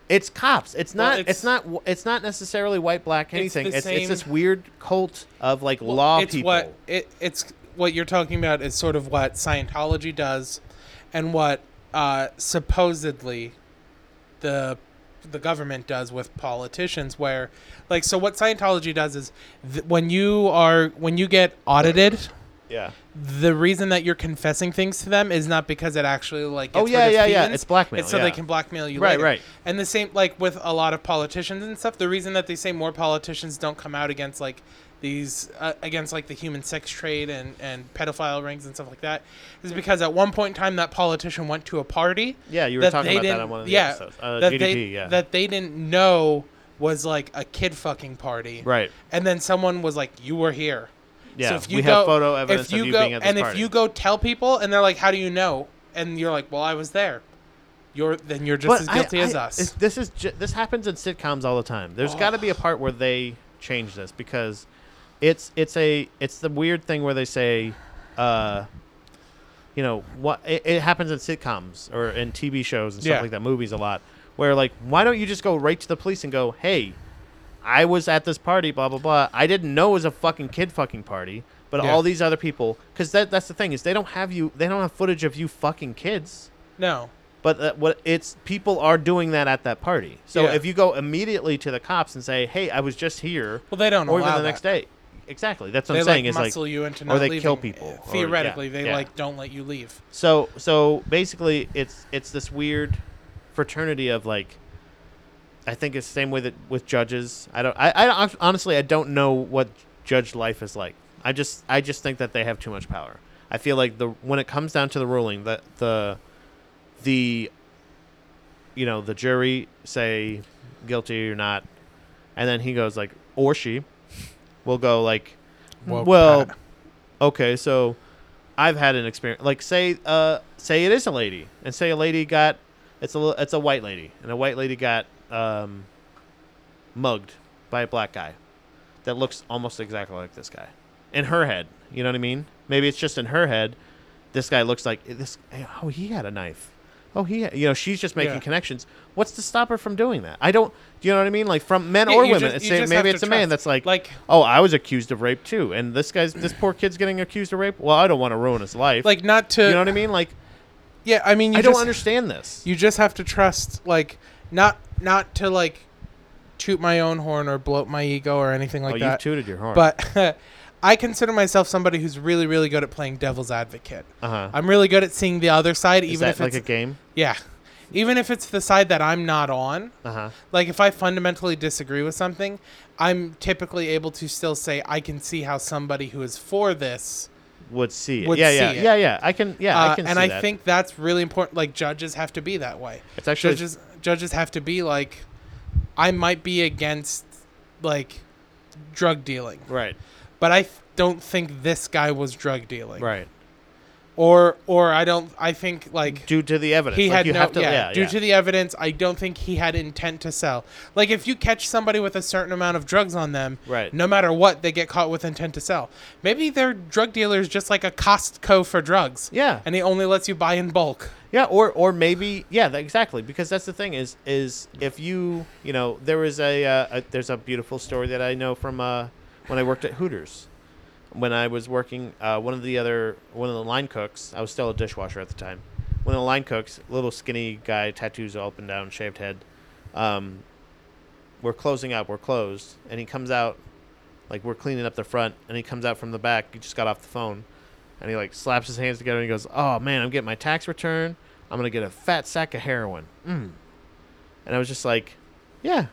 B: it's cops. It's
A: Well,
B: not it's,
A: it's-
B: not w- it's not necessarily white black anything.
A: the
B: It's it's,
A: same-
B: this weird cult of like law
A: it's
B: people.
A: what it, it's what you're talking about is sort of what Scientology does, and what uh, supposedly the the government does with politicians. Where like so, what Scientology does is th- when you are when you get audited.
B: yeah.
A: The reason that you're confessing things to them is not because it actually like
B: Oh,
A: gets
B: yeah,
A: rid of
B: yeah, yeah.
A: fiends.
B: It's blackmail,
A: It's so
B: yeah.
A: they can blackmail you
B: Right,
A: later.
B: right.
A: And the same like with a lot of politicians and stuff. The reason that they say more politicians don't come out against like these uh, against like the human sex trade and and pedophile rings and stuff like that is because at one point in time that politician went to a party.
B: Yeah, you were
A: that
B: talking
A: they
B: about that
A: didn't-
B: on one of the
A: yeah,
B: episodes. Uh,
A: that
B: GDP,
A: they,
B: yeah.
A: That they didn't know was like a kid fucking party.
B: Right.
A: And then someone was like, "You were here."
B: Yeah,
A: So if you
B: we
A: go,
B: have photo evidence
A: if you
B: of you
A: go,
B: being at this
A: and if
B: party.
A: you go tell people, and they're like, "How do you know?" And you're like, "Well, I was there." You're then you're just as
B: I-
A: guilty
B: I-
A: as us. Oh.
B: it's- This is ju- this happens in sitcoms all the time. There's got to be a part where they change this because it's it's a it's the weird thing where they say, uh, you know, what it, it happens in sitcoms or in TV shows and stuff
A: Yeah.
B: like that, movies a lot, where like why don't you just go right to the police and go, hey, I was at this party, blah blah blah. I didn't know it was a fucking kid fucking party, but
A: Yeah.
B: all these other people, because that that's the thing is they don't have you, they don't have footage of you fucking kids.
A: no.
B: But that, what it's people are doing that at that party. So
A: Yeah.
B: if you go immediately to the cops and say, "Hey, I was just here,"
A: Well, they don't
B: or even
A: allow
B: the next
A: that.
B: day, exactly. That's what
A: They
B: I'm saying
A: like
B: is
A: muscle
B: like,
A: you into
B: or
A: not
B: they
A: leaving.
B: kill people, or- yeah,
A: Theoretically, they
B: yeah.
A: like don't let you leave.
B: so so basically, it's it's this weird fraternity of like. I think it's the same way that with judges. I don't. I, I honestly I don't know what judge life is like. I just I just think that they have too much power. I feel like the when it comes down to the ruling that the the you know the jury say guilty or not, and then he goes like or she will go like
A: Whoa,
B: well
A: Pat.
B: okay so I've had an experience like say uh say it is a lady and say a lady got it's a li- it's a white lady and a white lady got um mugged by a black guy that looks almost exactly like this guy in her head you know what I mean maybe it's just in her head this guy looks like this oh he had a knife oh he had, you know she's just making
A: Yeah.
B: connections what's to stop her from doing that i don't do you know what i mean like from men
A: Yeah,
B: or
A: you
B: women
A: just-
B: it's
A: you
B: say,
A: just
B: maybe
A: have
B: it's
A: to
B: a man
A: trust.
B: that's like
A: Like-
B: oh i was accused of rape too and this guy's this poor kid's getting accused of rape well i don't want to ruin his life
A: like not to.
B: you know what i mean like
A: Yeah, I mean, you
B: i
A: just,
B: don't understand this
A: You just have to trust, like, not not to like toot my own horn or bloat my ego or anything like
B: oh
A: that.
B: you tooted your horn
A: but I consider myself somebody who's really, really good at playing devil's advocate.
B: uh-huh
A: I'm really good at seeing the other side,
B: is
A: even
B: that
A: if
B: like
A: it's
B: a game
A: yeah, even if it's the side that I'm not on.
B: Uh huh.
A: Like if I fundamentally disagree with something, I'm typically able to still say I can see how somebody who is for this.
B: Would see it.
A: Would
B: yeah,
A: see
B: yeah,
A: it.
B: yeah, yeah. I can. Yeah,
A: Uh,
B: I can.
A: and
B: see
A: I
B: that.
A: think that's really important. Like judges have to be that way.
B: It's actually-
A: judges. Judges have to be like, I might be against like drug dealing,
B: Right.
A: but I th- don't think this guy was drug dealing.
B: Right.
A: Or or I don't. I think like
B: Due to the evidence,
A: he
B: like,
A: had
B: you
A: no,
B: have to,
A: yeah,
B: yeah.
A: Due
B: yeah.
A: to the evidence, I don't think he had intent to sell. Like if you catch somebody with a certain amount of drugs on them,
B: Right.
A: No matter what, they get caught with intent to sell. Maybe their drug dealer is just like a Costco for drugs.
B: Yeah.
A: and he only lets you buy in bulk.
B: Yeah, or or maybe yeah, that, exactly. Because that's the thing is is if you you know there was a, uh, a there's a beautiful story that I know from uh, when I worked at Hooters, when I was working uh, one of the other one of the line cooks. I was still a dishwasher at the time. One of the line cooks, little skinny guy, tattoos all up and down, shaved head. Um, we're closing up. We're closed, and he comes out like we're cleaning up the front, and he comes out from the back. He just got off the phone, and he like slaps his hands together and he goes, "Oh man, I'm getting my tax return. I'm gonna get a fat sack of heroin." Mm. And I was just like, "Yeah,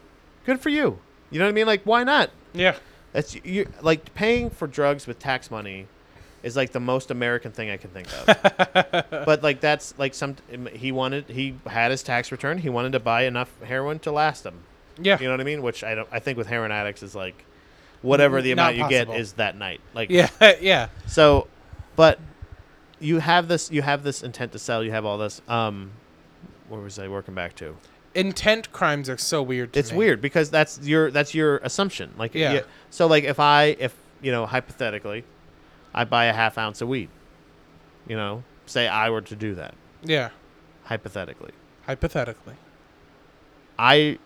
B: good for you." You know what I mean? Like, why not?
A: Yeah,
B: That's you like paying for drugs with tax money is like the most American thing I can think of. but like that's like some he wanted he had his tax return. He wanted to buy enough heroin to last him.
A: yeah,
B: You know what I mean? Which I don't. I think with heroin addicts is like whatever the
A: Not
B: amount you get
A: possible.
B: is that night. Like
A: yeah, yeah.
B: so, but you have this. You have this intent to sell. You have all this. Um, where was I working back to?
A: Intent crimes are so weird. To
B: It's
A: me.
B: weird because that's your that's your assumption. Like
A: Yeah.
B: So like if I if you know hypothetically, I buy a half ounce of weed. You know, say I were to do that
A: Yeah,
B: hypothetically.
A: hypothetically.
B: I,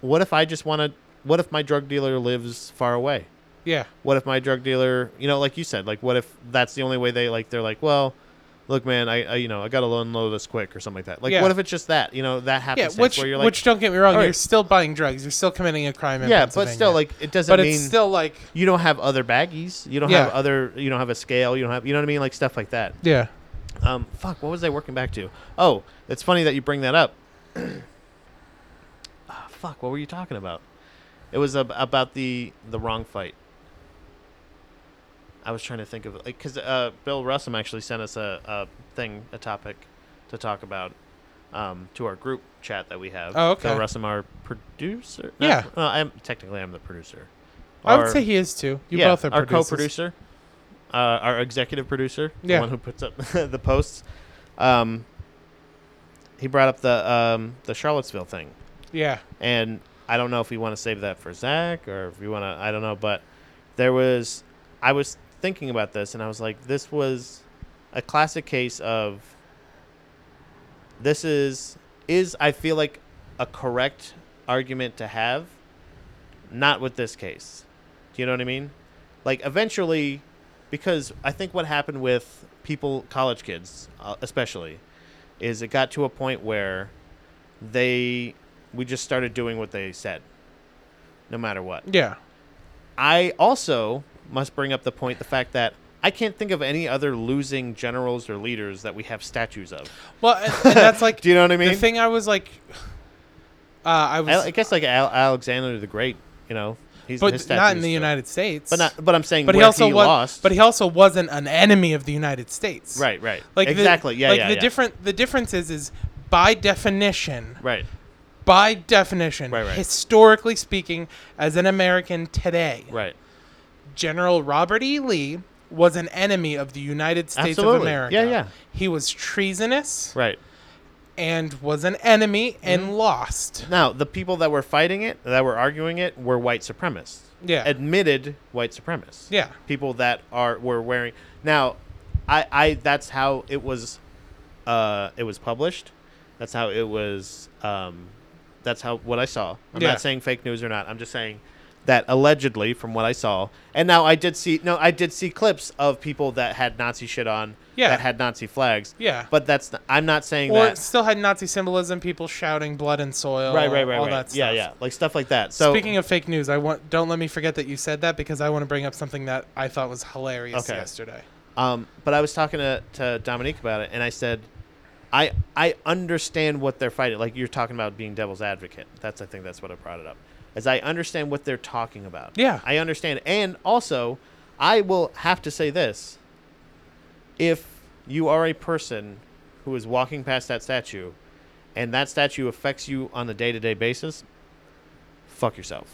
B: what if I just want to? What if my drug dealer lives far away?
A: Yeah,
B: what if my drug dealer you know like you said like what if that's the only way they like they're like well look man i, I you know i gotta unload this quick or something like that like
A: Yeah.
B: what if it's just that you know that
A: yeah.
B: happens
A: Which
B: where you're like
A: which don't get me wrong,
B: All right.
A: you're still buying drugs. You're still committing a crime. In
B: yeah but still
A: Pennsylvania.
B: like it doesn't
A: but
B: mean
A: it's still like
B: you don't have other baggies you don't have
A: Yeah.
B: other you don't have a scale you don't have you know what i mean like stuff like that
A: yeah,
B: um fuck what was i working back to oh it's funny that you bring that up Ah, fuck what were you talking about it was ab- about the the wrong fight i was trying to think of like because uh bill russum actually sent us a, a thing a topic to talk about um to our group chat that we have
A: Oh, okay.
B: bill russum our producer No,
A: Yeah.
B: no, i'm technically i'm the producer
A: I would
B: Our-
A: say he is too. You both are
B: our
A: producers.
B: co-producer, uh, our executive producer,
A: Yeah.
B: the one who puts up the posts. Um, he brought up the um, the Charlottesville thing,
A: Yeah,
B: and I don't know if we want to save that for Zach or if we want to. I don't know, but there was. I was thinking about this, and I was like, this was a classic case of. This is is I feel like a correct argument to have, not with this case. Do you know what I mean? Like eventually, because I think what happened with people, college kids uh, especially, is it got to a point where they we just started doing what they said, no matter what.
A: yeah.
B: I also must bring up the point the fact that I can't think of any other losing generals or leaders that we have statues of.
A: Well, and, and that's like
B: Do you know what I mean?
A: the thing. I was like, uh, I was,
B: I, I guess like Al- Alexander the Great, you know, he's his
A: but
B: statues
A: not in the
B: still-
A: United States.
B: But not. But I'm saying,
A: But
B: where
A: he also was.
B: lost.
A: But he also wasn't an enemy of the United States.
B: right, right,
A: Like
B: exactly,
A: The,
B: yeah,
A: like
B: yeah,
A: the
B: yeah.
A: different. The difference is is by definition.
B: Right,
A: By definition,
B: Right, right.
A: historically speaking, as an American today,
B: right.
A: General Robert E. Lee was an enemy of the United States of
B: Absolutely.
A: America.
B: Yeah, yeah.
A: He was treasonous
B: Right.
A: and was an enemy
B: Mm-hmm.
A: and lost.
B: Now, the people that were fighting it, that were arguing it, were white supremacists.
A: Yeah.
B: Admitted white supremacists.
A: Yeah.
B: People that are were wearing. Now, I I that's how it was, uh, it was published. That's how it was. Um, that's how what I saw. I'm
A: Yeah.
B: not saying fake news or not. I'm just saying that allegedly from what I saw. And now I did see no, I did see clips of people that had Nazi shit on.
A: Yeah.
B: That had Nazi flags.
A: Yeah.
B: But that's not, I'm not saying
A: Or
B: that.
A: it still had Nazi symbolism, people shouting blood and soil,
B: Right, right, right,
A: all
B: right.
A: that stuff.
B: Yeah, yeah, like stuff like that. So
A: Speaking of fake news, I want don't let me forget that you said that because I want to bring up something that I thought was hilarious
B: Okay.
A: yesterday.
B: Um, but I was talking to, to Dominique about it, and I said, I I understand what they're fighting. Like you're talking about being devil's advocate. That's I think that's what I brought it up. As I understand what they're talking about.
A: Yeah.
B: I understand, and also, I will have to say this. If you are a person who is walking past that statue, and that statue affects you on a day to day basis, fuck yourself.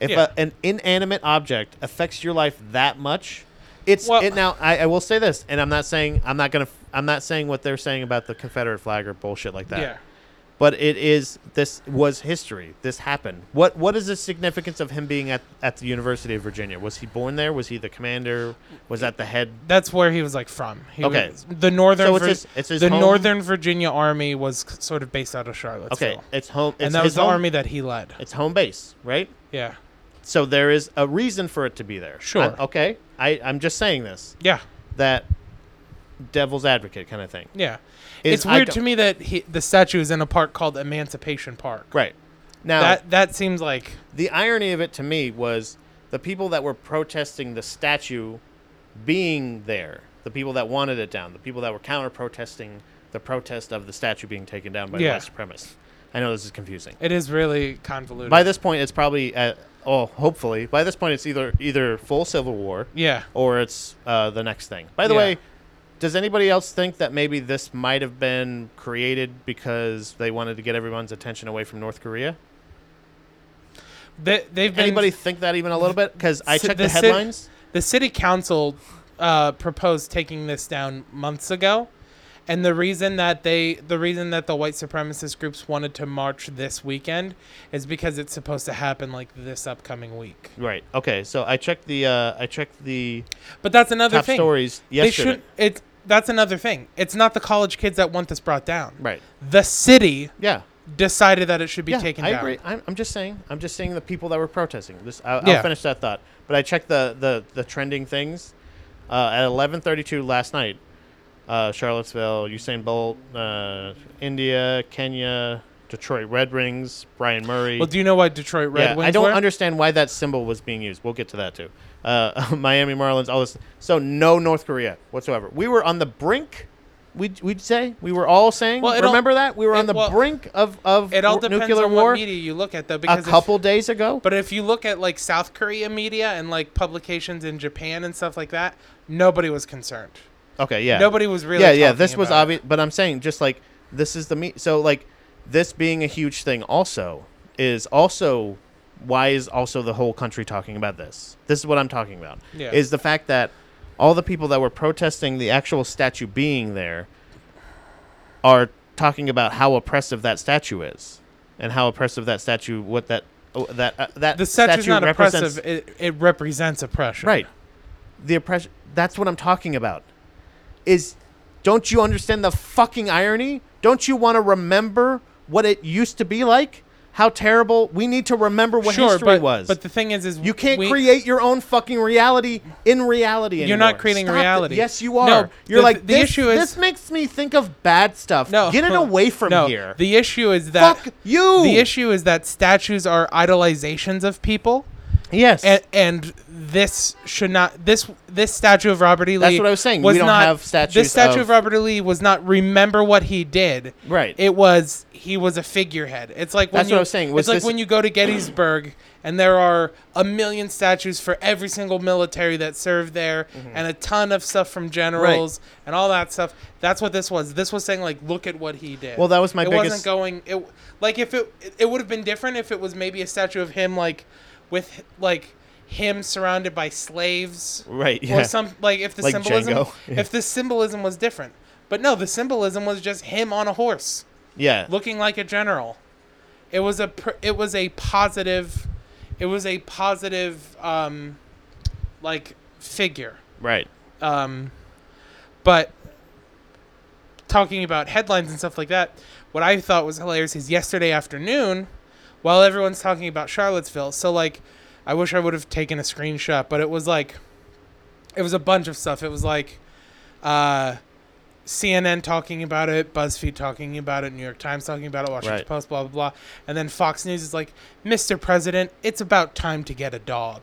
B: If
A: Yeah.
B: a, an inanimate object affects your life that much, it's
A: Well-
B: it now. I, I will say this, and I'm not saying I'm not gonna. I'm not saying what they're saying about the Confederate flag or bullshit like that.
A: Yeah.
B: But it is this was history. This happened. What what is the significance of him being at, at the University of Virginia? Was he born there? Was he the commander? Was that the head?
A: That's where he was like from. He
B: Okay.
A: was- the northern
B: So it's
A: Vir-
B: his- it's his
A: the
B: home-
A: Northern Virginia Army was c- sort of based out of Charlottesville.
B: Okay, it's home. It's
A: and that
B: his
A: was the
B: home-
A: army that he led.
B: It's home base, right?
A: Yeah.
B: So there is a reason for it to be there.
A: Sure.
B: I- okay. I I'm just saying this
A: Yeah.
B: that devil's advocate kind of thing.
A: Yeah.
B: Is-
A: it's
B: I
A: weird
B: don't-
A: to me that he, the statue is in a park called Emancipation Park.
B: Right. Now
A: That that seems like
B: the irony of it to me was the people that were protesting the statue being there, the people that wanted it down, the people that were counter protesting the protest of the statue being taken down by
A: Yeah.
B: the white supremacists. I know this is confusing.
A: it is really convoluted.
B: By this point, it's probably at, oh, hopefully by this point it's either either full civil war,
A: yeah.
B: or it's uh, the next thing. By the
A: Yeah.
B: way, does anybody else think that maybe this might have been created because they wanted to get everyone's attention away from North Korea?
A: They, they've been
B: Anybody think that even a little bit? Because I
A: ci-
B: checked the,
A: ci-
B: headlines.
A: the city council uh, proposed taking this down months ago, and the reason that they, the reason that the white supremacist groups wanted to march this weekend, is because it's supposed to happen like this upcoming week.
B: Right. Okay. So I checked the uh, I checked the
A: But that's another
B: top
A: thing.
B: stories
A: They
B: yesterday.
A: should. It's that's another thing. It's not the college kids that want this brought down.
B: Right.
A: The city
B: Yeah.
A: decided that it should be
B: yeah.
A: taken
B: I
A: down.
B: agree. I'm, I'm just saying. I'm just saying the people that were protesting. This. I,
A: Yeah.
B: I'll finish that thought. But I checked the the the trending things uh, at 11:32 last night. Uh, Charlottesville, Usain Bolt, uh, India, Kenya, Detroit Red Wings, Brian Murray.
A: Well, do you know what Detroit Red
B: yeah,
A: Wings
B: I don't
A: were?
B: understand why that symbol was being used. We'll get to that too. Uh, Miami Marlins, all this. So no North Korea whatsoever. We were on the brink. We'd, we'd say we were all saying.
A: Well, it all-
B: remember that we were
A: it-
B: on the
A: well,
B: brink of of
A: it all
B: w-
A: depends
B: nuclear
A: on
B: war
A: what media you look at, though.
B: a
A: Because if-
B: couple days ago.
A: But if you look at like South Korea media and like publications in Japan and stuff like that, nobody was concerned.
B: okay, yeah.
A: Nobody was really.
B: yeah, yeah.
A: talking
B: This was
A: about it.
B: obvious, but I'm saying just like this is the me. So like this being a huge thing also is also why is also the whole country talking about this. This is what I'm talking about.
A: Yeah.
B: Is the fact that all the people that were protesting the actual statue being there are talking about how oppressive that statue is and how oppressive that statue what that oh, that uh, that
A: The statue's
B: statue
A: not
B: represents
A: oppressive. It, it represents oppression.
B: Right. The oppression. That's what I'm talking about. Is don't you understand the fucking irony? Don't you want to remember what it used to be like? How terrible. We need to remember what
A: sure,
B: history
A: but
B: was.
A: but the thing is, is
B: you can't
A: we-
B: create your own fucking reality in reality anymore.
A: You're not creating
B: Stop it.
A: reality.
B: Yes, you
A: No,
B: are. You're
A: the-
B: like
A: the
B: this,
A: issue is-
B: this makes me think of bad stuff.
A: No,
B: Get it away from
A: no,
B: here.
A: The issue is that
B: Fuck you.
A: The issue is that statues are idolizations of people,
B: yes.
A: and and this should not this this statue of Robert E. Lee.
B: That's what I was saying. We don't
A: not,
B: have statues
A: This statue of,
B: of-
A: Robert E. Lee was not remember what he did.
B: Right.
A: It was he was a figurehead. It's like when
B: That's
A: you,
B: what I was saying, was
A: it's like
B: this-
A: when you go to Gettysburg and there are a million statues for every single military that served there,
B: Mm-hmm.
A: and a ton of stuff from generals and all that stuff. That's what this was. This was saying like, look at what he did.
B: Well, that was my
A: it
B: biggest-
A: wasn't going. It like if it it would have been different if it was maybe a statue of him like with like him surrounded by slaves
B: Right,
A: or
B: yeah.
A: some like if the
B: Like
A: symbolism
B: Django.
A: if the symbolism was different but no the symbolism was just him on a horse
B: yeah.
A: looking like a general it was a pr- it was a positive it was a positive um like figure
B: Right.
A: um, but talking about headlines and stuff like that, what I thought was hilarious is yesterday afternoon, while everyone's talking about Charlottesville. So like, I wish I would have taken a screenshot, but it was like, it was a bunch of stuff. It was like, uh, CNN talking about it, BuzzFeed talking about it, New York Times talking about it, Washington
B: Right.
A: Post, blah blah blah, and then Fox News is like, "Mr. President, it's about time to get a dog."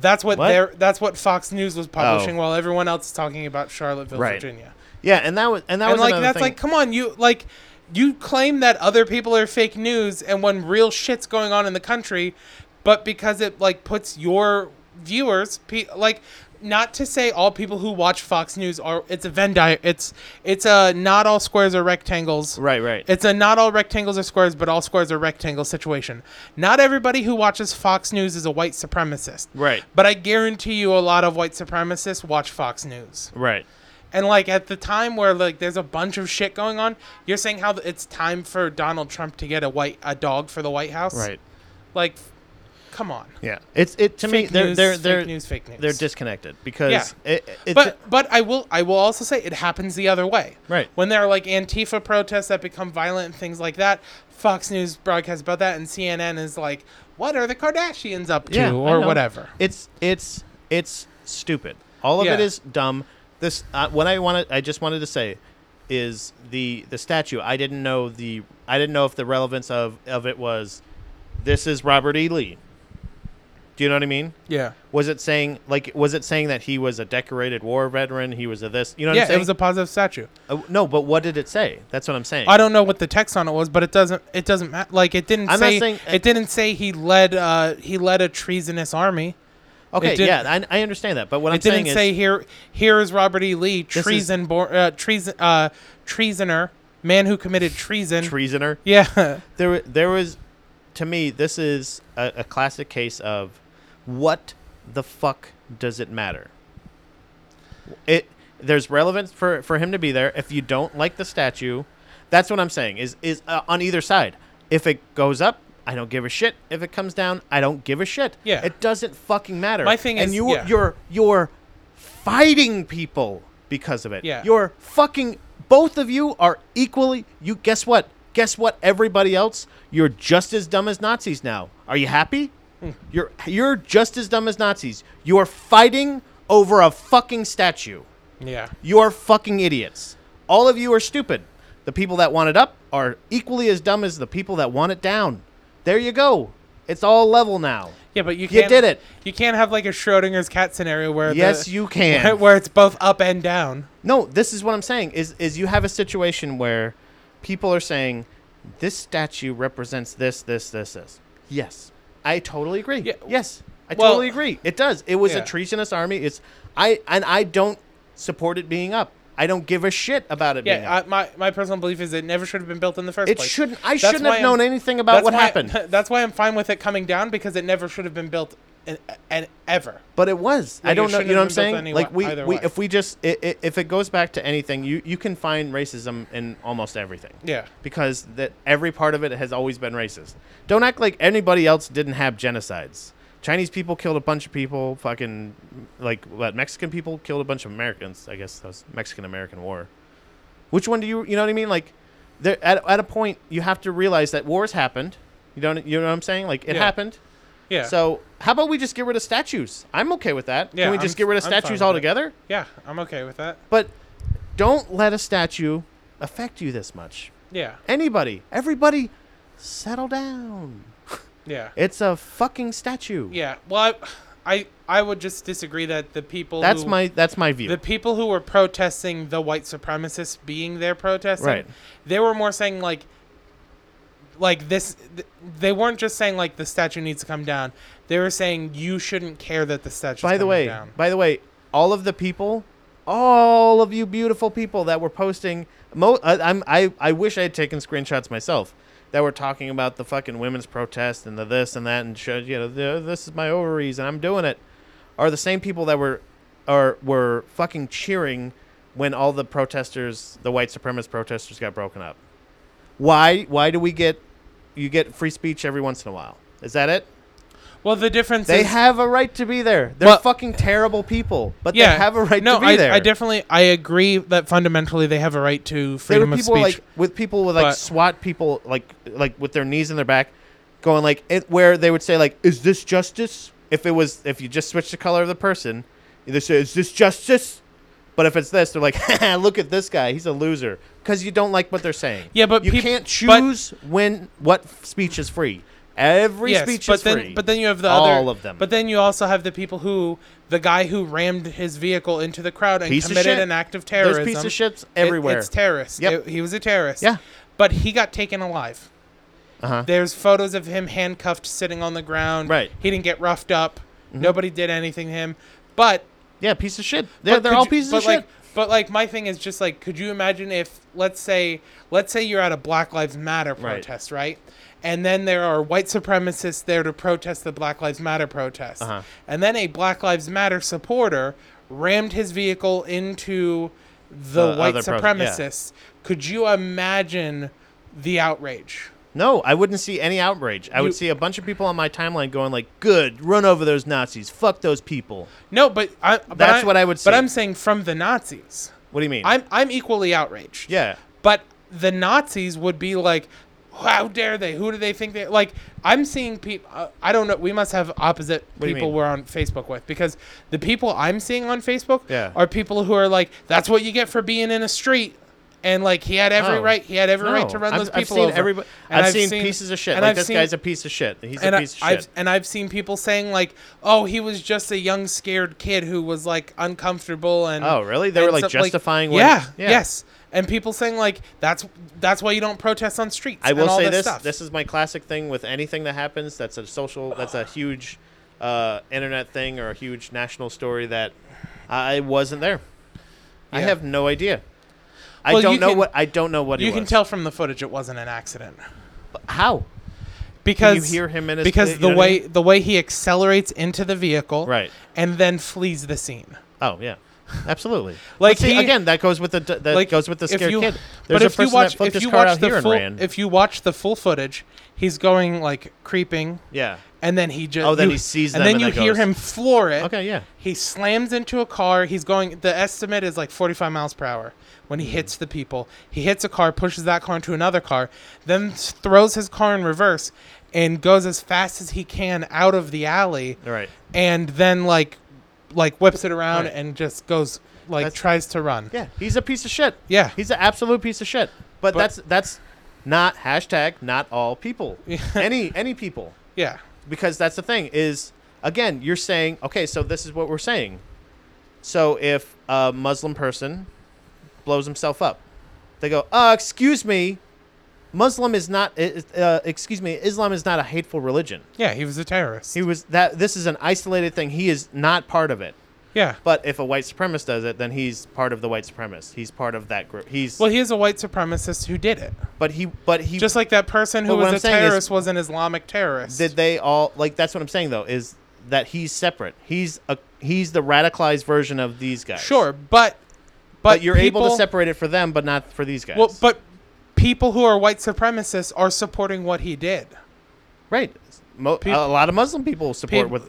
A: That's what,
B: What?
A: they're. That's what Fox News was publishing
B: Oh.
A: while everyone else is talking about Charlottesville,
B: Right.
A: Virginia.
B: Yeah, and that was and that
A: and
B: was
A: like
B: another
A: that's
B: thing.
A: like come on you like you claim that other people are fake news and when real shit's going on in the country but because it like puts your viewers pe- like not to say all people who watch fox news are it's a venn diagram it's it's a not all squares are rectangles
B: right, right.
A: it's a not all rectangles are squares, but all squares are rectangles situation. Not everybody who watches Fox News is a white supremacist.
B: Right.
A: But I guarantee you a lot of white supremacists watch Fox News.
B: right.
A: And like at the time where like there's a bunch of shit going on, you're saying how th- it's time for Donald Trump to get a white a dog for the White House.
B: Right.
A: Like f- come on.
B: Yeah. It's it to me
A: Fake
B: they're
A: news,
B: they're
A: fake
B: they're
A: news, fake news.
B: they're disconnected because
A: Yeah.
B: it, it- it's
A: but but I will I will also say it happens the other way.
B: Right.
A: When there are like Antifa protests that become violent and things like that, Fox News broadcasts about that, and CNN is like, "What are the Kardashians up to?"
B: yeah, I
A: or
B: know.
A: whatever.
B: It's it's it's stupid. All of
A: Yeah.
B: it is dumb. This uh, what I wanted. I just wanted to say is the the statue. I didn't know the I didn't know if the relevance of of it was this is Robert E. Lee. Do you know what I mean?
A: Yeah.
B: Was it saying like was it saying that he was a decorated war veteran? He was a this. You know what I'm
A: Yeah,
B: saying?
A: it was a positive statue.
B: Uh, no, but what did it say? That's what I'm saying.
A: I don't know what the text on it was, but it doesn't. It doesn't matter. Like it didn't
B: I'm not
A: say.
B: saying- uh,
A: it didn't say he led. Uh, he led a treasonous army.
B: okay,
A: it didn't-
B: yeah, I, I understand that. But what I'm
A: It didn't
B: saying is
A: say here. Here is Robert E. Lee,
B: is-
A: treason, bor- uh, treason, uh, treasoner, man who committed treason.
B: treasoner.
A: yeah.
B: there wa- there was to me this is a, a classic case of what the fuck does it matter it there's relevance for for him to be there if you don't like the statue that's what i'm saying is is uh, on either side if it goes up I don't give a shit. If it comes down, I don't give a shit.
A: Yeah.
B: It doesn't fucking matter.
A: My thing
B: and
A: is-
B: you
A: yeah.
B: you're you're fighting people because of it.
A: Yeah.
B: You're fucking both of you are equally you guess what? Guess what everybody else? You're just as dumb as Nazis now. Are you happy?
A: Hmm.
B: You're you're just as dumb as Nazis. You are fighting over a fucking statue.
A: Yeah.
B: You are fucking idiots. All of you are stupid. The people that want it up are equally as dumb as the people that want it down. There you go. It's all level now.
A: Yeah, but you
B: You
A: can't,
B: did it.
A: You can't have like a Schrodinger's cat scenario where
B: Yes,
A: the,
B: you can.
A: where it's both up and down.
B: No, this is what I'm saying is is you have a situation where people are saying this statue represents this this this this. Yes. I totally agree.
A: Yeah,
B: Yes. I
A: well-
B: totally agree. It does. It was
A: Yeah.
B: a treasonous army. It's I and I don't support it being up. I don't give a shit about it being
A: Yeah,
B: up.
A: I, my my personal belief is it never should have been built in the first
B: It
A: place.
B: shouldn't- I
A: That's
B: shouldn't have
A: why
B: known anything about
A: that's
B: what
A: why-
B: happened.
A: That's why I'm fine with it coming down because it never should have been built, in, in, ever.
B: But it was.
A: Like,
B: I don't
A: it
B: know.
A: shouldn't
B: You know what
A: have
B: I'm
A: been
B: saying?
A: built any
B: like
A: wa-
B: we,
A: either
B: we
A: way.
B: if we just i i if it goes back to anything, you you can find racism in almost everything.
A: Yeah.
B: Because that every part of it has always been racist. Don't act like anybody else didn't have genocides. Chinese people killed a bunch of people. Fucking like what? Mexican people killed a bunch of Americans. I guess that was Mexican American War. Which one do you you know what I mean? Like, there at at a point you have to realize that wars happened. You don't you know what I'm saying? Like it
A: Yeah.
B: happened.
A: Yeah.
B: So how about we just get rid of statues? I'm okay with that.
A: Yeah,
B: Can we
A: I'm-
B: just get rid of
A: I'm fine with
B: statues
A: that.
B: altogether?
A: yeah, I'm okay with that.
B: But don't let a statue affect you this much.
A: Yeah.
B: Anybody, everybody, settle down.
A: Yeah.
B: It's a fucking statue.
A: yeah. Well, I, I I would just disagree that the people
B: That's
A: who-
B: my that's my view.
A: The people who were protesting the white supremacists being there protesting,
B: Right.
A: they were more saying like, like this. Th- they weren't just saying like the statue needs to come down. They were saying you shouldn't care that the statue.
B: by the way,
A: down.
B: by the way, all of the people, all of you beautiful people that were posting. Mo- I, I'm I I wish I had taken screenshots myself that were talking about the fucking women's protest and the this and that and showed you know the, this is my ovaries and I'm doing it. Are the same people that were are were fucking cheering when all the protesters, the white supremacist protesters, got broken up. Why? Why do we get you get free speech every once in a while? Is that it?
A: well, the difference
B: They
A: is,
B: have a right to be there. They're
A: Well-
B: fucking terrible people, but
A: yeah,
B: they have a right
A: no,
B: to be
A: I,
B: there.
A: I definitely I agree that fundamentally they have a right to
B: there were
A: freedom
B: people
A: of speech.
B: like with people with like
A: but-
B: SWAT people like like with their knees in their back, going like it, where they would say like, "Is this justice?" If it was if you just switch the color of the person, they say, "Is this justice?" But if it's this, they're like, "Look at this guy. He's a loser." Because you don't like what they're saying.
A: Yeah, but
B: you
A: peop-
B: can't
A: but-
B: choose when what f- speech is free. Every
A: yes,
B: speech
A: but
B: is
A: then,
B: free.
A: But then you have the
B: All
A: other,
B: of them.
A: But then you also have the people who the guy who rammed his vehicle into the crowd and
B: Piece of
A: committed
B: shit.
A: an act of
B: There's
A: terrorism.
B: piece of shits
A: It-
B: everywhere.
A: it's terrorist.
B: Yep.
A: It- he was a terrorist.
B: Yeah.
A: But he got taken alive.
B: Uh-huh.
A: There's photos of him handcuffed, sitting on the ground.
B: Right. Mm-hmm.
A: He didn't get roughed up. Nobody did anything to him. But
B: yeah, piece of shit. They're,
A: but
B: they're
A: could
B: all
A: you-
B: pieces
A: but
B: of
A: like,
B: shit.
A: But like my thing is just like, could you imagine if let's say let's say you're at a Black Lives Matter
B: Right.
A: protest, right? And then there are white supremacists there to protest the Black Lives Matter protest,
B: Uh-huh.
A: and then a Black Lives Matter supporter rammed his vehicle into the
B: The
A: white
B: other pro- yeah.
A: supremacists. Could you imagine the outrage?
B: No, I wouldn't see any outrage. I
A: You-
B: would see a bunch of people on my timeline going like, "Good, run over those Nazis. Fuck those people."
A: No, but I, but
B: That's what I would
A: But
B: say.
A: I'm saying from the Nazis.
B: What do you mean?
A: I'm I'm equally outraged.
B: yeah.
A: But the Nazis would be like, how dare they? Who do they think they like? I'm seeing people. Uh, I don't know. We must have opposite
B: do you
A: people
B: mean?
A: we're on Facebook with because the people I'm seeing on Facebook
B: Yeah.
A: are people who are like, that's what you get for being in a street. And like he had every
B: Oh.
A: right, he had every right
B: No,
A: to run
B: I've-
A: those
B: I've
A: people
B: seen
A: over.
B: everybo-
A: And
B: I've, seen, pieces of shit.
A: and
B: Like
A: I've
B: this
A: seen-
B: guy's a piece of shit. He's
A: and
B: a
A: I-
B: piece of
A: I've,
B: shit.
A: And I've seen people saying like, "Oh, he was just a young scared kid who was like uncomfortable and."
B: Oh, really? They were,
A: and
B: like,
A: stuff,"
B: justifying what-
A: yeah,
B: yeah.
A: Yes. And people saying like, "That's that's why you don't protest on streets."
B: I will
A: and all
B: say
A: this.
B: this:
A: stuff.
B: this is my classic thing with anything that happens. That's a social. That's a huge uh, internet thing or a huge national story that I wasn't there. I
A: Yeah.
B: have no idea. I
A: Well, you
B: don't know
A: can-
B: what I don't know what it
A: you can
B: was.
A: tell from the footage it wasn't an accident
B: how
A: because
B: hear him in his-
A: because
B: you know
A: the
B: what I
A: way the way he accelerates into the vehicle
B: Right.
A: and then flees the scene.
B: Oh yeah, absolutely.
A: Like
B: But see,
A: he-
B: again, that goes with the d- that goes with the
A: if
B: scared
A: you-
B: kid.
A: but
B: There's
A: if
B: a person
A: you watch,
B: that flipped
A: if
B: his
A: you
B: car
A: watch
B: out
A: the
B: here
A: full,
B: and ran.
A: If you watch the full footage, he's going like creeping.
B: yeah,
A: And then he just
B: Oh, then he sees
A: and
B: them
A: then
B: and
A: you
B: then
A: hear
B: goes-
A: him floor it.
B: Okay, yeah.
A: He slams into a car. He's going. The estimate is like 45 miles per hour when
B: Hmm.
A: he hits the people. He hits a car, pushes that car into another car, then s- throws his car in reverse and goes as fast as he can out of the alley.
B: Right.
A: And then like, like whips it around
B: Right.
A: and just goes like
B: That's-
A: tries to run.
B: yeah. He's a piece of shit.
A: Yeah.
B: he's an absolute piece of shit. But,
A: But-
B: that's that's not hashtag not all people. any any people
A: Yeah.
B: because that's the thing is again you're saying okay so this is what we're saying. So if a Muslim person blows himself up, they go uh, excuse me. Muslim is not, i- i- uh, excuse me, Islam is not a hateful religion.
A: Yeah. He was a terrorist.
B: He was that. This is an isolated thing. He is not part of it.
A: yeah.
B: But if a white supremacist does it, then he's part of the white supremacist. He's part of that group. He's
A: Well, he is a white supremacist who did it.
B: but he but he
A: Just like that person who
B: But what
A: was
B: I'm
A: a
B: saying is-
A: terrorist was an Islamic terrorist.
B: did they all like that's what I'm saying though is that he's separate. He's a he's the radicalized version of these guys.
A: Sure, but
B: but, you're able to
A: people-
B: separate it for them, but not for these guys.
A: Well, but people who are white supremacists are supporting what he did.
B: right, Mo-
A: Peop-
B: a lot of Muslim people support
A: Peop-
B: with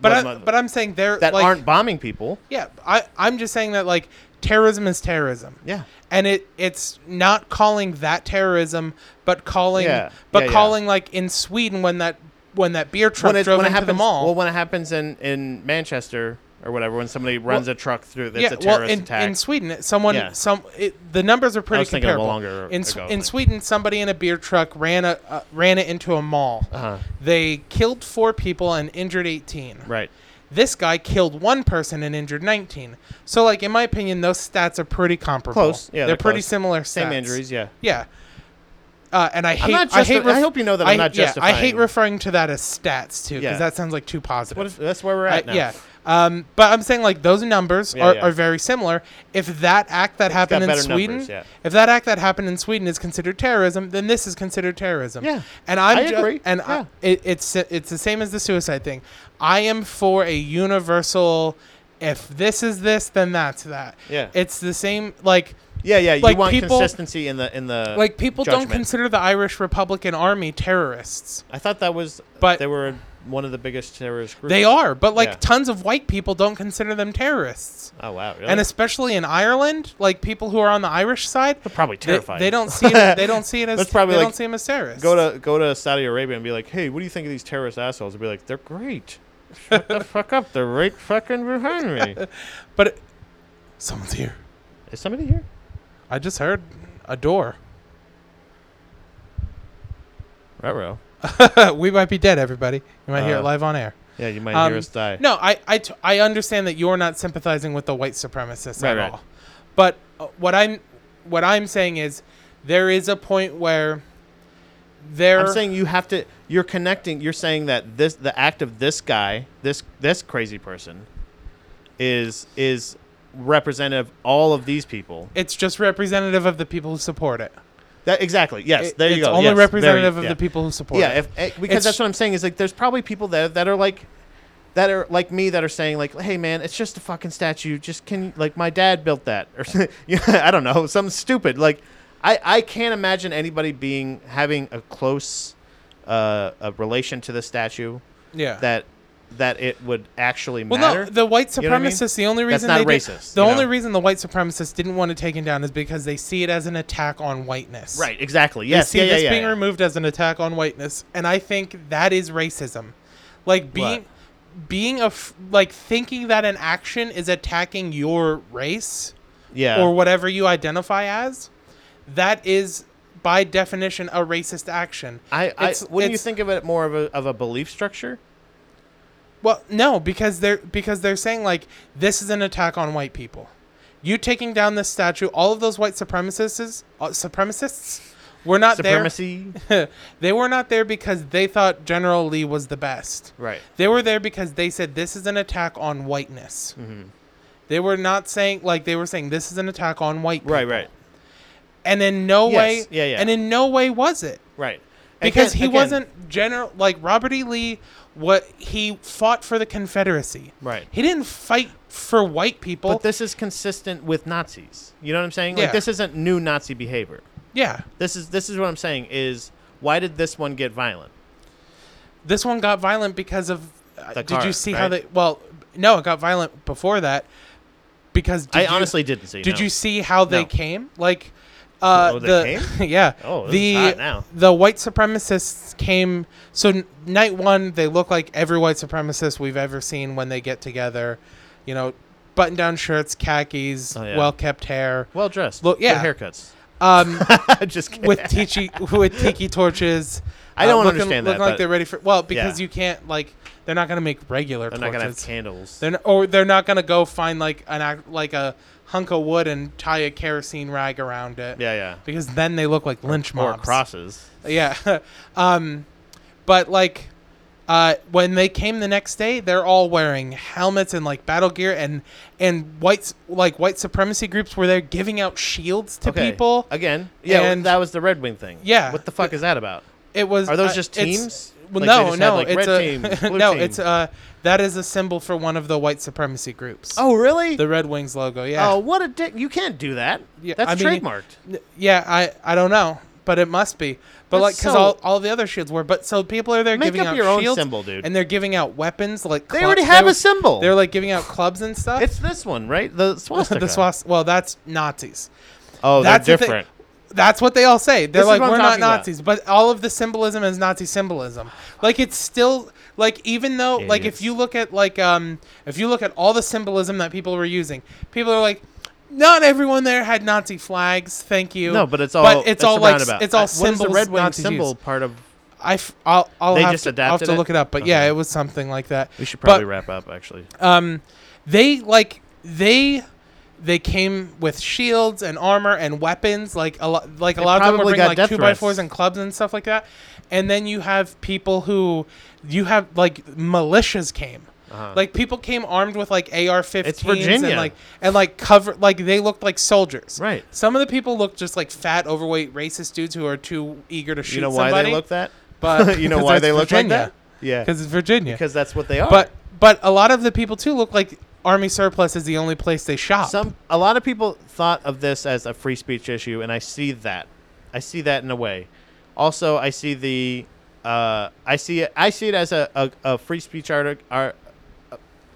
A: But
B: with
A: I,
B: Mu-
A: but I'm saying they're
B: that
A: like,
B: aren't bombing people.
A: Yeah, I I'm just saying that like terrorism is terrorism.
B: Yeah.
A: And it it's not calling that terrorism, but calling
B: Yeah,
A: but
B: yeah, yeah.
A: calling like in Sweden when that when that beer truck
B: When it,
A: drove
B: when it
A: into
B: happens,
A: the mall.
B: well, when it happens in in Manchester or whatever, when somebody runs
A: Well,
B: a truck through, that's a
A: well,
B: terrorist
A: in,
B: attack.
A: in Sweden, someone
B: Yeah.
A: some it, the numbers are pretty
B: was thinking of a
A: comparable.
B: longer
A: in S-
B: ago
A: in
B: thing.
A: Sweden, somebody in a beer truck ran a uh, ran it into a mall.
B: Uh-huh.
A: They killed four people and injured eighteen.
B: right.
A: This guy killed one person and injured nineteen. So, like in my opinion, those stats are pretty comparable.
B: Close. Yeah,
A: they're,
B: they're
A: pretty
B: close.
A: similar. Stats.
B: Same injuries, yeah.
A: Yeah. Uh, and I hate.
B: not
A: I, hate
B: justi- I hope you know that I'm not
A: Yeah, I hate
B: justifying-
A: referring to that as stats too, because
B: Yeah.
A: that sounds like too positive.
B: What if, that's where we're
A: I-
B: at now.
A: yeah. Um, but I'm saying like those numbers
B: Yeah,
A: are,
B: yeah.
A: are very similar. If that act that happened in
B: better
A: Sweden,
B: numbers, yeah.
A: if that act that happened in Sweden is considered terrorism, then this is considered terrorism.
B: Yeah.
A: And I'm
B: I
A: ju-
B: agree.
A: and
B: Yeah.
A: I, it, it's it's the same as the suicide thing. I am for a universal. If this is this, then that's that.
B: Yeah.
A: It's the same like.
B: Yeah, yeah. You
A: Like,
B: want
A: people-
B: consistency in the in the
A: Like people
B: judgment.
A: don't consider the Irish Republican Army terrorists.
B: I thought that was,
A: But-
B: but they were one of the biggest terrorist groups.
A: They are, but like
B: Yeah.
A: tons of white people don't consider them terrorists.
B: Oh wow, really?
A: and especially in Ireland, like people who are on the Irish side,
B: probably
A: they,
B: terrifying.
A: they don't see it, they don't see it as
B: That's probably
A: they
B: like,
A: don't see him as terrorists.
B: go to go to Saudi Arabia and be like, hey, what do you think of these terrorist assholes? And be like, they're great. Shut the fuck up! They're right fucking behind me.
A: but it- someone's here.
B: Is somebody here?
A: I just heard a door.
B: Ruh-roh.
A: we might be dead, everybody. You might hear
B: Uh,
A: it live on air.
B: Yeah, you might
A: Um,
B: hear us die.
A: No, I, I, t- I understand that you're not sympathizing with the white supremacists
B: Right,
A: at
B: right.
A: all. But uh, what I'm what I'm saying is there is a point where there
B: I'm saying you have to. You're connecting. You're saying that this, the act of this guy, this this crazy person, is is representative of all of these people.
A: it's just representative of the people who support it.
B: That exactly. Yes,
A: It-
B: there you
A: it's
B: go.
A: only
B: yes, there you-
A: representative of
B: yeah.
A: the people who support
B: Yeah,
A: it.
B: if, eh, because
A: It's-
B: that's what I'm saying is like there's probably people that that are like that are like me that are saying like, hey man, it's just a fucking statue. Just can like my dad built that or something. yeah, I don't know, something stupid. Like I I can't imagine anybody being having a close uh, a relation to the statue
A: yeah.
B: that that it would actually
A: well,
B: matter.
A: no, the white supremacists.
B: You know what I mean?
A: The only
B: That's
A: reason
B: not
A: they
B: racist,
A: Did, the
B: you
A: only
B: know?
A: reason the white supremacists didn't want to take it down is because they see it as an attack on whiteness.
B: right, exactly.
A: They
B: Yes,
A: see
B: yeah, yeah,
A: this
B: yeah,
A: being
B: yeah.
A: removed as an attack on whiteness, and I think that is racism. Like being, being a f- like thinking that an action is attacking your race
B: yeah.
A: or whatever you identify as, that is by definition a racist action.
B: I, I
A: it's-
B: wouldn't you
A: it's-
B: think of it more of a of a belief structure?
A: Well, no, because they're because they're saying like this is an attack on white people. You taking down this statue, all of those white supremacists, uh, supremacists, were not
B: Supremacy.
A: there. they were not there because they thought General Lee was the best.
B: right.
A: They were there because they said this is an attack on whiteness.
B: Mm-hmm.
A: They were not saying like they were saying this is an attack on white.
B: Right,
A: people."
B: right.
A: And in no
B: Yes,
A: way,
B: yeah, yeah.
A: and in no way was it
B: Right. And
A: because
B: again-
A: he
B: again-
A: wasn't general like Robert E. Lee. What he fought for the Confederacy,
B: Right.
A: He didn't fight for white people.
B: But this is consistent with Nazis. You know what I'm saying?
A: Yeah.
B: Like this isn't new Nazi behavior.
A: yeah,
B: This is this is what I'm saying is why did this one get violent?
A: this one got violent because of. uh,
B: The
A: did
B: car,
A: you see how
B: right?
A: they? Well, no, it got violent before that because did
B: I
A: you-
B: honestly didn't see.
A: Did
B: no.
A: you see how they
B: No.
A: came? Like, uh,
B: Oh, they
A: the yeah,
B: Oh, this
A: the
B: is hot now.
A: the white supremacists came. So n- night one, they look like every white supremacist we've ever seen when they get together. You know, button-down shirts, khakis,
B: Oh, yeah.
A: well-kept hair,
B: well dressed?
A: Look, yeah.
B: Good haircuts.
A: um,
B: Just kidding.
A: with tiki with tiki torches. uh,
B: I don't
A: looking,
B: understand that,
A: Looking like
B: but-
A: they're ready for well, because
B: Yeah.
A: you can't like they're not gonna make regular
B: They're not
A: torches.
B: gonna have candles.
A: They're n- or they're not gonna go find like an ac- like a hunk of wood and tie a kerosene rag around it.
B: yeah, yeah.
A: Because then they look like lynch
B: Or
A: mobs.
B: crosses.
A: Yeah. um, but like, uh, when they came the next day, they're all wearing helmets and like battle gear and and whites like white supremacy groups were there giving out shields to
B: Okay. Uh,
A: people.
B: again. Yeah,
A: and-
B: that was the Red Wing thing.
A: Yeah.
B: What the fuck is that about?
A: It was.
B: Are those
A: uh,
B: just
A: it's-
B: teams?
A: Well,
B: Like, they
A: no,
B: just had,
A: no,
B: like,
A: it's
B: red
A: a,
B: team, blue
A: no,
B: team.
A: it's uh, that is a symbol for one of the white supremacy groups.
B: Oh, really?
A: the Red Wings logo. Yeah.
B: Oh, what a dick! You can't do that.
A: Yeah,
B: That's
A: I mean-
B: trademarked.
A: N- Yeah, I I don't know, but it must be. But
B: That's
A: like, because
B: so-
A: all, all the other shields were. But so people are there
B: Make
A: giving
B: up
A: out
B: your own
A: shields,
B: symbol, dude.
A: and they're giving out weapons like
B: They
A: clu-
B: already have
A: were-
B: a symbol.
A: They're like giving out clubs and stuff.
B: It's this one, right? The swastika.
A: the swast. Well, that's Nazis.
B: Oh,
A: that's the
B: they're
A: thing-
B: different.
A: That's what they all say. They're
B: This is
A: like,
B: what I'm
A: we're not
B: talking about."
A: Nazis, but all of the symbolism is Nazi symbolism. Like it's still like even though like if
B: Idiots.
A: you look at like um if you look at all the symbolism that people were using, people are like, not everyone there had Nazi flags. Thank you.
B: No, but it's all
A: but it's all like
B: roundabout.
A: it's all
B: Uh, what is
A: symbols.
B: the Red Wing
A: Nazis
B: symbol
A: used.
B: part of?
A: I f- I'll, I'll
B: They
A: have
B: just
A: to, I'll have
B: adapted
A: to
B: it?
A: look it up, but yeah,
B: Okay.
A: it was something like that.
B: We should probably
A: but,
B: wrap up actually.
A: um, they like they they came with shields and armor and weapons like a lot like a
B: They
A: lot of them were
B: probably
A: bringing
B: got
A: like
B: death
A: two by fours
B: threats.
A: and clubs and stuff like that and then you have people who you have like militias came
B: Uh-huh.
A: like people came armed with like ar-15s
B: Virginia.
A: and like and like cover like they looked like soldiers
B: Right.
A: some of the people looked just like fat overweight racist dudes who are too eager to shoot
B: you know why
A: somebody
B: they look that?
A: but
B: you know
A: 'cause
B: why
A: that's
B: they look
A: Virginia.
B: like that? Yeah,
A: because it's virginia
B: because that's what they are.
A: but but a lot of the people too look like army surplus is the only place they shop.
B: some a lot of people thought of this as a free speech issue, and I see that. I see that in a way. Also, I see the uh, I see it. I see it as a, a, a free speech art. art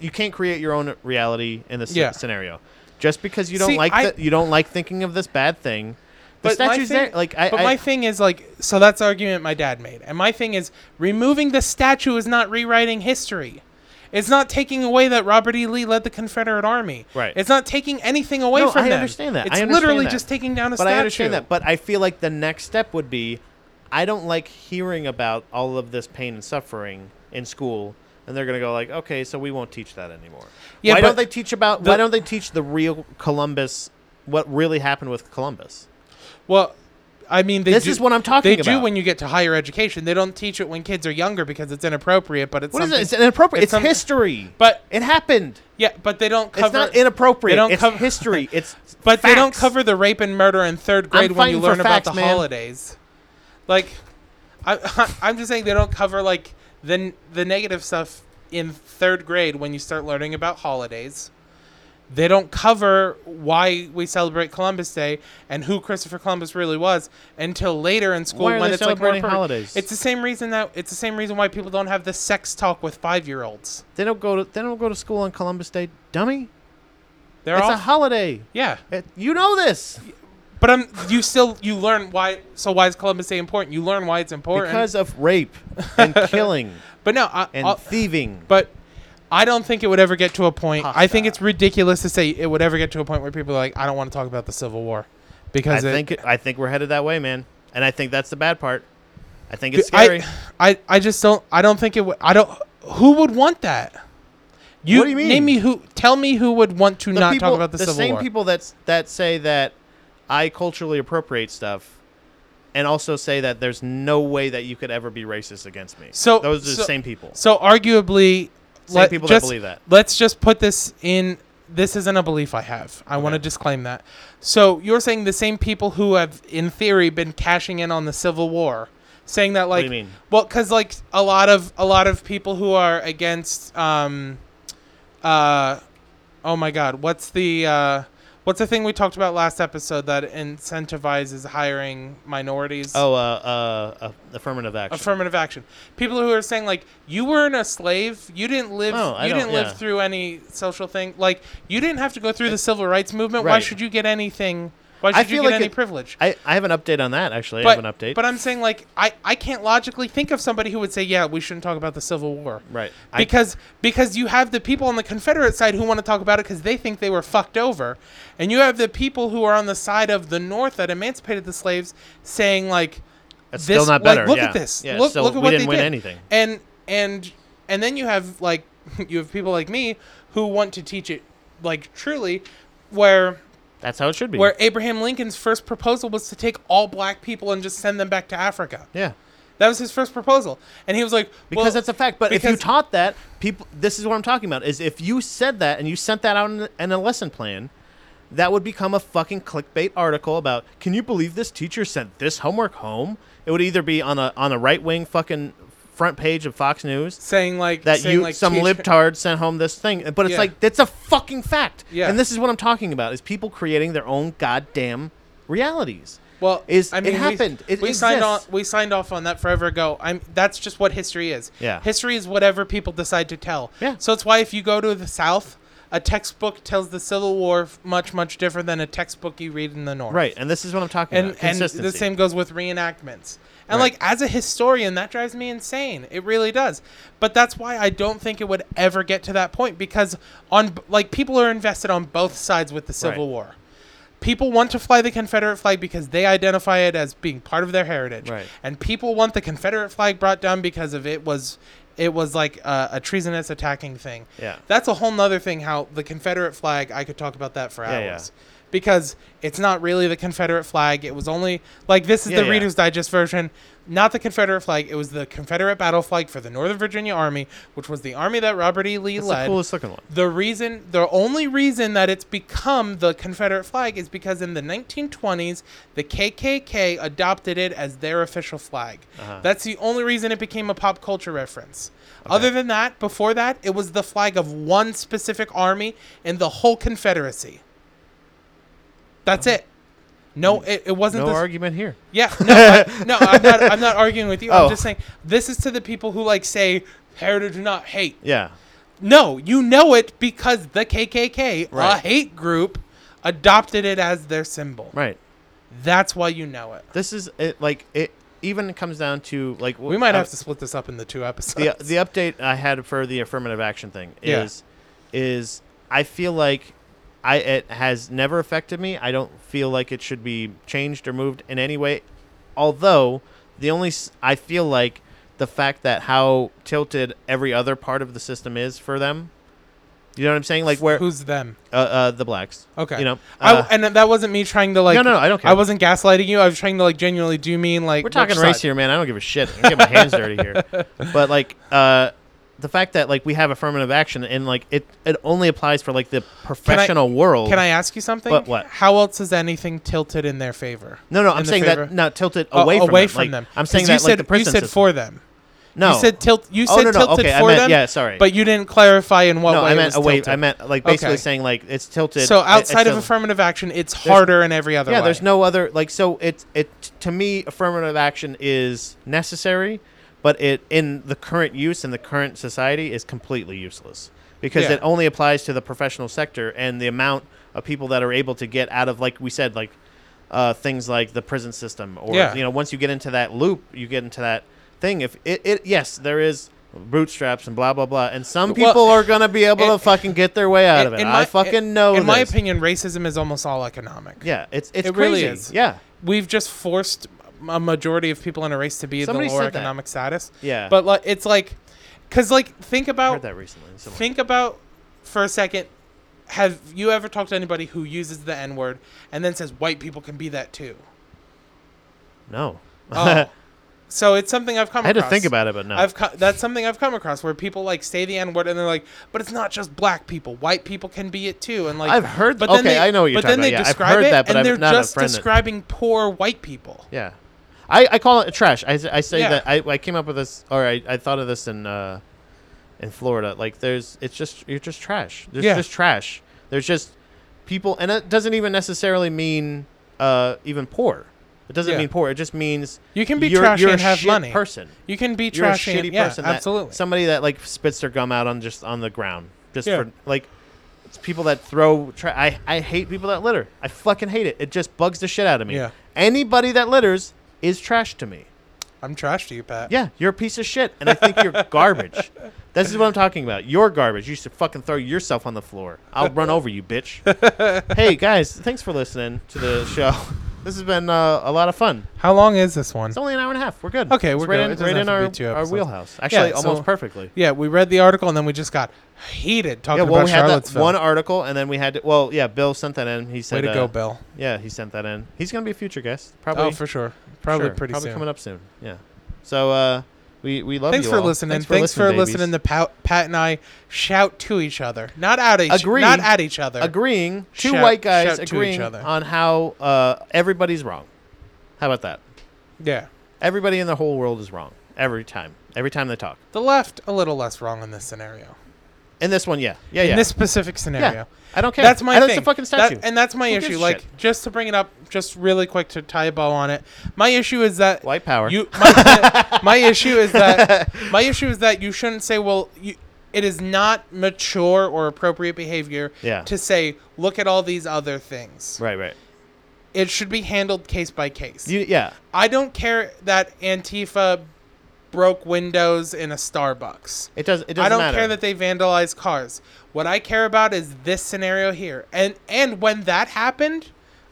B: you can't create your own reality in this
A: Yeah.
B: scenario. Just because you don't
A: See,
B: like
A: I-
B: the, you don't like thinking of this bad thing, the
A: But my
B: statue's
A: thing-
B: there. Like I,
A: but
B: I-
A: my thing is like so that's the argument my dad made, and my thing is removing the statue is not rewriting history. It's not taking away that Robert E. Lee led the Confederate Army.
B: Right.
A: It's not taking anything away
B: No,
A: from
B: I
A: them.
B: understand that. I
A: It's
B: understand
A: literally
B: that.
A: just taking down a
B: but
A: statue.
B: I understand that. But I feel like the next step would be, I don't like hearing about all of this pain and suffering in school. And they're gonna go like, okay, so we won't teach that anymore.
A: Yeah,
B: why
A: but
B: don't they teach about?
A: the-
B: why don't they teach the real Columbus? What really happened with Columbus?
A: Well, I mean, they
B: This
A: do-
B: is what I'm talking
A: They do
B: about.
A: when you get to higher education. They don't teach it when kids are younger because it's inappropriate. But it's
B: What is
A: something-
B: it? It's inappropriate.
A: it's
B: It's,
A: something-
B: history.
A: But
B: it happened.
A: yeah, but they don't cover.
B: it's not inappropriate.
A: they don't
B: it's
A: cover-
B: history. It's
A: but they don't
B: facts.
A: cover the rape and murder in third grade when you
B: fighting for
A: learn
B: facts,
A: about the
B: man.
A: holidays. Like, I, I'm just saying they don't cover like the the negative stuff in third grade when you start learning about holidays. They don't cover why we celebrate Columbus Day and who Christopher Columbus really was until later in school
B: Why are
A: when
B: they
A: it's like more
B: celebrating
A: per-
B: holidays?
A: It's the same reason that it's the same reason why people don't have the sex talk with five year olds.
B: They don't go to they don't go to school on Columbus Day, dummy.
A: They're
B: it's
A: all
B: a holiday.
A: yeah.
B: It- you know this
A: But I'm you still you learn why so why is Columbus Day important? You learn why it's important
B: because of rape and killing
A: But no, I,
B: and
A: I'll-
B: thieving.
A: Uh, but I don't think it would ever get to a point. I think
B: Pasta.
A: it's ridiculous to say it would ever get to a point where people are like, I don't want to talk about the Civil War
B: I
A: because it,
B: think I think we're headed that way, man. And I think that's the bad part. I think it's
A: I-
B: scary.
A: I, I just don't. I don't think it would. I don't. Who would want that? You,
B: What do you mean?
A: Name me who. Tell me who would want to
B: the
A: not
B: people,
A: talk about the, Civil
B: same
A: War.
B: people that's that say that I culturally appropriate stuff, and also say that there's no way that you could ever be racist against me.
A: So-
B: those are
A: so-
B: the same people.
A: So arguably,
B: Same people that
A: just,
B: believe that.
A: Let's just put this in. This isn't a belief I have. I want to disclaim that. So you're saying the same people who have, in theory, been cashing in on the Civil War, saying that like,
B: do you mean?
A: well, because like a lot of a lot of people who are against, um, uh, oh my God, what's the uh, what's the thing we talked about last episode that incentivizes hiring minorities?
B: Oh, uh, uh, uh, affirmative action.
A: affirmative action. People who are saying like you weren't a slave, you didn't live,
B: No, Oh, I
A: you
B: don't-
A: didn't
B: yeah.
A: live through any social thing. Like you didn't have to go through the civil rights movement. Why
B: Right.
A: should you get anything? Why should
B: I
A: you
B: feel
A: get
B: like
A: any
B: it-
A: privilege?
B: I, I have an update on that actually. I have an update.
A: but I'm saying like I, I can't logically think of somebody who would say yeah we shouldn't talk about the Civil War
B: Right. I-
A: because because you have the people on the Confederate side who want to talk about it because they think they were fucked over, and you have the people who are on the side of the North that emancipated the slaves saying like
B: It's
A: this-
B: still not
A: like,
B: better,
A: look
B: yeah.
A: at this
B: Yeah,
A: look
B: still-
A: look at
B: we
A: what
B: didn't
A: they
B: win
A: did.
B: anything.
A: and and and then you have like you have people like me who want to teach it like truly where
B: That's how it should be.
A: where Abraham Lincoln's first proposal was to take all black people and just send them back to Africa.
B: yeah.
A: That was his first proposal, and he was like,
B: Because
A: well-
B: that's a fact. But if you
A: because-
B: taught that, people this is what I'm talking about is if you said that and you sent that out in, in a lesson plan, that would become a fucking clickbait article about can you believe this teacher sent this homework home? It would either be on a on a right wing fucking front page of Fox News
A: saying like
B: that
A: saying
B: you
A: like
B: some
A: teach-
B: libtard sent home this thing. But it's
A: Yeah.
B: like that's a fucking fact.
A: Yeah.
B: And this is what I'm talking about is people creating their own goddamn realities.
A: Well,
B: is
A: I mean,
B: it
A: we-
B: happened?
A: We,
B: it
A: signed on.
B: exists.
A: We signed off on that forever ago. I'm. That's just what history is.
B: Yeah.
A: History is whatever people decide to tell.
B: Yeah.
A: So it's why if you go to the South, a textbook tells the Civil War f- much much different than a textbook you read in the North.
B: Right, and this is what I'm talking
A: And
B: about.
A: and
B: Consistency.
A: the same goes with reenactments. And
B: Right.
A: like as a historian, that drives me insane. It really does. But that's why I don't think it would ever get to that point because on b- like people are invested on both sides with the Civil
B: Right.
A: War people want to fly the Confederate flag because they identify it as being part of their heritage.
B: Right.
A: And people want the Confederate flag brought down because of it was it was like a, a treasonous attacking thing.
B: Yeah.
A: That's a whole nother thing how the Confederate flag I could talk about that for
B: Yeah, yeah.
A: hours. Because it's not really the Confederate flag. It was only like this is
B: Yeah,
A: the
B: yeah.
A: Reader's Digest version, not the Confederate flag. It was the Confederate battle flag for the Northern Virginia Army, which was the army that Robert E. Lee
B: It's
A: led.
B: the coolest looking one.
A: The reason, the only reason that it's become the Confederate flag is because in the 1920s, the KKK adopted it as their official flag.
B: Uh-huh.
A: That's the only reason it became a pop culture reference. Other than that, before that, it was the flag of one specific army in the whole Confederacy. That's it. No, it, it wasn't
B: Uh-huh. Mm. No
A: this,
B: argument here.
A: yeah, no, I, no, I'm not. I'm not arguing with you. I'm
B: Oh.
A: just saying this is to the people who like say heritage or not hate.
B: Yeah.
A: No, you know it because the KKK, a
B: Right.
A: hate group, adopted it as their symbol.
B: Right.
A: That's why you know it.
B: This is it, like it even comes down to like
A: We might have to split this up into two
B: the
A: episodes.
B: Uh, the update I had for the affirmative action thing
A: Yeah.
B: is is I feel like I it has never affected me. I don't feel like it should be changed or moved in any way. Although The only s- I feel like the fact that how tilted every other part of the system is for them. You know what I'm saying? Like where uh,
A: Who's them?
B: uh the blacks.
A: Okay.
B: You know.
A: I,
B: uh,
A: and that wasn't me trying to like.
B: No, no, no, I don't care.
A: I wasn't gaslighting you. I was trying to like genuinely do mean like.
B: We're talking
A: which
B: race
A: side.
B: here, man. I don't give a shit. I get my hands dirty here. But like uh the fact that like we have affirmative action and like it it only applies for like the professional world.
A: Can I ask you something?
B: But what?
A: How else is anything tilted in their favor?
B: No, no,
A: In
B: I'm
A: the
B: saying
A: favor?
B: that no tilted
A: Oh,
B: away from
A: away
B: them.
A: from
B: Like,
A: them.
B: I'm
A: 'Cause
B: saying that
A: you said,
B: like the prison
A: you said
B: system.
A: for them.
B: No,
A: You said tilt. You
B: Oh,
A: said
B: no, no,
A: tilted
B: okay, I
A: for
B: meant-
A: them.
B: yeah, sorry.
A: But you didn't clarify in what
B: no,
A: way.
B: I
A: oh, it
B: meant
A: was
B: away.
A: tilted.
B: I meant like basically
A: Okay.
B: saying like it's tilted.
A: So
B: it- it's
A: outside of
B: tilted.
A: affirmative action, it's harder in every other
B: yeah,
A: way.
B: there's no other like so it's it to me affirmative action is necessary, but it in the current use in the current society is completely useless because
A: Yeah.
B: it only applies to the professional sector and the amount of people that are able to get out of like we said like uh, things like the prison system or
A: Yeah.
B: you know once you get into that loop you get into that thing if it, it yes there is bootstraps and blah blah blah and some
A: Well,
B: people are gonna be able
A: in-
B: to fucking get their way out of it I fucking know
A: In my
B: this.
A: opinion, racism is almost all economic.
B: yeah it's it's
A: It really
B: crazy
A: is.
B: yeah
A: We've just forced a majority of people in a race to be
B: Somebody
A: the lower
B: said that.
A: economic status.
B: Yeah.
A: But like, it's like, because like, think
B: I
A: about
B: heard that recently. Someone-
A: think about for a second. Have you ever talked to anybody who uses the N word and then says white people can be that too?
B: no.
A: Oh. so it's something I've come.
B: I had to
A: across.
B: think about it, but no.
A: I've co- that's something I've come across where people like say the n word and they're like, but it's not just black people. White people can be it too. And like
B: I've heard-
A: But then
B: okay,
A: they-
B: I know what you're
A: But then
B: talking
A: they
B: about. Yeah, I've
A: describe
B: heard
A: it,
B: that, but
A: and
B: I've
A: they're
B: not
A: just
B: friend that-
A: describing poor white people.
B: yeah. I, I call it trash. I, s- I say
A: Yeah.
B: that I, I came up with this, or I, I thought of this in uh, in Florida. Like, there's, it's just, you're just trash. There's
A: Yeah.
B: just trash. There's just people, and it doesn't even necessarily mean uh, even poor. It doesn't
A: Yeah.
B: mean poor. It just means
A: You can be
B: you're,
A: trashy
B: you're
A: and
B: a
A: have
B: shit
A: money.
B: person.
A: You can be
B: You're a
A: trashy.
B: shitty
A: and, yeah,
B: person. that-
A: absolutely.
B: somebody that like spits their gum out on just on the ground, just
A: Yeah.
B: for like it's people that throw. Tra- I I hate people that litter. I fucking hate it. It just bugs the shit out of me.
A: Yeah.
B: Anybody that litters is trash to me.
A: I'm trash to you, Pat.
B: Yeah, you're a piece of shit, and I think you're garbage. This is what I'm talking about. You're garbage. You should fucking throw yourself on the floor. I'll run over you, bitch. hey guys, thanks for listening to the show. This has been uh, a lot of fun.
A: How long is this one?
B: It's only an hour and a half. We're good.
A: Okay,
B: It's
A: we're
B: right
A: good.
B: in,
A: It doesn't
B: right in
A: have to be
B: our,
A: two
B: our
A: episoles.
B: wheelhouse. Actually,
A: so-
B: almost perfectly.
A: yeah, we read the article and then we just got heated talking
B: Yeah, well,
A: about
B: we had that
A: Charlottesville.
B: one article, and then we had to. Well, yeah, Bill sent that in. He
A: Way
B: said,
A: to go,
B: uh,
A: Bill.
B: Yeah, he sent that in. He's gonna be a future guest, probably.
A: oh, for sure. Probably
B: sure,
A: pretty soon.
B: coming up soon. Yeah. So uh, we we love
A: Thanks
B: you
A: for
B: all.
A: listening. Thanks, for
B: babies.
A: listening to Pat, Pat and I shout to each other, not at each,
B: Agree.
A: not at each other.
B: agreeing. Two
A: Shout-
B: white guys
A: shout to each
B: agreeing
A: other.
B: on how uh, everybody's wrong. How about that?
A: Yeah,
B: Everybody in the whole world is wrong every time. Every time they talk.
A: the left a little less wrong in this scenario.
B: In this one, yeah, yeah,
A: In
B: yeah.
A: this specific
B: yeah.
A: scenario,
B: I don't care.
A: that's my
B: I,
A: thing.
B: That's a fucking
A: That-
B: statue.
A: and that's my
B: Who gives
A: issue.
B: a
A: Like,
B: shit?
A: just to bring it up, just really quick to tie a bow on it. My issue is that
B: White power.
A: You, my, my issue is that my issue is that you shouldn't say, well, you. It is not mature or appropriate behavior
B: Yeah.
A: to say, look at all these other things.
B: right, right.
A: It should be handled case by case.
B: You, yeah.
A: I don't care that Antifa broke windows in a Starbucks.
B: It does. It doesn't
A: I don't
B: matter.
A: care that they vandalized cars. What I care about is this scenario here. And and when that happened,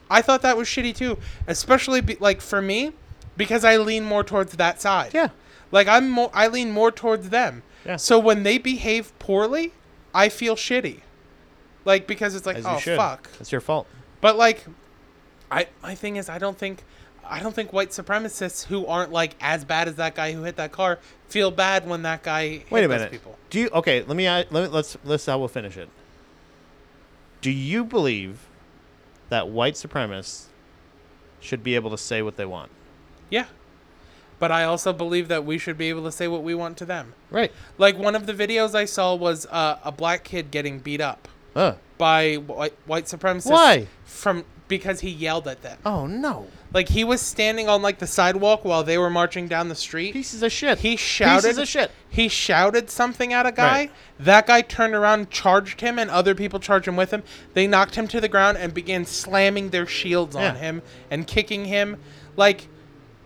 A: I thought that was shitty too, especially be, like for me because I lean more towards that side.
B: Yeah.
A: Like I'm more I lean more towards them.
B: Yeah.
A: So when they behave poorly, I feel shitty. Like because it's like,
B: As
A: oh
B: you should.
A: fuck.
B: It's your fault.
A: But like, I my thing is I don't think I don't think white supremacists who aren't like as bad as that guy who hit that car feel bad when that guy hit
B: Wait a
A: those
B: minute.
A: people.
B: Do you okay? Let me. uh, Let me let's let's. I will finish it. Do you believe that white supremacists should be able to say what they want?
A: Yeah. But I also believe that we should be able to say what we want to them.
B: Right.
A: Like one of the videos I saw was uh, a black kid getting beat up
B: Uh.
A: by white, white supremacists.
B: Why?
A: From because he yelled at them.
B: Oh no!
A: Like he was standing on like the sidewalk while they were marching down the street.
B: Pieces of shit.
A: He shouted.
B: Pieces of shit.
A: He shouted something at a guy.
B: Right.
A: That guy turned around, charged him, and other people charged him with him. They knocked him to the ground and began slamming their shields
B: Yeah.
A: on him and kicking him. Like,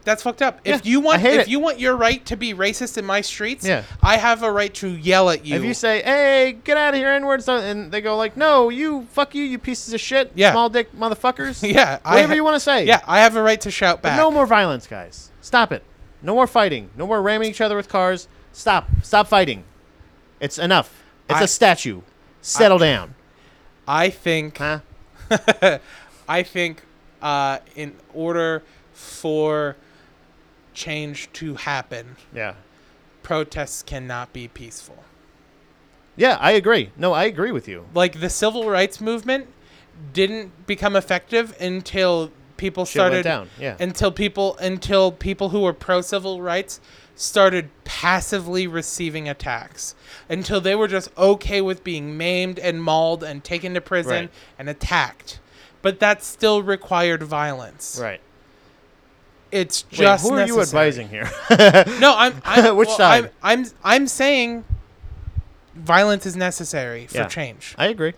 A: that's fucked up. if
B: Yeah,
A: you want,
B: I hate
A: if
B: it.
A: you want your right to be racist in my streets,
B: Yeah.
A: I have a right to yell at you.
B: If you say, "Hey, get out of here, N-word," so- and they go like, "No, you fuck you, you pieces of shit,
A: Yeah.
B: small dick motherfuckers."
A: yeah, I
B: Whatever
A: ha-
B: you want to say.
A: Yeah, I have a right to shout
B: But
A: back.
B: no more violence, guys. Stop it. No more fighting. No more ramming each other with cars. Stop. Stop fighting. It's enough. It's a
A: I-
B: statue. Settle down.
A: I think
B: Huh?
A: I think uh, in order for change to happen,
B: Yeah.
A: protests cannot be peaceful.
B: Yeah, I agree. No, I agree with you.
A: Like the civil rights movement didn't become effective until people
B: Shit went
A: started
B: down, yeah.
A: until people until people who were pro civil rights started passively receiving attacks until they were just okay with being maimed and mauled and taken to prison
B: Right.
A: and attacked. But that still required violence.
B: Right.
A: It's
B: Wait,
A: just
B: who are you
A: necessary.
B: advising here?
A: No, I'm. I'm
B: Which
A: well,
B: side?
A: I'm, I'm. I'm saying violence is necessary for
B: Yeah.
A: change,
B: I agree.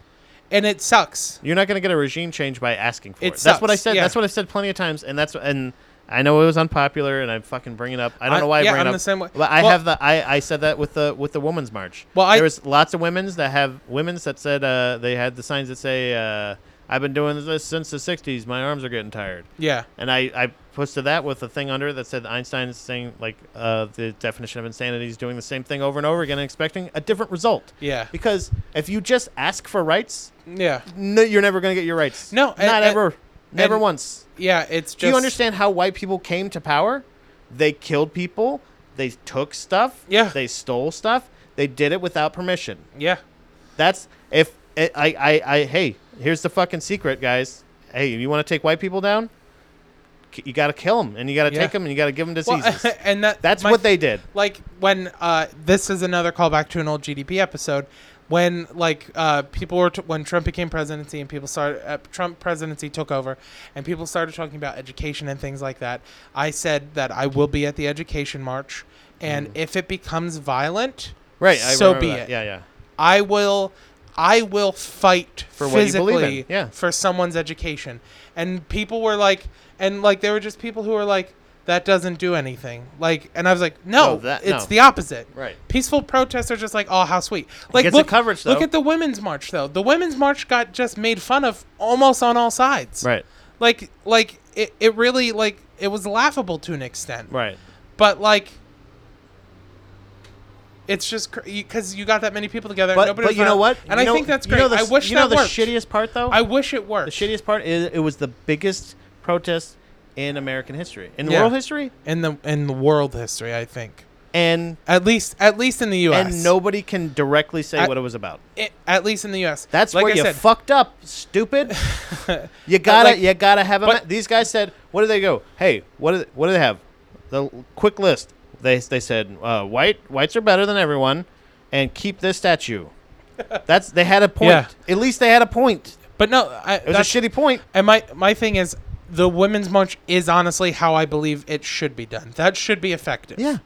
A: and it sucks.
B: You're not going to get a regime change by asking for it.
A: It
B: That's what I
A: sucks,
B: said.
A: yeah.
B: That's what I've said plenty of times, and that's and I know it was unpopular, and I fucking bring it up. I don't
A: I-
B: know why
A: yeah,
B: I bring
A: I'm
B: it up.
A: the same way.
B: But I
A: Well-
B: have the I, I said that with the with the women's march.
A: Well, I-
B: there was lots of women's that have women's that said uh, they had the signs that say uh, I've been doing this since the '60s. My arms are getting tired.
A: Yeah,
B: And I, I posted that with a thing under it that said Einstein's saying like uh, the definition of insanity is doing the same thing over and over again and expecting a different result.
A: Yeah.
B: Because if you just ask for rights,
A: yeah,
B: no, you're never going to get your rights.
A: No,
B: not
A: and- and-
B: ever, never
A: and
B: once.
A: yeah. It's just.
B: Do you understand how white people came to power? They killed people. They took stuff.
A: Yeah.
B: They stole stuff. They did it without permission.
A: Yeah,
B: That's if eh, I, I, I, hey, here's the fucking secret, guys. Hey, you want to take white people down? K- You got to kill them, and you got to 'em
A: Yeah.
B: take them, and you got to give them
A: well,
B: diseases.
A: and that.
B: That's
A: my-
B: what they did.
A: like when uh, this is another callback to an old GDP episode. When like uh, people were t- when Trump became presidency and people started uh, Trump presidency took over and people started talking about education and things like that. I said that I will be at the education march, and if it becomes violent,
B: Mm. Right. I
A: so
B: remember
A: be
B: that.
A: it.
B: Yeah, yeah.
A: I will I will fight
B: For what you
A: physically
B: believe in, yeah.
A: for someone's education. And people were like and like there were just people who were like that doesn't do anything. Like and I was like no,
B: No, that-
A: it's
B: no.
A: the opposite.
B: Right.
A: Peaceful protests are just like oh how sweet. Like
B: gets the
A: look
B: coverage,
A: look
B: though.
A: at the women's march though. The women's march got just made fun of almost on all sides.
B: Right.
A: Like like it, it really like it was laughable to an extent
B: Right.
A: but like it's just because you got that many people together
B: But,
A: nobody
B: but
A: was
B: you know
A: violent.
B: what?
A: and
B: You
A: i
B: know-
A: think that's
B: you
A: great
B: know the
A: i
B: sh-
A: wish
B: you know
A: that
B: the
A: worked
B: shittiest part though.
A: i wish it worked
B: The shittiest part is it was the biggest protest in American history, in
A: Yeah.
B: world history,
A: in the in the world history i think
B: and
A: at least at least in the us
B: and nobody can directly say
A: I-
B: what it was about.
A: I- at least in the us
B: That's
A: like
B: where
A: I
B: you
A: said,
B: fucked up, stupid. you gotta,
A: like-
B: you gotta have a.
A: but-
B: ma- these guys said, "What do they go? Hey, what do they, what do they have? The l- quick list. They they said uh, white whites are better than everyone, and keep this statue. That's they had a point.
A: Yeah.
B: At least they had a point.
A: but no I,
B: It was
A: that's-
B: a shitty point.
A: and my my thing is the women's march is honestly how i believe it should be done that should be effective
B: Yeah,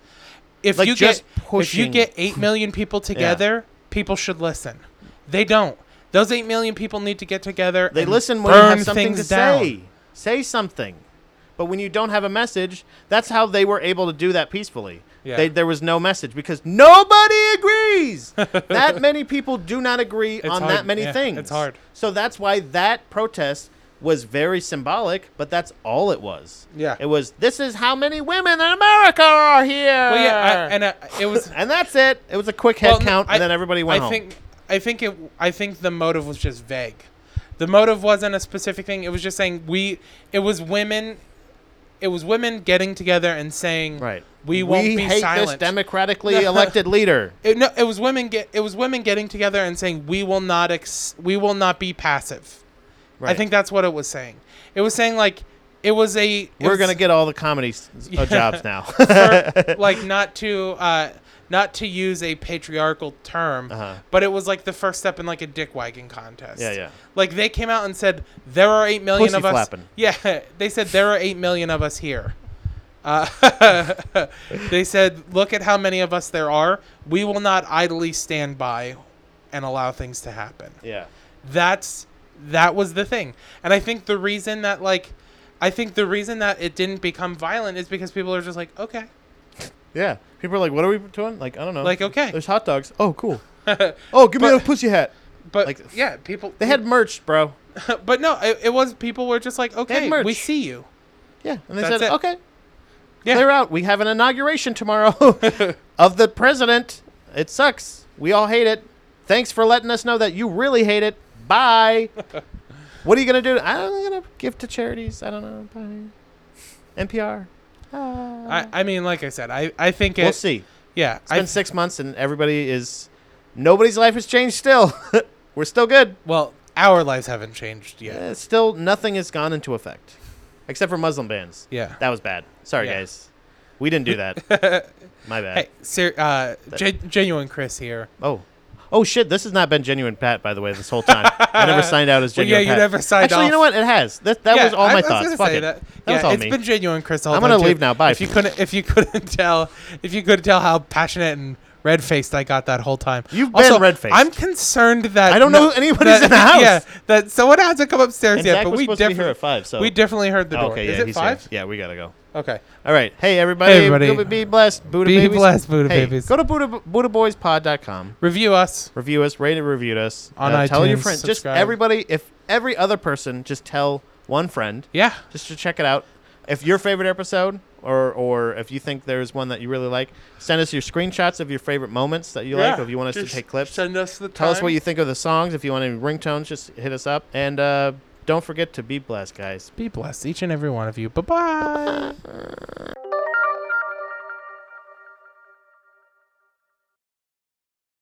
A: if
B: Like,
A: you
B: just
A: get if you
B: pushing.
A: get eight million people together, people should listen. They don't. Those eight million people need to get together.
B: they
A: and
B: listen when you
A: burn
B: have something
A: things
B: to
A: down.
B: say. Say something. But when you don't have a message, that's how they were able to do that peacefully.
A: Yeah.
B: They, there was no message because nobody agrees. that many people do not agree on
A: hard.
B: that many
A: Yeah,
B: things.
A: it's hard.
B: So that's why that protest was very symbolic, but that's all it was.
A: Yeah.
B: It was this is how many women in America are here.
A: Well, Oh,
B: Ah.
A: yeah, I, and I, it was
B: and that's it. It was a quick head
A: well, no,
B: count,
A: I-
B: and then everybody went
A: I
B: home.
A: think I think it. I think the motive was just vague. The motive wasn't a specific thing. It was just saying we. It was women. It was women getting together and saying,
B: right.
A: we won't be
B: hate this
A: silent."
B: democratically elected leader.
A: It, no, it was women get. It was women getting together and saying, "We will not ex. We will not be passive." I
B: Right.
A: think that's what it was saying. It was saying like it was a. it
B: We're
A: was
B: gonna get all the comedy s- uh,
A: Yeah.
B: jobs now.
A: for- like not to uh, not to use a patriarchal term,
B: Uh-huh.
A: but it was like the first step in like a dick wagging contest.
B: Yeah, yeah.
A: Like they came out and said there are eight million
B: Pussy
A: of us.
B: flapping.
A: Yeah, they said there are eight million of us here. Uh, they said, look at how many of us there are. We will not idly stand by and allow things to happen
B: yeah,
A: that's that was the thing and i think the reason that like i think the reason that it didn't become violent is because people are just like okay
B: yeah. People are like, "What are we doing?" Like, I don't know.
A: Like, okay.
B: there's hot dogs. Oh, cool. oh, give me
A: But-
B: a pussy hat.
A: but
B: Like,
A: yeah people
B: They had merch, bro.
A: but no it, it was people were just like okay
B: merch.
A: we see you
B: Yeah, and they
A: That's
B: said,
A: it.
B: "Okay."
A: Yeah.
B: Clear out. We have an inauguration tomorrow of the president. It sucks. We all hate it. Thanks for letting us know that you really hate it. Bye. what are you gonna do? I'm gonna give to charities. I don't know. Bye. NPR.
A: I, I mean, like I said, I, I think it.
B: We'll see.
A: Yeah,
B: It's been
A: I,
B: six months and everybody is nobody's life has changed still. We're still good.
A: well, our lives haven't changed yet.
B: Uh, still nothing has gone into effect. Except for Muslim bans.
A: Yeah.
B: That was bad. Sorry
A: Yeah.
B: guys. We didn't do that. My bad.
A: Hey, ser- uh, gen- genuine Chris here.
B: Oh. Oh shit, this has not been genuine Pat, by the way, this whole time. I never signed out as
A: Well,
B: genuine
A: yeah, you
B: Pat.
A: never signed
B: Actually, you know
A: off.
B: what? It has. That, that
A: Yeah,
B: was all
A: I- I
B: my
A: was
B: thoughts.
A: gonna
B: Fuck
A: say
B: it.
A: That,
B: That
A: yeah,
B: was all
A: it's
B: me.
A: been genuine, Chris. the whole
B: I'm gonna
A: time, too.
B: leave now. Bye.
A: If you couldn't, if you couldn't tell, if you couldn't tell how passionate and red faced I got that whole time.
B: You've
A: Also,
B: been red-faced.
A: I'm concerned that
B: I don't know anybody's
A: that-
B: in the house.
A: Yeah, that someone has to come upstairs
B: and
A: yet,
B: Zach
A: but
B: was
A: we
B: supposed to be here
A: definitely
B: at five, so
A: we definitely heard the
B: Oh,
A: door.
B: okay,
A: Is
B: yeah,
A: it
B: he's
A: five?
B: Here. Yeah, we gotta go.
A: Okay.
B: All right. Hey, everybody.
A: Hey, everybody.
B: Go- Be blessed. Buddha
A: Be
B: babies.
A: blessed, Buddha
B: Hey,
A: babies.
B: Go to Buddha, BuddhaBoysPod.com.
A: Review us.
B: Review us. Rate and review us. Uh,
A: On
B: Tell your
A: iTunes,
B: friends. Just
A: subscribe.
B: everybody. If every other person, just tell one friend.
A: Yeah.
B: Just to check it out. If your favorite episode, or or if you think there's one that you really like, send us your screenshots of your favorite moments that you like. Or if you want us to take clips,
A: send us the.
B: tell us what you think of the songs. If you want any ringtones, just hit us up. And uh, don't forget to be blessed, guys.
A: Be blessed, each and every one of you. Bye bye.